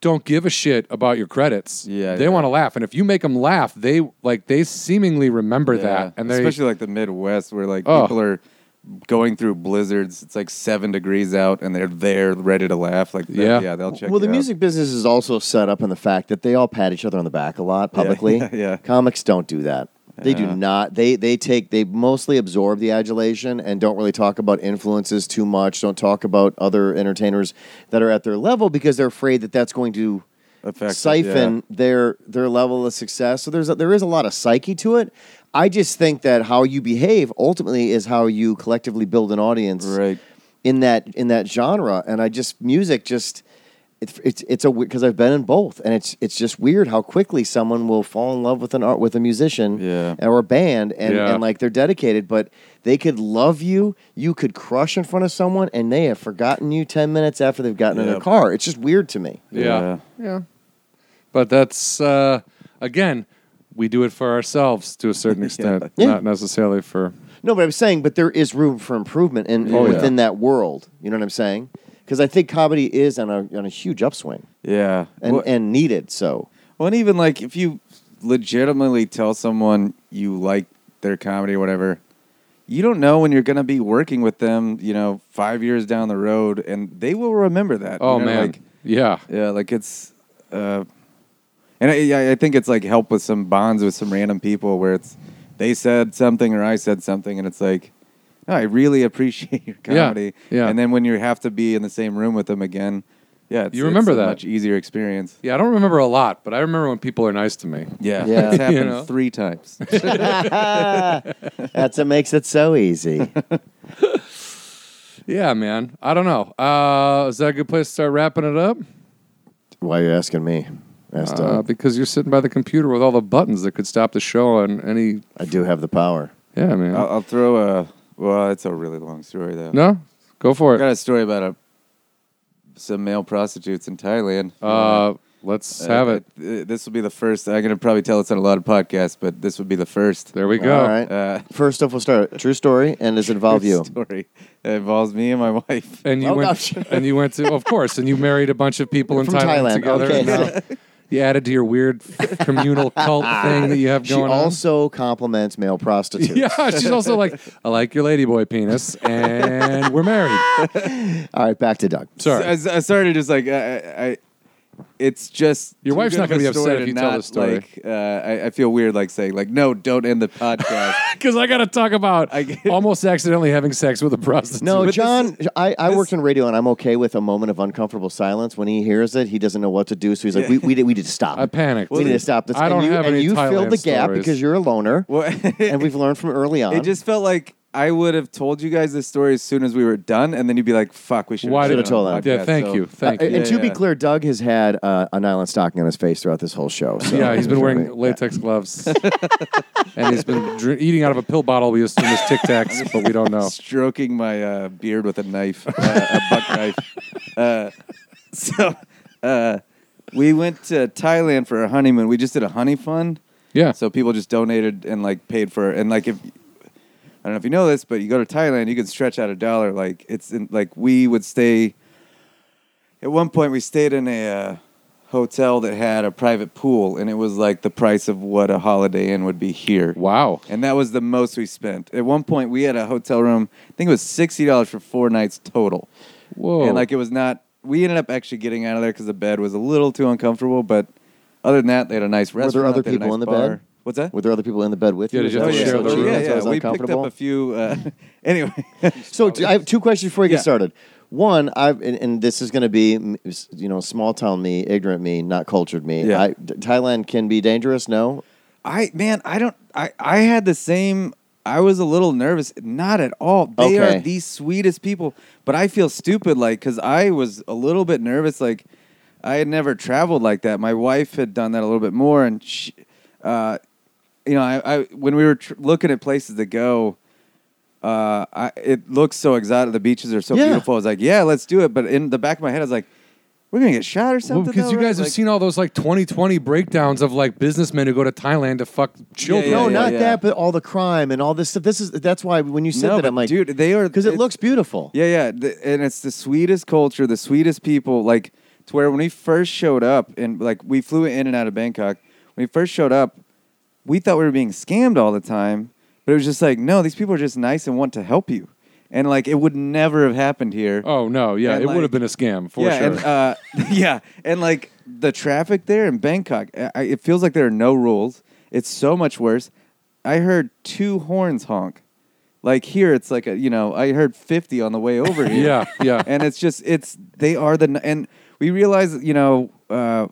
S1: don't give a shit about your credits.
S3: Yeah,
S1: they
S3: yeah.
S1: want to laugh, and if you make them laugh, they like they seemingly remember that, and they
S3: especially like the Midwest, where like
S1: Oh.
S3: people are going through blizzards. It's like seven degrees out, and they're there, ready to laugh. Like,
S1: Yeah.
S3: yeah, yeah, they'll check.
S2: Well, the
S3: you out.
S2: music business is also set up in the fact that they all pat each other on the back a lot publicly.
S3: yeah, yeah.
S2: Comics don't do that. They do
S3: Yeah.
S2: not. They they take they mostly absorb the adulation and don't really talk about influences too much. Don't talk about other entertainers that are at their level because they're afraid that that's going to
S3: Affect it,
S2: siphon their their level of success. So there's a, there is a lot of psyche to it. I just think that how you behave ultimately is how you collectively build an audience
S3: Right.
S2: in that in that genre and i just music just it's it's it's a because i've been in both and it's it's just weird how quickly someone will fall in love with an art with a musician
S3: Yeah.
S2: or a band and,
S1: Yeah.
S2: and like they're dedicated but they could love you you could crush in front of someone and they have forgotten you 10 minutes after they've gotten in their
S3: Yep.
S2: car it's just weird to me
S1: Yeah. Yeah. But that's, uh, again, we do it for ourselves to a certain extent,
S2: Yeah.
S1: not necessarily for.
S2: No, but I'm saying, but there is room for improvement in
S1: Oh, yeah.
S2: within that world. You know what I'm saying? Because I think comedy is on a on a huge upswing
S3: yeah,
S2: and,
S3: Well-
S2: and needed. So
S3: Well, and even like if you legitimately tell someone you like their comedy or whatever, you don't know when you're going to be working with them, you know, five years down the road, and they will remember that. you
S1: Oh,
S3: know,
S1: man.
S3: Like,
S1: yeah.
S3: yeah, like it's, uh, and I, yeah, I think it's like help with some bonds with some random people where it's they said something or I said something, and it's like, "Oh, I really appreciate your
S1: Yeah,
S3: comedy.
S1: yeah.
S3: And then when you have to be in the same room with them again, yeah, it's,
S1: You remember
S3: it's a
S1: that.
S3: much easier experience.
S1: Yeah. I don't remember a lot, but I remember when people are nice to me.
S3: Yeah,
S2: Yeah.
S3: it's happened
S1: You know?
S3: three times.
S2: that's what makes it so easy.
S1: Yeah, man. I don't know. Uh, is that a good place to start wrapping it up?
S2: Why are you asking me? Asked,
S1: Uh,
S2: uh,
S1: because you're sitting by the computer with all the buttons that could stop the show on any.
S2: I do have the power.
S1: Yeah, man.
S2: Oh.
S3: I'll, I'll throw a. Well, it's a really long story though.
S1: no? Go for
S3: I got
S1: it.
S3: a story about a some male prostitutes in Thailand.
S1: Uh, let's have it.
S3: Uh, This will be the first. I'm gonna probably tell this on a lot of podcasts, but this would be the first.
S1: There we go.
S2: All right.
S3: Uh,
S2: First off, we'll start true story, and does it involve you?
S3: story that involves me and my wife.
S1: And you
S2: Oh,
S1: went,
S2: gosh.
S1: and you went to, of course, and you married a bunch of people in
S2: From
S1: Thailand, together.
S2: Thailand, okay.
S1: and now you added to your weird communal cult thing that you have
S2: She
S1: going
S2: also compliments male prostitutes.
S1: on. Yeah, she's also like, I like your ladyboy penis, and we're married.
S2: All right, back to Doug.
S1: Sorry,
S3: So, I, I started just like I, I, I- it's just
S1: Your
S3: too
S1: wife's
S3: good
S1: not
S3: of
S1: gonna
S3: a
S1: be upset
S3: story
S1: if
S3: to
S1: you tell
S3: not,
S1: this story.
S3: Like, uh, I, I feel weird like saying like no, don't end the podcast.
S1: because I got to talk about
S3: I-
S1: almost accidentally having sex with a prostitute.
S2: No,
S3: this
S2: John, I, I
S3: this-
S2: worked in radio, and I'm okay with a moment of uncomfortable silence. When he hears it, he doesn't know what to do, so he's like, "We we did, we did to stop.
S1: I panicked.
S2: We need to stop this."
S1: I don't
S2: and you,
S1: have
S2: and
S1: any
S2: you
S1: Thailand
S2: filled the gap
S1: stories.
S2: because you're a loner,
S3: well,
S2: and we've learned from early on.
S3: It just felt like I would have told you guys this story as soon as we were done, and then you'd be like, "Fuck, we should."
S1: Why
S2: did-
S1: did I
S2: Should've told
S1: that?
S2: that.
S1: Yeah, thank you, thank
S2: Uh,
S1: you.
S2: and to be
S3: yeah.
S2: clear, Doug has had uh, a nylon stocking on his face throughout this whole show. So
S1: Yeah, he's been wearing latex gloves, and he's been dr- eating out of a pill bottle. We assume is Tic Tacs, but we don't know.
S3: Stroking my uh, beard with a knife, uh, a buck knife. Uh, so uh, we went to Thailand for our honeymoon. We just did a honey fund.
S1: Yeah.
S3: So people just donated and like paid for and like if I don't know if you know this, but you go to Thailand, you can stretch out a dollar. Like it's in, like we would stay. At one point, we stayed in a uh, hotel that had a private pool, and it was like the price of what a Holiday Inn would be here.
S1: wow.
S3: And that was the most we spent. At one point, we had a hotel room. I think it was sixty dollars for four nights total.
S1: Whoa.
S3: And like it was not. We ended up actually getting out of there because the bed was a little too uncomfortable. But other than that, they had a nice
S2: there
S3: restaurant.
S2: other
S3: they had a
S2: people
S3: nice
S2: in the
S3: bar.
S2: bed?
S3: What's that? Oh,
S2: Were there other people in the bed with you?
S1: Yeah, did
S2: Is
S1: you
S2: that
S1: have
S2: what
S1: to
S2: you
S1: share
S2: said?
S1: the room?
S2: That's
S3: yeah,
S2: why it
S3: yeah.
S2: was
S3: We picked
S2: uncomfortable?
S3: up a few. Uh, anyway,
S2: So t- I have two questions before we get
S3: Yeah.
S2: started. One, I've and, and this is going to be mm, s- you know small town me, ignorant me, not cultured me.
S3: Yeah.
S2: I, Thailand can be dangerous. No,
S3: I man, I don't. I I had the same I was a little nervous. Not at all. They
S2: Okay.
S3: are the sweetest people, but I feel stupid, like, because I was a little bit nervous. Like, I had never traveled like that. My wife had done that a little bit more, and she, uh, you know, I, I when we were tr- looking at places to go, uh, I, it looks so exotic. The beaches are so
S2: Yeah.
S3: beautiful. I was like, yeah, let's do it. But in the back of my head, I was like, we're gonna get shot or something.
S1: because
S3: though,
S1: you
S3: right?
S1: guys have
S3: Like-
S1: seen all those like 2020 breakdowns of like businessmen who go to Thailand to fuck children.
S3: Yeah,
S2: no,
S3: yeah,
S2: not
S3: yeah.
S2: that, but all the crime and all this stuff. This is that's why when you said
S3: No,
S2: that,
S3: but
S2: I'm like,
S3: dude, they are
S2: because it,
S3: it's-
S2: looks beautiful.
S3: Yeah, yeah, th- and it's the sweetest culture, the sweetest people. Like to where when we first showed up, and like we flew in and out of Bangkok. When we first showed up, we thought we were being scammed all the time, but it was just like, no, these people are just nice and want to help you, and like it would never have happened here.
S1: Oh no, yeah,
S3: And,
S1: it would
S3: like-
S1: have been a scam for
S3: yeah,
S1: sure.
S3: and uh, yeah, and like the traffic there in Bangkok, I, I- it feels like there are no rules. It's so much worse. I heard two horns honk. Like here, it's like a you know, I heard fifty on the way over here.
S1: yeah, yeah.
S3: and it's just it's they are the and we realize you know uh,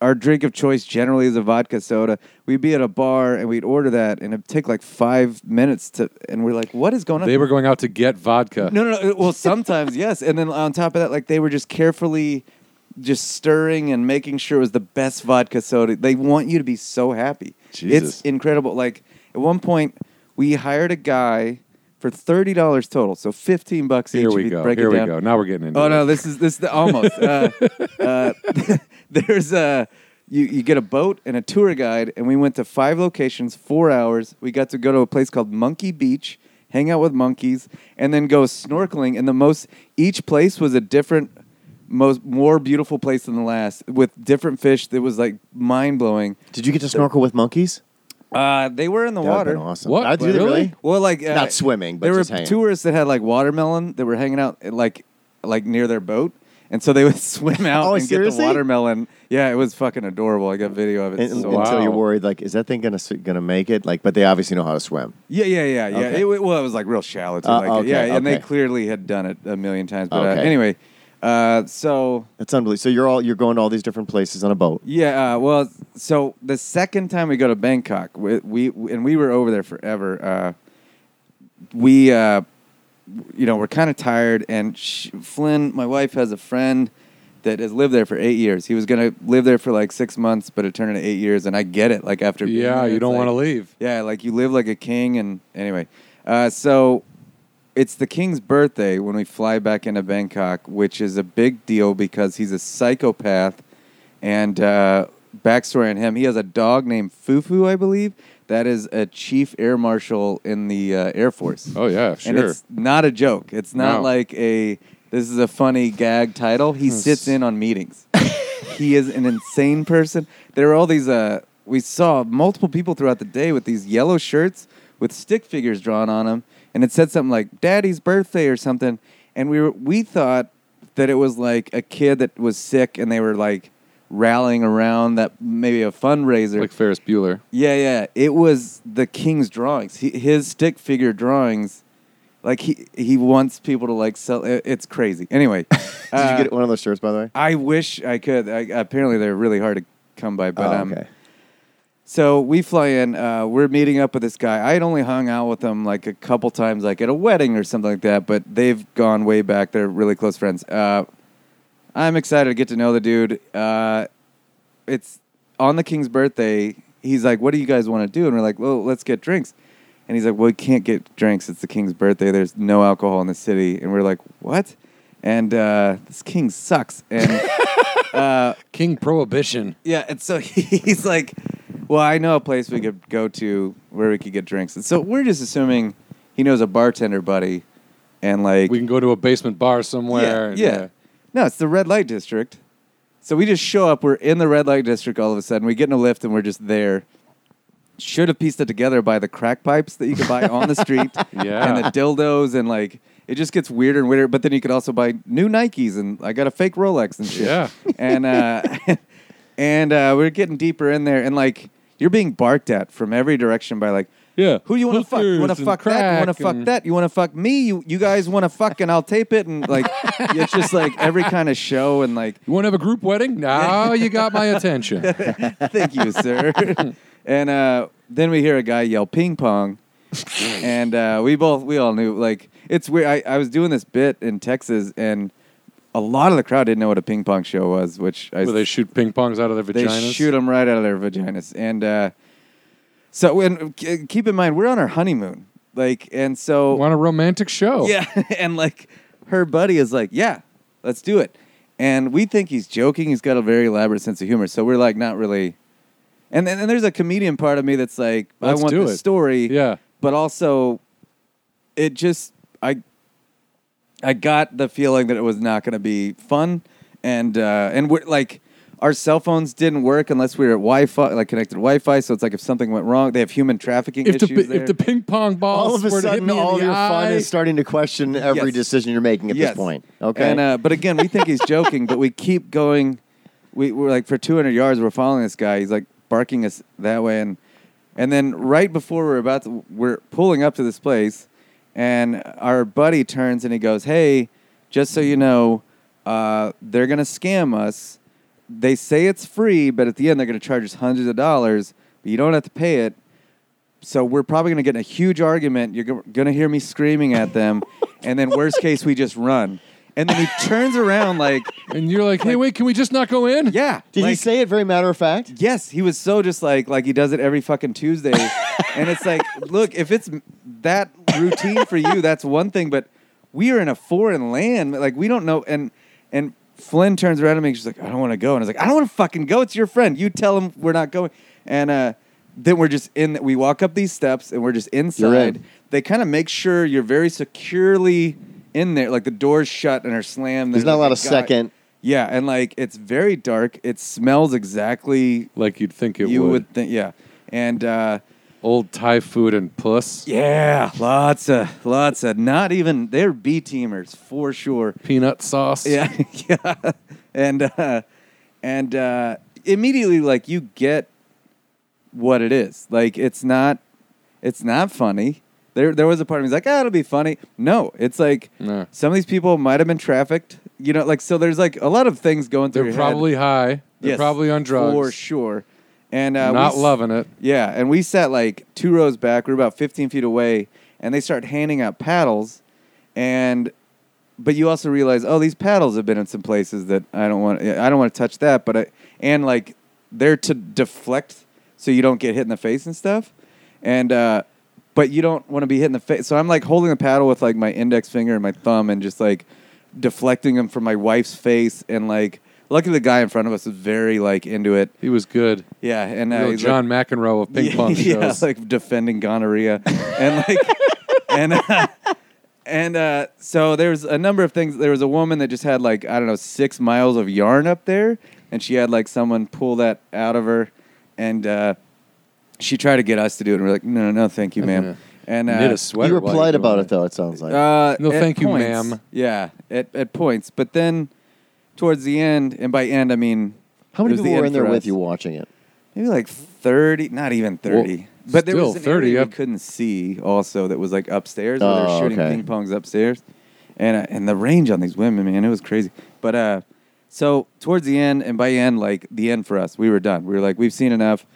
S3: our drink of choice generally is a vodka soda. We'd be at a bar and we'd order that, and it'd take like five minutes to, and we're like, what is going on?
S1: they were going out to get vodka.
S3: uh, No, no, no. Well, sometimes yes, and then on top of that, like they were just carefully, just stirring and making sure it was the best vodka soda. They want you to be so happy.
S1: Jesus.
S3: It's incredible. Like at one point, we hired a guy for thirty dollars total, so fifteen bucks
S1: Here
S3: each.
S1: we
S3: if you
S1: go.
S3: break it
S1: Here we
S3: down.
S1: go. Now we're getting into
S3: Oh
S1: it.
S3: no, this is this is the, almost. Uh, uh, there's a you you get a boat and a tour guide, and we went to five locations, four hours. We got to go to a place called Monkey Beach, hang out with monkeys, and then go snorkeling. And the most each place was a different, most more beautiful place than the last, with different fish. That was like mind blowing.
S2: Did you get to snorkel with monkeys?
S3: Uh, they were in the
S2: That would've
S3: water.
S2: been awesome.
S1: What?
S2: I did it,
S1: Really?
S2: really?
S3: Well, like uh,
S2: Not swimming, but
S3: there
S2: just
S3: were
S2: hanging.
S3: tourists that had like watermelon that were hanging out uh, like like near their boat, and so they would swim out
S2: Oh,
S3: and get
S2: seriously?
S3: the watermelon. Yeah, it was fucking adorable. I got video of it.
S2: And,
S3: so
S2: and so
S1: Wow.
S2: you're worried, like, is that thing gonna s- gonna make it? Like, but they obviously know how to swim.
S3: yeah, yeah, yeah, yeah.
S2: Okay.
S3: It, wa- well, it was like real shallow. Too.
S2: Uh,
S3: like,
S2: okay,
S3: yeah, and they
S2: okay.
S3: clearly had done it a million times. But uh,
S2: Okay.
S3: anyway, uh, so
S2: That's unbelievable. So you're all you're going to all these different places on a boat.
S3: Yeah, uh, well, so the second time we go to Bangkok, we, we and we were over there forever. Uh, we, uh, you know, we're kind of tired, and sh Flynn, my wife, has a friend that has lived there for eight years. He was gonna live there for like six months, but it turned into eight years, and I get it. Like after, being
S1: yeah,
S3: there,
S1: you
S3: it's
S1: don't
S3: like-
S1: want to leave.
S3: yeah, like you live like a king, and anyway, uh, so it's the king's birthday when we fly back into Bangkok, which is a big deal because he's a psychopath. And uh, backstory on him: he has a dog named Fufu, I believe. That is a chief air marshal in the uh, Air Force.
S1: Oh yeah,
S3: And
S1: sure.
S3: it's not a joke. It's not
S1: No.
S3: like a this is a funny gag title. He sits in on meetings. he is an insane person. There were all these uh we saw multiple people throughout the day with these yellow shirts with stick figures drawn on them and it said something like daddy's birthday or something and we were, we thought that it was like a kid that was sick and they were like rallying around that maybe a fundraiser
S1: Like Ferris Bueller.
S3: yeah, yeah. It was the king's drawings. He, his stick figure drawings. Like he he wants people to like sell. it- it's crazy. Anyway,
S2: Did you
S3: Uh,
S2: get one of those shirts, by the way?
S3: I wish I could. I, apparently, they're really hard to come by. But
S2: Oh,
S3: um,
S2: okay.
S3: so we fly in. Uh, we're meeting up with this guy. I had only hung out with him like a couple times, like at a wedding or something like that. But they've gone way back. They're really close friends. Uh, I'm excited to get to know the dude. Uh, it's on the king's birthday. He's like, "What do you guys want to do?" And we're like, "Well, let's get drinks." And he's like, "Well, we can't get drinks. It's the king's birthday. There's no alcohol in the city." And we're like, "What?" And uh, this king sucks. And
S1: King Prohibition.
S3: yeah, and so he's like, "Well, I know a place we could go to where we could get drinks." And so we're just assuming he knows a bartender buddy, and like,
S1: We can go to a basement bar somewhere. and, uh,
S3: yeah, yeah. no, it's the red light district. So we just show up. We're in the red light district. All of a sudden, we get in a lift, and we're just there. Should have pieced it together by the crack pipes that you could buy on the street,
S1: Yeah.
S3: and the dildos, and like it just gets weirder and weirder. But then you could also buy new Nikes, and I got a fake Rolex and shit
S1: Yeah.
S3: and uh, and uh, we're getting deeper in there, and like you're being barked at from every direction by like,
S1: Yeah.
S3: who do you want to fuck? You want
S1: Hookers and
S3: to fuck that? You want to
S1: crack
S3: fuck
S1: and-
S3: that? You want to fuck me? You you guys want to fuck, and I'll tape it, and like it's just like every kind of show, and like
S1: You want to have a group wedding? Now you got my attention.
S3: thank you, sir. and uh, then we hear a guy yell ping pong, and uh, we both we all knew like it's weird. I, I was doing this bit in Texas, and a lot of the crowd didn't know what a ping pong show was, which I
S1: Where they shoot ping pongs out of their
S3: they
S1: vaginas.
S3: shoot them right out of their vaginas. And uh, so, and k- keep in mind, we're on our honeymoon, like, and so
S1: on a romantic show.
S3: yeah, and like her buddy is like, yeah, let's do it. And we think he's joking. He's got a very elaborate sense of humor, so we're like, not really. And then and there's a comedian part of me that's like,
S1: Let's
S3: I want
S1: do
S3: the
S1: it.
S3: story,
S1: Yeah.
S3: but also, it just I I got the feeling that it was not going to be fun, and uh, and we're like our cell phones didn't work unless we were at Wi-Fi, like connected Wi-Fi. So it's like if something went wrong, they have human trafficking
S1: If the,
S3: issues.
S1: pi- if
S3: there.
S1: the ping pong ball
S2: all of a
S1: were to hit
S2: sudden,
S1: me in
S2: all of
S1: the
S2: your fun
S1: eye-
S2: is starting to question every
S3: Yes.
S2: decision you're making at
S3: Yes.
S2: this point. Okay.
S3: And, uh, but again, we think he's joking, but we keep going. We, we're like for 200 yards, we're following this guy. He's like barking us that way, and and then right before we're about to, we're pulling up to this place, and our buddy turns and he goes, "Hey, just so you know, uh, they're gonna scam us. They say it's free, but at the end they're gonna charge us hundreds of dollars. But you don't have to pay it." So we're probably going to get in a huge argument. You're going to hear me screaming at them, and then worst case, we just run. And then he turns around like,
S1: and you're like, hey, wait, can we just not go in?
S3: yeah.
S2: Did he
S3: like-
S2: say it very matter of fact?
S3: Yes, he was so just like like he does it every fucking Tuesday, and it's like, look, if it's m- that routine for you, that's one thing, but we are in a foreign land, like we don't know, and and Flynn turns around to me, she's like, I don't want to go, and I was like, I don't want to fucking go. It's your friend. You tell him we're not going, and uh, then we're just in. We walk up these steps, and we're just inside.
S2: in.
S3: They kind of make sure you're very securely in there, like the doors shut and are slammed.
S2: There's not a lot
S3: like
S2: of second.
S3: yeah, and like it's very dark. It smells exactly
S1: Like you'd think it
S3: you
S1: would.
S3: would. think. Yeah, and uh,
S1: Old Thai food and puss.
S3: yeah, lots of lots of not even they're B teamers for sure.
S1: Peanut sauce.
S3: Yeah, yeah, and uh, and uh, immediately like you get what it is. Like it's not it's not funny. There there was a part of me's like ah it'll be funny. No, it's like
S1: No.
S3: some of these people might have been trafficked. You know, like so there's like a lot of things going through.
S1: They're
S3: your head.
S1: probably high. They're
S3: Yes,
S1: probably on drugs.
S3: for sure. And uh, we
S1: not
S3: s-
S1: loving it.
S3: Yeah, and we sat like two rows back. We were about fifteen feet away, and they start handing out paddles, and but you also realize, oh, these paddles have been in some places that I don't want. I don't want to touch that, but I, and like they're to deflect so you don't get hit in the face and stuff, and uh, but you don't want to be hit in the face. So I'm like holding the paddle with like my index finger and my thumb and just like deflecting them from my wife's face and like. Luckily, the guy in front of us was very like into it.
S1: He was good.
S3: Yeah, and uh,
S1: Real
S3: he's, like,
S1: John McEnroe of ping pong shows.
S3: yeah, like defending gonorrhea, and like, and uh, and uh, so there was a number of things. There was a woman that just had like I don't know six miles of yarn up there, and she had like someone pull that out of her, and uh, she tried to get us to do it, and we're like, no, no, no, thank you,
S1: Mhm.
S3: ma'am. And uh,
S1: Knit a sweater.
S2: you were
S1: while you're
S2: polite
S1: doing
S2: about it, though. It sounds like.
S3: uh,
S1: No,
S3: at
S1: thank you,
S3: points.
S1: ma'am.
S3: Yeah, at at points, but then towards the end, and by end I mean
S2: How
S3: it
S2: many
S3: was the
S2: people were
S3: end
S2: in there
S3: for
S2: with
S3: us
S2: you watching it?
S3: maybe like 30 not even 30
S1: Well,
S3: but there
S1: still
S3: was an
S1: 30,
S3: 30 area
S1: yep.
S3: we couldn't see also that was like upstairs where they were
S2: Oh,
S3: shooting
S2: okay.
S3: ping pongs upstairs and uh, and the range on these women man it was crazy but uh so towards the end and by end like the end for us we were done we were like we've seen enough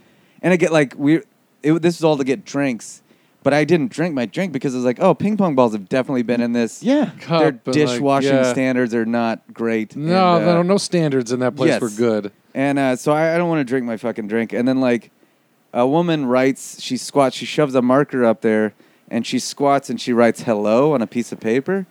S3: and i get like we it, this is all to get drinks but i didn't drink my drink because it was like oh ping pong balls have definitely been in this
S2: Yeah.
S1: Cup,
S3: their
S1: but, like,
S3: dishwashing
S1: yeah.
S3: standards are not great and,
S1: No,
S3: uh,
S1: there are no standards in that place
S3: yes.
S1: were good.
S3: and uh, so I, I don't want to drink my fucking drink. And then like a woman writes, she squats, she shoves a marker up there, and she squats and she writes hello on a piece of paper.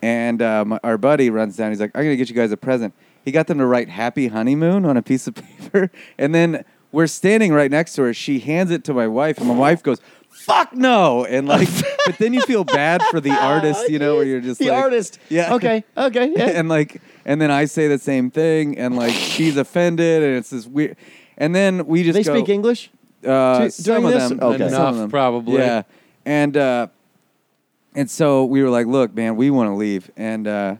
S3: And uh, my, our buddy runs down. He's like, I'm gonna get you guys a present. He got them to write happy honeymoon on a piece of paper, and then we're standing right next to her. She hands it to my wife, and my wife goes. Fuck no! And like, but then you feel bad for the artist, you know, where you're just
S2: the
S3: like,
S2: artist.
S3: yeah,
S2: Okay. Okay. Yeah.
S3: and like and then I say the same thing and like she's offended and it's this weird and then we just
S2: they
S3: go,
S2: speak English.
S3: uh,
S2: Do-
S3: some
S2: during
S3: of
S2: this?
S3: them
S2: Okay.
S3: some of
S1: Enough,
S3: them.
S1: probably.
S3: yeah and uh and so we were like look man we want to leave and uh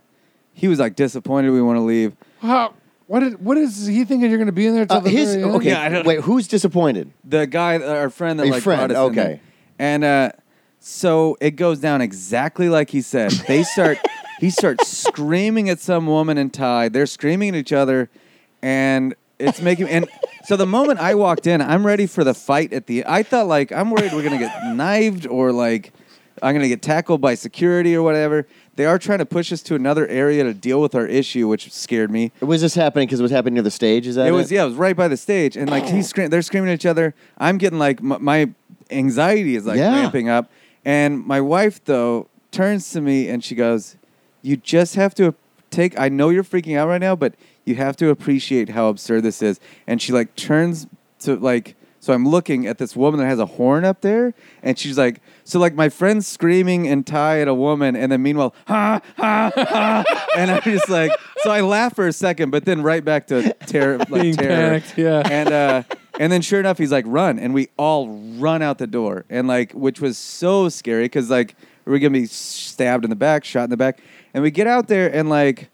S3: he was like disappointed we want to leave
S1: How, what, is, what is he thinking you're going to be in there? Till
S2: Uh,
S1: the
S2: his
S1: very end?
S2: okay.
S3: Yeah, I don't-
S2: wait, who's disappointed?
S3: the guy, our friend that
S2: A
S3: like
S2: friend,
S3: brought us in
S2: okay.
S3: there. and uh, so it goes down exactly like he said. They start, he starts screaming at some woman in tie. They're screaming at each other, and it's making and So the moment I walked in, I'm ready for the fight at the. I thought like I'm worried we're gonna get knifed or like I'm gonna get tackled by security or whatever. They are trying to push us to another area to deal with our issue, which scared me.
S2: Was this happening because it was happening near the stage? Is that
S3: It was yeah, it was right by the stage, and like he's screaming, they're screaming at each other. I'm getting like my, my anxiety is like
S2: Yeah.
S3: ramping up, and my wife though turns to me and she goes, "You just have to take. I know you're freaking out right now, but you have to appreciate how absurd this is." And she like turns to like. So I'm looking at this woman that has a horn up there, and she's like, so like my friend's screaming and tie at a woman, and then meanwhile, ha ha ha, and I'm just like, so I laugh for a second, but then right back to terror, like
S1: Being
S3: terror.
S1: panicked, yeah.
S3: And uh, and then sure enough, he's like, run, and we all run out the door, and like, which was so scary because like we we're gonna be stabbed in the back, shot in the back, and we get out there and like.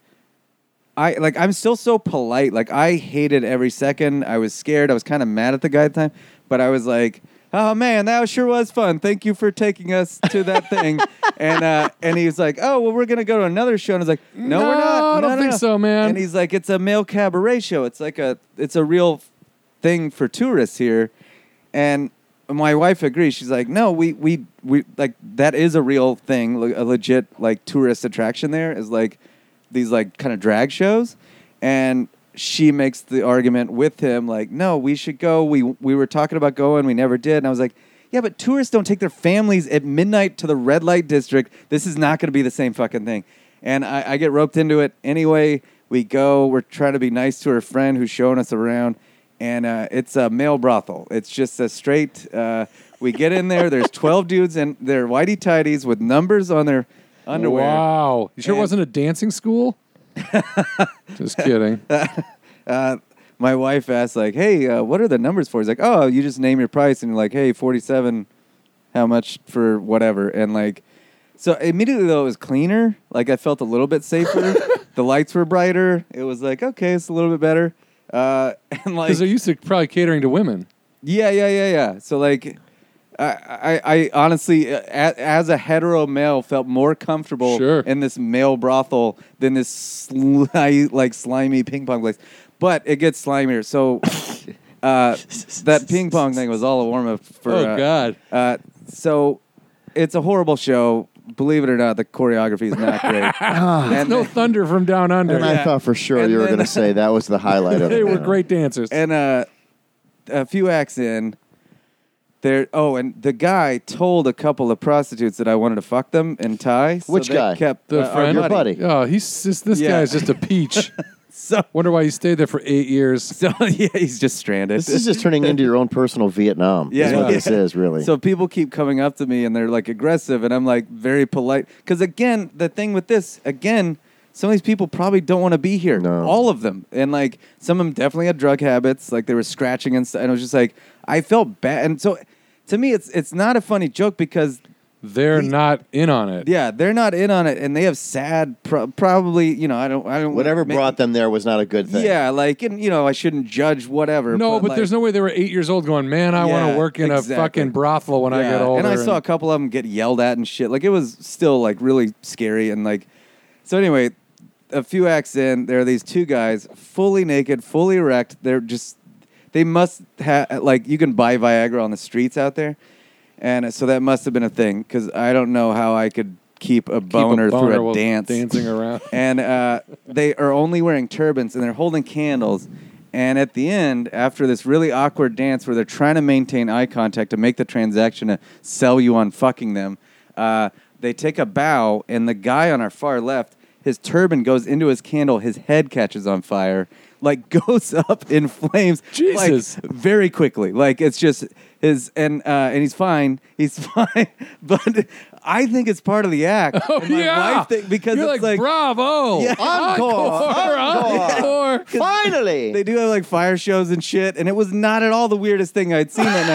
S3: I like I'm still so polite. Like I hated every second. I was scared. I was kind of mad at the guy at the time, but I was like, "Oh man, that sure was fun. Thank you for taking us to that thing." and uh, and he was like, "Oh well, we're gonna go to another show." And I was like, "No, we're
S1: No,
S3: not.
S1: I don't
S3: No, no,
S1: think
S3: no."
S1: so, man.
S3: And he's like, "It's a male cabaret show. It's like a it's a real thing for tourists here." And my wife agrees. She's like, "No, we we we like that is a real thing, le- a legit like tourist attraction there is like these like kind of drag shows." And she makes the argument with him like, "No, we should go. We we were talking about going, we never did." And I was like, "Yeah, but tourists don't take their families at midnight to the red light district. This is not going to be the same fucking thing." And I, I get roped into it anyway. We go. We're trying to be nice to her friend who's showing us around and uh, it's a male brothel. It's just a straight. Uh, we get in there. There's 12 dudes in their whitey tidies with numbers on their underwear.
S1: Wow. You sure it
S3: And-
S1: wasn't a dancing school? Just kidding.
S3: Uh, my wife asked, like, "Hey, uh, what are the numbers for?" He's like, "Oh, you just name your price," and you're like, "Hey, 47, how much for whatever?" And like, so immediately though it was cleaner. Like I felt a little bit safer. the lights were brighter. It was like, okay, it's a little bit better. Uh, and like,
S1: Because they're used to probably catering to women.
S3: Yeah, yeah, yeah, yeah. So like, I, I, I honestly, a- as a hetero male, felt more comfortable
S1: Sure.
S3: in this male brothel than this sli- like slimy ping pong place. But it gets slimier. So uh, that ping pong thing was all a warm up for. uh,
S1: Oh, God.
S3: Uh, so it's a horrible show. Believe it or not, the choreography is not great. And-
S1: Ah, No thunder from down under.
S2: And I
S3: Yeah.
S2: thought for sure
S3: And
S2: you were
S3: then-
S2: going to say that was the highlight of it.
S1: They
S2: you
S1: were
S2: know.
S1: great dancers.
S3: and uh, a few acts in, there. Oh, and the guy told a couple of prostitutes that I wanted to fuck them and tie. So
S2: Which
S3: they
S2: guy?
S3: Kept
S1: the
S3: uh, our
S1: friend.
S2: Your buddy.
S1: Oh, he's just, this
S3: Yeah.
S1: guy's just a peach.
S3: So,
S1: Wonder why he stayed there for eight years.
S3: so yeah, he's just stranded.
S2: This is just turning into your own personal Vietnam.
S3: Yeah,
S2: is what
S3: yeah.
S2: this is really.
S3: So people keep coming up to me and they're like aggressive, and I'm like very polite. Because again, the thing with this, again, some of these people probably don't want to be here.
S2: No.
S3: All of them, and like some of them definitely had drug habits. Like they were scratching and stuff. And I was just like, I felt bad. And so, to me, it's it's not a funny joke because
S1: They're not in on it.
S3: Yeah, they're not in on it, and they have sad. Pro- probably, you know, I don't, I don't.
S2: Whatever
S3: ma-
S2: brought them there was not a good thing.
S3: Yeah, like, and you know, I shouldn't judge whatever.
S1: No, but
S3: like,
S1: there's no way they were eight years old going, man, I want
S3: Yeah,
S1: to work in
S3: exactly.
S1: a fucking brothel when I
S3: Yeah,
S1: get older.
S3: And I saw a couple of them get yelled at and shit. Like it was still like really scary and like. So anyway, a few acts in, there are these two guys, fully naked, fully erect. They're just, they must have like you can buy Viagra on the streets out there, and uh, so that must have been a thing because I don't know how I could keep a
S1: Keep a
S3: boner,
S1: boner
S3: through
S1: while
S3: a dance.
S1: Dancing around.
S3: and uh, they are only wearing turbans and they're holding candles. And at the end, after this really awkward dance where they're trying to maintain eye contact to make the transaction to sell you on fucking them, uh, they take a bow, and the guy on our far left, his turban goes into his candle, his head catches on fire, like goes up in flames, like,
S1: Jesus.
S3: very quickly. Like it's just his and uh, and he's fine, he's fine. But I think it's part of the act.
S1: Oh,
S3: And my
S1: yeah.
S3: wife think- because
S1: You're
S3: it's like,
S1: bravo.
S3: Yeah.
S1: Encore. Encore.
S2: Finally,
S3: they do have like fire shows and shit, and it was not at all the weirdest thing I'd seen that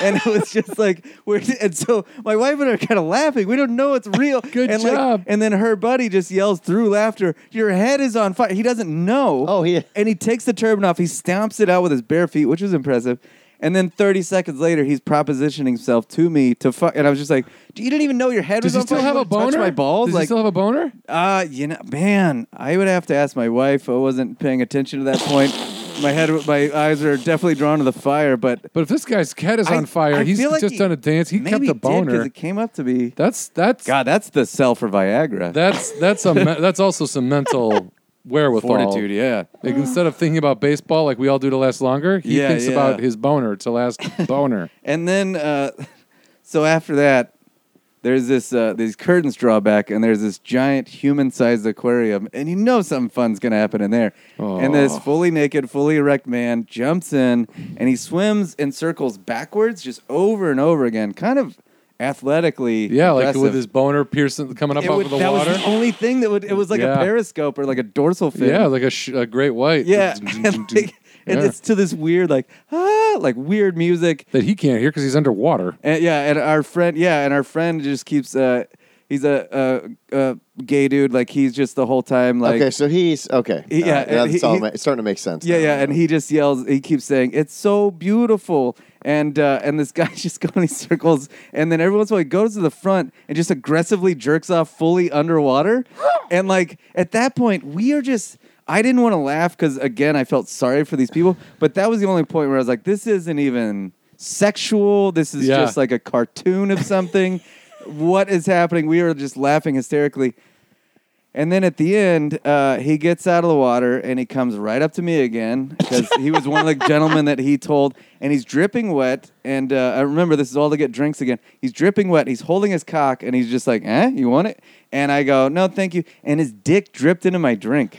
S3: night. And it was just like we're and so my wife and I are kind of laughing. We don't know it's real.
S1: Good
S3: and
S1: job.
S3: and then her buddy just yells through laughter, "Your head is on fire!" He doesn't know.
S2: Oh, he-
S3: and he takes the turban off. He stomps it out with his bare feet, which was impressive. And then 30 seconds later, he's propositioning himself to me to fuck. And I was just like, "You didn't even know your head
S1: Does
S3: was
S1: he
S3: on
S1: still
S3: fire.
S1: have
S3: You
S1: a
S3: wanna touch
S1: boner?
S3: My balls,
S1: Does
S3: like
S1: he still have a boner?
S3: uh, you know, man, I would have to ask my wife. I wasn't paying attention to that point. my head, my eyes are definitely drawn to the fire. But
S1: But if this guy's cat is
S3: I-
S1: on fire,
S3: I
S1: he's
S3: feel like
S1: just
S3: he-
S1: done a dance. He
S3: maybe
S1: cut the
S3: it did, 'cause
S1: boner.
S3: It came up to be
S1: That's that's
S3: God. That's the sell for Viagra.
S1: that's that's a me- that's also some mental wherewithal.
S3: fortitude. Yeah.
S1: Like, instead of thinking about baseball like we all do to last longer, he
S3: Yeah,
S1: thinks
S3: yeah.
S1: about his boner to last boner.
S3: And then, uh, so after that, there's this uh, these curtains draw back, and there's this giant human-sized aquarium, and you know something fun's gonna happen in there. And this
S1: Oh.
S3: fully naked, fully erect man jumps in, and he swims in circles backwards, just over and over again, kind of athletically.
S1: Yeah, like
S3: impressive.
S1: with his boner piercing coming up
S3: It
S1: out
S3: would-
S1: of the
S3: that
S1: water.
S3: was the only thing that would. It was like
S1: Yeah.
S3: a periscope or like a dorsal fin.
S1: yeah, like a, sh- a great white.
S3: yeah. and, like, and
S1: Yeah.
S3: it's to this weird, like ah, like weird music.
S1: that he can't hear because he's underwater.
S3: And yeah, and our friend, yeah, and our friend just keeps. Uh, he's a, a, a gay dude. Like he's just the whole time. Like
S2: okay, so he's okay.
S3: He-
S2: All
S3: yeah,
S2: right,
S3: and
S2: that's
S3: he-
S2: all.
S3: he-
S2: ma- it's starting to make sense.
S3: yeah,
S2: now.
S3: yeah, and he just yells. He keeps saying, "It's so beautiful." And uh, and this guy's just going in circles, and then every once in a while he goes to the front and just aggressively jerks off fully underwater, and like at that point we are just. I didn't want to laugh because again I felt sorry for these people, but that was the only point where I was like, this isn't even sexual. This is
S1: Yeah.
S3: just like a cartoon of something. what is happening? We are just laughing hysterically. And then at the end, uh, he gets out of the water and he comes right up to me again because he was one of the gentlemen that he told, and he's dripping wet. And uh, I remember this is all to get drinks again. He's dripping wet. He's holding his cock and he's just like, "Eh, you want it?" And I go, "No, thank you." And his dick dripped into my drink.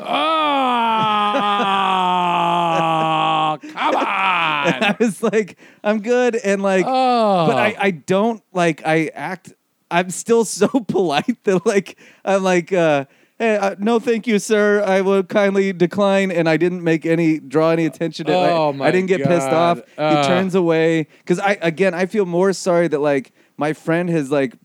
S3: Ah,
S1: Oh, come
S3: And
S1: on!
S3: I was like, "I'm good," and like,
S1: Oh,
S3: but I, I don't like I act. I'm still so polite that like I'm like, uh, hey, uh, no, thank you, sir. I will kindly decline, and I didn't make any draw any attention to it.
S1: Oh,
S3: Like,
S1: my
S3: I didn't get pissed
S1: God.
S3: off.
S1: Uh.
S3: he turns away because I again I feel more sorry that like my friend has like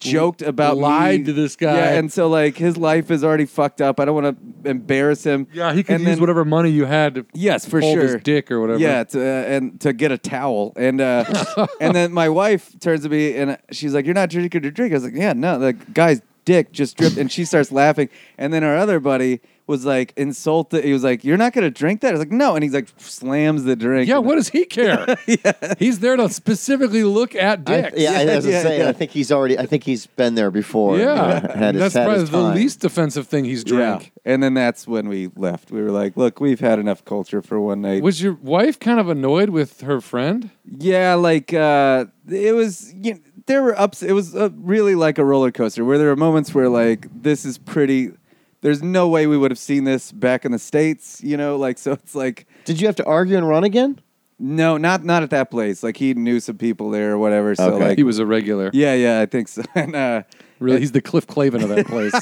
S3: joked about
S1: lied
S3: me.
S1: to this guy.
S3: yeah, and so like his life is already fucked up. I don't want to embarrass him.
S1: yeah, he could
S3: And
S1: use
S3: then-
S1: whatever money you had to
S3: Yes, for
S1: hold
S3: sure.
S1: his dick or whatever.
S3: Yeah, to, uh, and to get a towel, and uh, and then my wife turns to me and she's like, "You're not drinking your drink." I was like, "Yeah, no, the guy's dick just dripped," and she starts laughing. And then our other buddy was like insulted. He was like, "You're not gonna drink that?" I was like, "No," and he's like slams the drink.
S1: Yeah,
S3: And-
S1: what does he care? He's there to specifically look at
S2: I,
S1: dicks.
S2: yeah, I, as I
S3: Yeah,
S2: say,
S3: yeah.
S2: I think he's already. I think he's been there before. and,
S1: Yeah.
S2: uh, had his,
S1: that's
S2: had
S1: probably
S2: his
S1: the
S2: time.
S1: least offensive thing he's
S3: Yeah.
S1: drank.
S3: And then that's when we left. We were like, "Look, we've had enough culture for one night."
S1: Was your wife kind of annoyed with her friend?
S3: Yeah, like uh, it was. You know, there were ups. It was uh, really like a roller coaster where there were moments where like this is pretty. There's no way we would have seen this back in the states. You know, like so it's like
S2: Did you have to argue and run again?
S3: no, not not at that place. Like he knew some people there or whatever. So
S2: Okay.
S3: like
S1: He was a regular.
S3: yeah, yeah, I think so. and uh,
S1: Really, he's the Cliff Clavin of that place.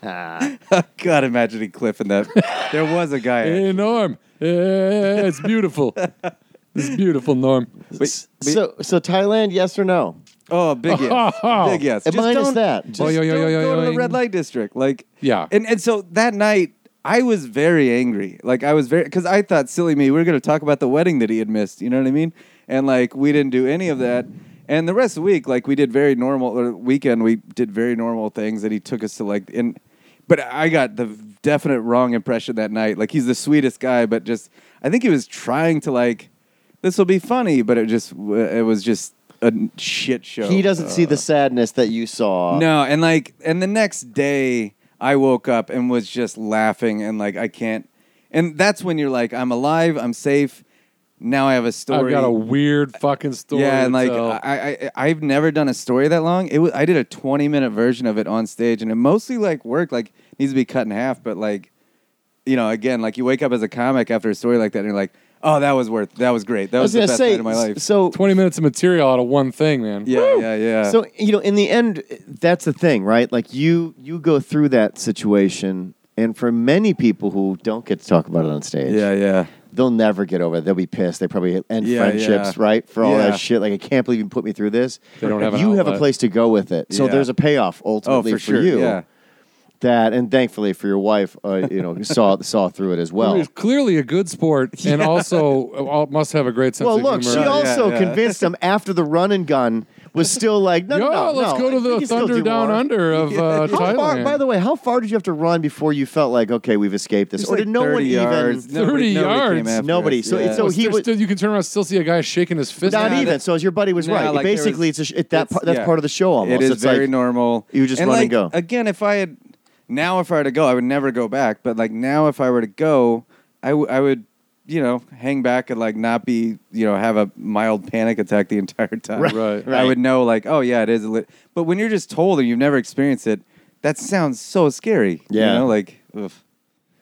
S3: God, imagining Cliff in that. there was a guy.
S1: hey, Norm. Eh, it's beautiful. It's beautiful, Norm.
S3: Wait, wait.
S2: So, so Thailand, yes or no?
S3: Oh, big yes, big yes.
S2: And
S3: Just
S2: mine is
S3: don't-
S2: that.
S1: Oh,
S3: Just
S1: yo, yo,
S3: don't
S1: yo, yo,
S3: go to
S1: yo.
S3: the red light district. Like,
S1: Yeah.
S3: And and so that night, I was very angry. Like, I was very because I thought, silly me, we were going to talk about the wedding that he had missed. You know what I mean? And like, we didn't do any of that. And the rest of the week, like, we did very normal or weekend. We did very normal things that he took us to like. And but I got the definite wrong impression that night. Like, he's the sweetest guy, but just I think he was trying to like, this will be funny, but it just it was just a shit show.
S2: He doesn't see the sadness that you saw.
S3: No, and like, and the next day I woke up and was just laughing and like, I can't. And that's when you're like, I'm alive, I'm safe. Now I have a story.
S1: I've got a weird fucking story.
S3: yeah, and
S1: to
S3: like,
S1: tell.
S3: I, I I've never done a story that long. It was I did a 20 minute version of it on stage, and it mostly like worked. Like needs to be cut in half, but like, you know, again, like you wake up as a comic after a story like that, and you're like, oh, that was worth. That was great. That
S2: I was
S3: was, the
S2: gonna
S3: best
S2: say.
S3: night of my life.
S2: So,
S1: twenty minutes of material out of one thing, man.
S3: yeah, yeah, yeah.
S2: so you know, in the end, that's the thing, right? Like you, you go through that situation, and for many people who don't get to talk about it on stage,
S3: yeah, yeah.
S2: they'll never get over it. They'll be pissed. They probably end
S3: Yeah,
S2: friendships,
S3: yeah.
S2: right? For all
S3: Yeah.
S2: that shit. Like, I can't believe you put me through this.
S1: They don't have an
S2: you have a
S1: outlet.
S2: place to go with it. So
S3: Yeah.
S2: there's a payoff
S3: Oh,
S2: ultimately
S3: for, sure.
S2: you.
S3: Yeah.
S2: That and thankfully for your wife, uh, you know, saw saw through it as
S1: Who
S2: well.
S1: is clearly a good sport and also uh, must have a great sense
S2: Well,
S1: of
S2: look, she
S1: humor.
S3: Yeah,
S2: also
S3: yeah.
S2: convinced him after the run and gun was still like, no,
S1: Yo,
S2: no, no,
S1: let's go
S2: no,
S1: to
S2: I think
S1: the
S2: you still
S1: Thunder
S2: do
S1: Down
S2: more.
S1: Under of uh,
S2: How
S1: Thailand.
S2: far, by the way, how far did you have to run before you felt like, okay, we've escaped this?
S3: It's
S2: or
S3: like
S2: did no one
S3: 30 yards.
S2: even?
S1: 30
S3: Nobody- nobody came
S1: yards?
S3: after
S2: Nobody.
S3: us.
S2: So-
S3: Yeah.
S2: so
S1: Well,
S2: he
S1: there's
S2: was-
S1: still, you can turn around, still see a guy shaking his fist.
S2: Not
S3: Yeah,
S2: even.
S3: that-
S2: so, as your buddy was
S3: No,
S2: right.
S3: like, there
S2: Basically,
S3: was-
S2: it's, a, it, that
S3: it's-
S2: part, that's
S3: yeah.
S2: part of the show almost.
S3: It is
S2: it's
S3: very
S2: like,
S3: normal.
S2: you just
S3: And,
S2: run and
S3: like,
S2: go.
S3: Again, if I had now, if I were to go, I would never go back. But like now, if I were to go, I, w- I would, you know, hang back and like not be, you know, have a mild panic attack the entire time.
S1: Right, Right.
S3: I
S2: right.
S3: would know like, oh yeah, it is. A lit but when you're just told and you've never experienced it, that sounds so scary.
S2: Yeah.
S3: You know, like, ugh.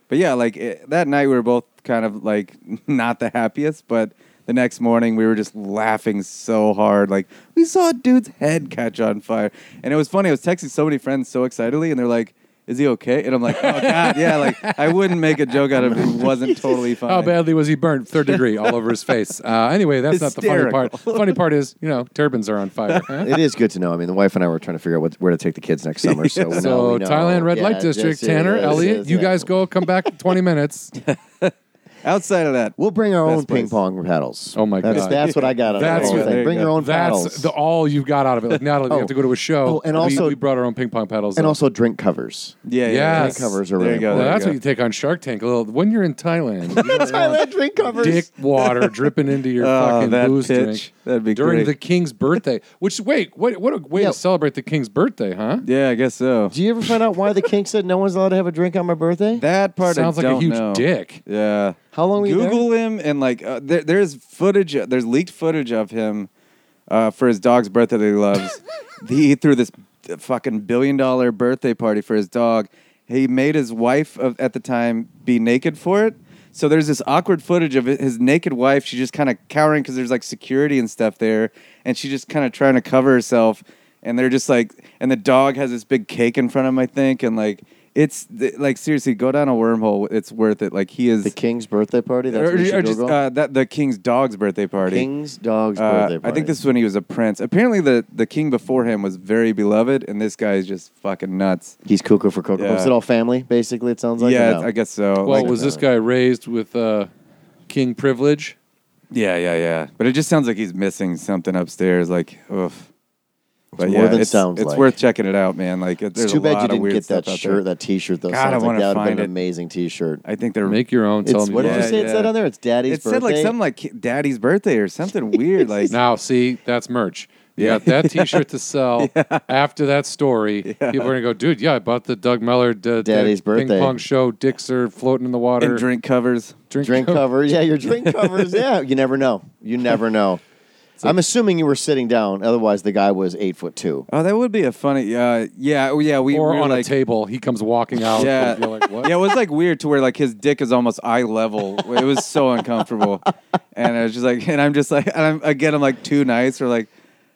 S3: but yeah, like it, that night we were both kind of like not the happiest, but. The next morning, we were just laughing so hard. Like, we saw a dude's head catch on fire. And it was funny. I was texting so many friends so excitedly, and they're like, Is he okay? And I'm like, Oh, God, yeah. Like, I wouldn't make a joke out of it. if He wasn't totally fine.
S1: How badly was he burnt? Third degree, all over his face. Uh, anyway, that's not the funny
S3: Hysterical.
S1: part. funny part is, you know, turbans are on fire.
S2: it is good to know. I mean, the wife and I were trying to figure out what, where to take the kids next summer. So, now
S1: so
S2: we know.
S1: Thailand Red
S2: Yeah,
S1: Light District,
S2: just-
S1: Tanner,
S2: yeah,
S1: Elliot,
S2: just-
S1: you
S2: yeah.
S1: guys go. Come back in 20 minutes.
S3: Outside of that,
S2: We'll bring our
S3: Best
S2: own ping
S3: place.
S2: pong paddles.
S1: Oh my
S2: that's,
S1: God.
S2: That's what I got out
S1: That's
S2: of
S1: what-
S2: the whole
S3: there
S2: thing.
S3: you
S2: Bring
S3: go.
S2: your own paddles.
S1: That's the, all you've got out of it. Like now you
S2: Oh.
S1: have to go to a show.
S2: Oh, and
S1: We-
S2: also-
S1: we brought our own ping pong paddles.
S2: and
S1: though.
S2: also drink covers.
S3: yeah, yeah.
S1: Yes.
S3: yeah.
S2: Covers are
S3: there
S2: really
S3: you go.
S1: well,
S3: there
S1: that's
S3: you
S1: what you take on Shark Tank. A little when you're in Thailand. you don't
S2: Thailand drink
S1: want
S2: covers.
S1: Dick water dripping into your
S3: Oh,
S1: fucking
S3: that
S1: booze
S3: pitch.
S1: drink
S3: That'd be
S1: during
S3: great.
S1: the king's birthday. Which wait, what what a way
S2: Yeah.
S1: to celebrate the king's birthday, huh?
S3: go. Yeah, I guess so.
S2: Do you ever find out why the king said no one's allowed to have a drink on my birthday?
S3: That part I
S1: Sounds like a
S3: don't
S1: huge
S3: know.
S1: dick.
S3: Yeah.
S2: How long were you
S3: Google him and like uh, there, there's footage. There's leaked footage of him uh, for his dog's birthday that he loves. he threw this fucking billion dollar birthday party for his dog. He made his wife of, at the time be naked for it. So there's this awkward footage of his naked wife. She's just kind of cowering because there's like security and stuff there, and she's just kind of trying to cover herself. And they're just like, and the dog has this big cake in front of him, I think, and like. It's th- like seriously, go down a wormhole. It's worth it. Like he is
S2: The king's birthday party? That's
S3: or,
S2: what you
S3: or
S2: should
S3: just
S2: Google?
S3: uh, that the king's dog's birthday party.
S2: King's dog's
S3: Uh,
S2: birthday party.
S3: I think this is when he was a prince. Apparently, the, the king before him was very beloved, and this guy is just fucking nuts.
S2: He's cuckoo for cocoa.
S3: Yeah.
S2: Is it all family, basically, it sounds like?
S3: yeah,
S2: or no?
S3: I guess so.
S1: Well,
S3: Like-
S1: was this guy raised with uh, king privilege?
S3: yeah, yeah, yeah. But it just sounds like he's missing something upstairs. Like, oof. But
S2: more than
S3: it's,
S2: sounds
S3: it's
S2: like.
S3: worth checking it out, man. Like, it,
S2: It's
S3: there's
S2: too
S3: a
S2: bad
S3: lot
S2: you
S3: of
S2: didn't
S3: weird
S2: get that
S3: stuff out
S2: shirt,
S3: there.
S2: that T-shirt. Though
S3: God, I
S2: sounds like
S3: wanna
S2: that would have been
S3: find
S2: an
S3: it.
S2: amazing T-shirt.
S3: I think they're
S1: Make your own.
S2: It's,
S1: Tell me
S2: what did
S1: why.
S2: you say it
S3: Yeah,
S2: said
S3: yeah.
S2: on there? It's Daddy's
S3: It
S2: birthday.
S3: said like something like ki- Daddy's birthday or something weird. Like,
S1: Now, see, that's merch. You got that T-shirt to sell after that story. People are gonna go, dude. Yeah, I bought the Doug Mellor d-
S2: Daddy's
S1: ping
S2: birthday.
S1: pong show. Dicks are floating in the water.
S3: and drink covers.
S2: drink covers. Yeah, your drink covers. Yeah, you never know. You never know. I'm assuming you were sitting down. Otherwise, the guy was eight foot two.
S3: Oh, that would be a funny. Uh, yeah, oh, yeah. We
S1: or
S3: we were
S1: on
S3: like,
S1: a table. He comes walking out.
S3: Yeah.
S1: and you're like, what?
S3: Yeah, it was like weird to where like his dick is almost eye level. It was so uncomfortable, and I was just like, and I'm just like, and I'm again, I'm like too nice or like,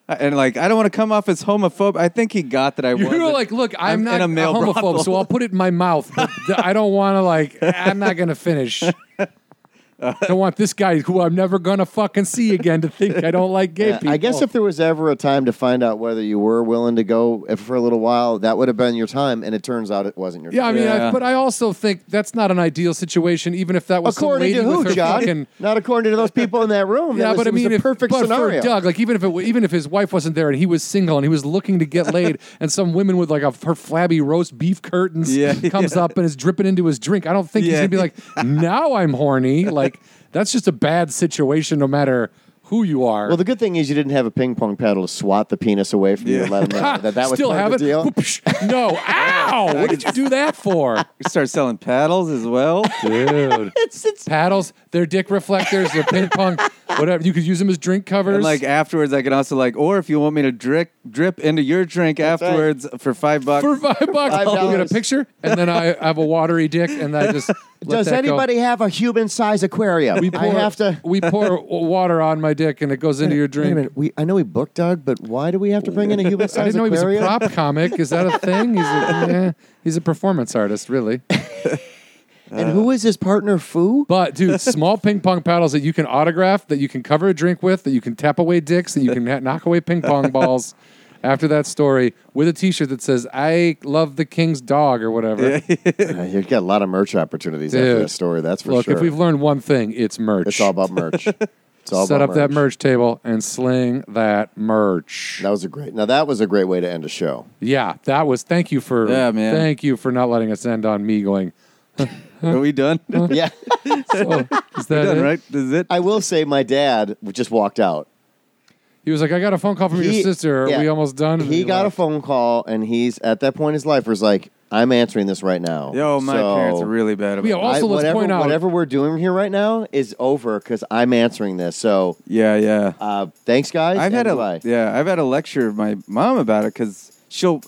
S3: and like I don't want to come off as homophobic. I think he got that I was.
S1: You're like, look, I'm,
S3: I'm
S1: not
S3: in a
S1: a,
S3: male
S1: homophobe,
S3: brothel."
S1: so I'll put it in my mouth. But th- I don't want to like. I'm not gonna finish. don't want this guy who I'm never gonna fucking see again to think I don't like gay
S2: Yeah,
S1: people.
S2: I guess if there was ever a time to find out whether you were willing to go if for a little while, that would have been your time, and it turns out it wasn't your
S1: Yeah, I
S2: time.
S1: mean, I,
S3: Yeah.
S1: but I also think that's not an ideal situation. Even if that was some
S2: according
S1: lady
S2: to who,
S1: with her
S2: John?
S1: fucking.
S2: Not according to those people in that room.
S1: Yeah,
S2: That was-
S1: but
S2: it
S1: I
S2: was
S1: mean,
S2: the
S1: if,
S2: perfect
S1: but
S2: scenario.
S1: for Doug, like even if it, even if his wife wasn't there and he was single and he was looking to get laid, and some women with like a, her flabby roast beef curtains
S3: Yeah,
S1: comes up and is dripping into his drink, I don't think he's
S3: Yeah.
S1: gonna be like, now I'm horny. Like that's just a bad situation, no matter who you are.
S2: Well, the good thing is you didn't have a ping pong paddle to swat the penis away from you.
S3: Yeah.
S2: And let him know that that was
S1: still
S2: part
S1: have
S2: of
S1: it.
S2: the deal.
S1: Whoopsh. No, ow! What did you do that for?
S3: We started selling paddles as well.
S1: dude.
S2: It's- it's-
S1: Paddles, they're dick reflectors, they're ping pong, whatever. You could use them as drink covers.
S3: And like afterwards, I can also like, or if you want me to drip drip into your drink
S2: That's right.
S3: afterwards for five bucks.
S1: for five bucks,
S2: Five
S1: Oh, you get a
S2: dollars.
S1: picture, and then I have a watery dick, and I just let
S2: Does
S1: that go.
S2: anybody have a human size aquarium?
S1: We
S2: I
S1: pour-
S2: have to.
S1: We pour water on my dick, and it goes into your
S2: Wait a
S1: drink.
S2: minute. We, I know we booked Doug, but why do we have to bring in a human
S1: I
S2: size
S1: didn't know he was a
S2: aquarium?
S1: prop comic. Is that a thing? He's a, eh, he's a performance artist, really.
S2: and who is his partner, Foo?
S1: But dude, small ping pong paddles that you can autograph, that you can cover a drink with, that you can tap away dicks, that you can ha- knock away ping pong balls. After that story, with a T-shirt that says "I love the king's dog" or whatever.
S2: Uh, you've got a lot of merch opportunities after
S1: Dude.
S2: that story. That's for
S1: Look,
S2: sure.
S1: if we've learned one thing, it's merch.
S2: it's all about merch. It's all
S1: set
S2: about
S1: up that
S2: merch.
S1: merch table and sling that merch.
S2: That was a great. Now that was a great way to end a show.
S1: Yeah, that was. Thank you for.
S3: Yeah, man.
S1: Thank you for not letting us end on me going.
S3: Are we done? We're
S2: Yeah,
S1: So, is that
S3: done,
S1: it?
S3: right? This is it?
S2: I will say my dad just walked out.
S1: He was like, "I got a phone call from
S2: He-
S1: your sister. Are
S2: yeah.
S1: we almost done?" And
S2: He got a
S1: left.
S2: phone call, and he's at that point in his life where he's like, "I'm answering this right now."
S3: Yo, my
S2: So,
S3: parents are really bad about
S1: Yeah,
S3: it.
S1: well- Also,
S2: I-
S1: let's
S2: whatever,
S1: point out-
S2: whatever we're doing here right now is over because I'm answering this. So,
S3: Yeah, yeah.
S2: uh, thanks, guys.
S3: I've had
S2: and
S3: a
S2: goodbye.
S3: yeah, I've had a lecture of my mom about it because she'll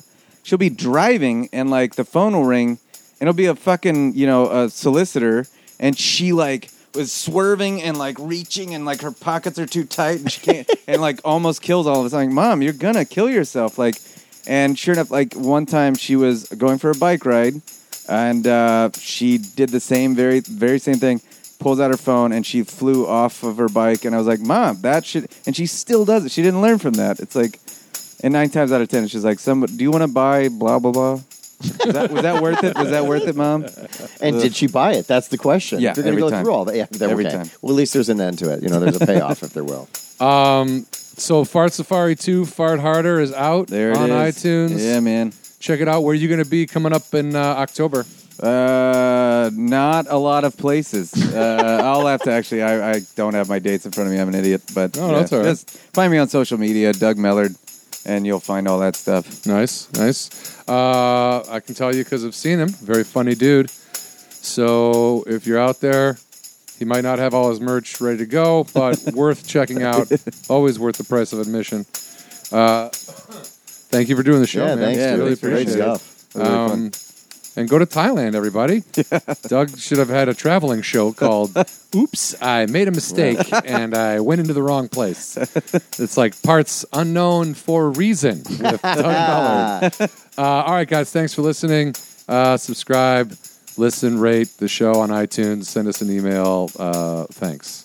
S3: she'll be driving and like the phone will ring and it'll be a fucking you know a solicitor and she like was swerving and like reaching and like her pockets are too tight and she can't and like almost kills all of us. I'm like, mom, you're gonna kill yourself. Like, and sure enough, like one time she was going for a bike ride and uh, she did the same very very same thing pulls out her phone and she flew off of her bike and i was like mom that shit and she still does it she didn't learn from that it's like and nine times out of ten she's like some do you want to buy blah blah blah was that, was that worth it was that worth it mom
S2: And did she buy it? That's the question.
S3: Yeah,
S2: If you're gonna
S3: every
S2: go
S3: time.
S2: through all that. Yeah, then
S3: Every
S2: okay.
S3: time.
S2: Well, at least there's an end to it. You know, there's a payoff if there will.
S1: So Fart Safari 2, Fart Harder is out
S3: there it
S1: on
S3: is.
S1: iTunes.
S3: yeah man
S1: Check it out. Where are you going to be coming up in uh, October?
S3: uh not a lot of places uh i'll have to actually I, I don't have my dates in front of me i'm an idiot but
S1: No, that's all right.
S3: just find me on social media doug mellard and you'll find all that stuff
S1: Nice, nice. Uh, I can tell you because I've seen him. Very funny dude. So if you're out there, he might not have all his merch ready to go, but worth checking out. Always worth the price of admission. Uh, thank you for doing the show,
S2: yeah,
S1: man.
S2: thanks.
S3: Yeah,
S2: dude.
S1: really
S3: thanks for
S2: Great
S1: appreciate
S3: doing
S1: it.
S2: stuff.
S3: Really
S1: Um,
S3: fun.
S1: And go to Thailand, everybody. Doug should have had a traveling show called Oops, I Made a Mistake and I Went into the Wrong Place. It's like parts unknown for a reason with Doug Ballard. Uh, all right, guys, thanks for listening. Uh, subscribe, listen, rate the show on iTunes, send us an email. Uh, thanks.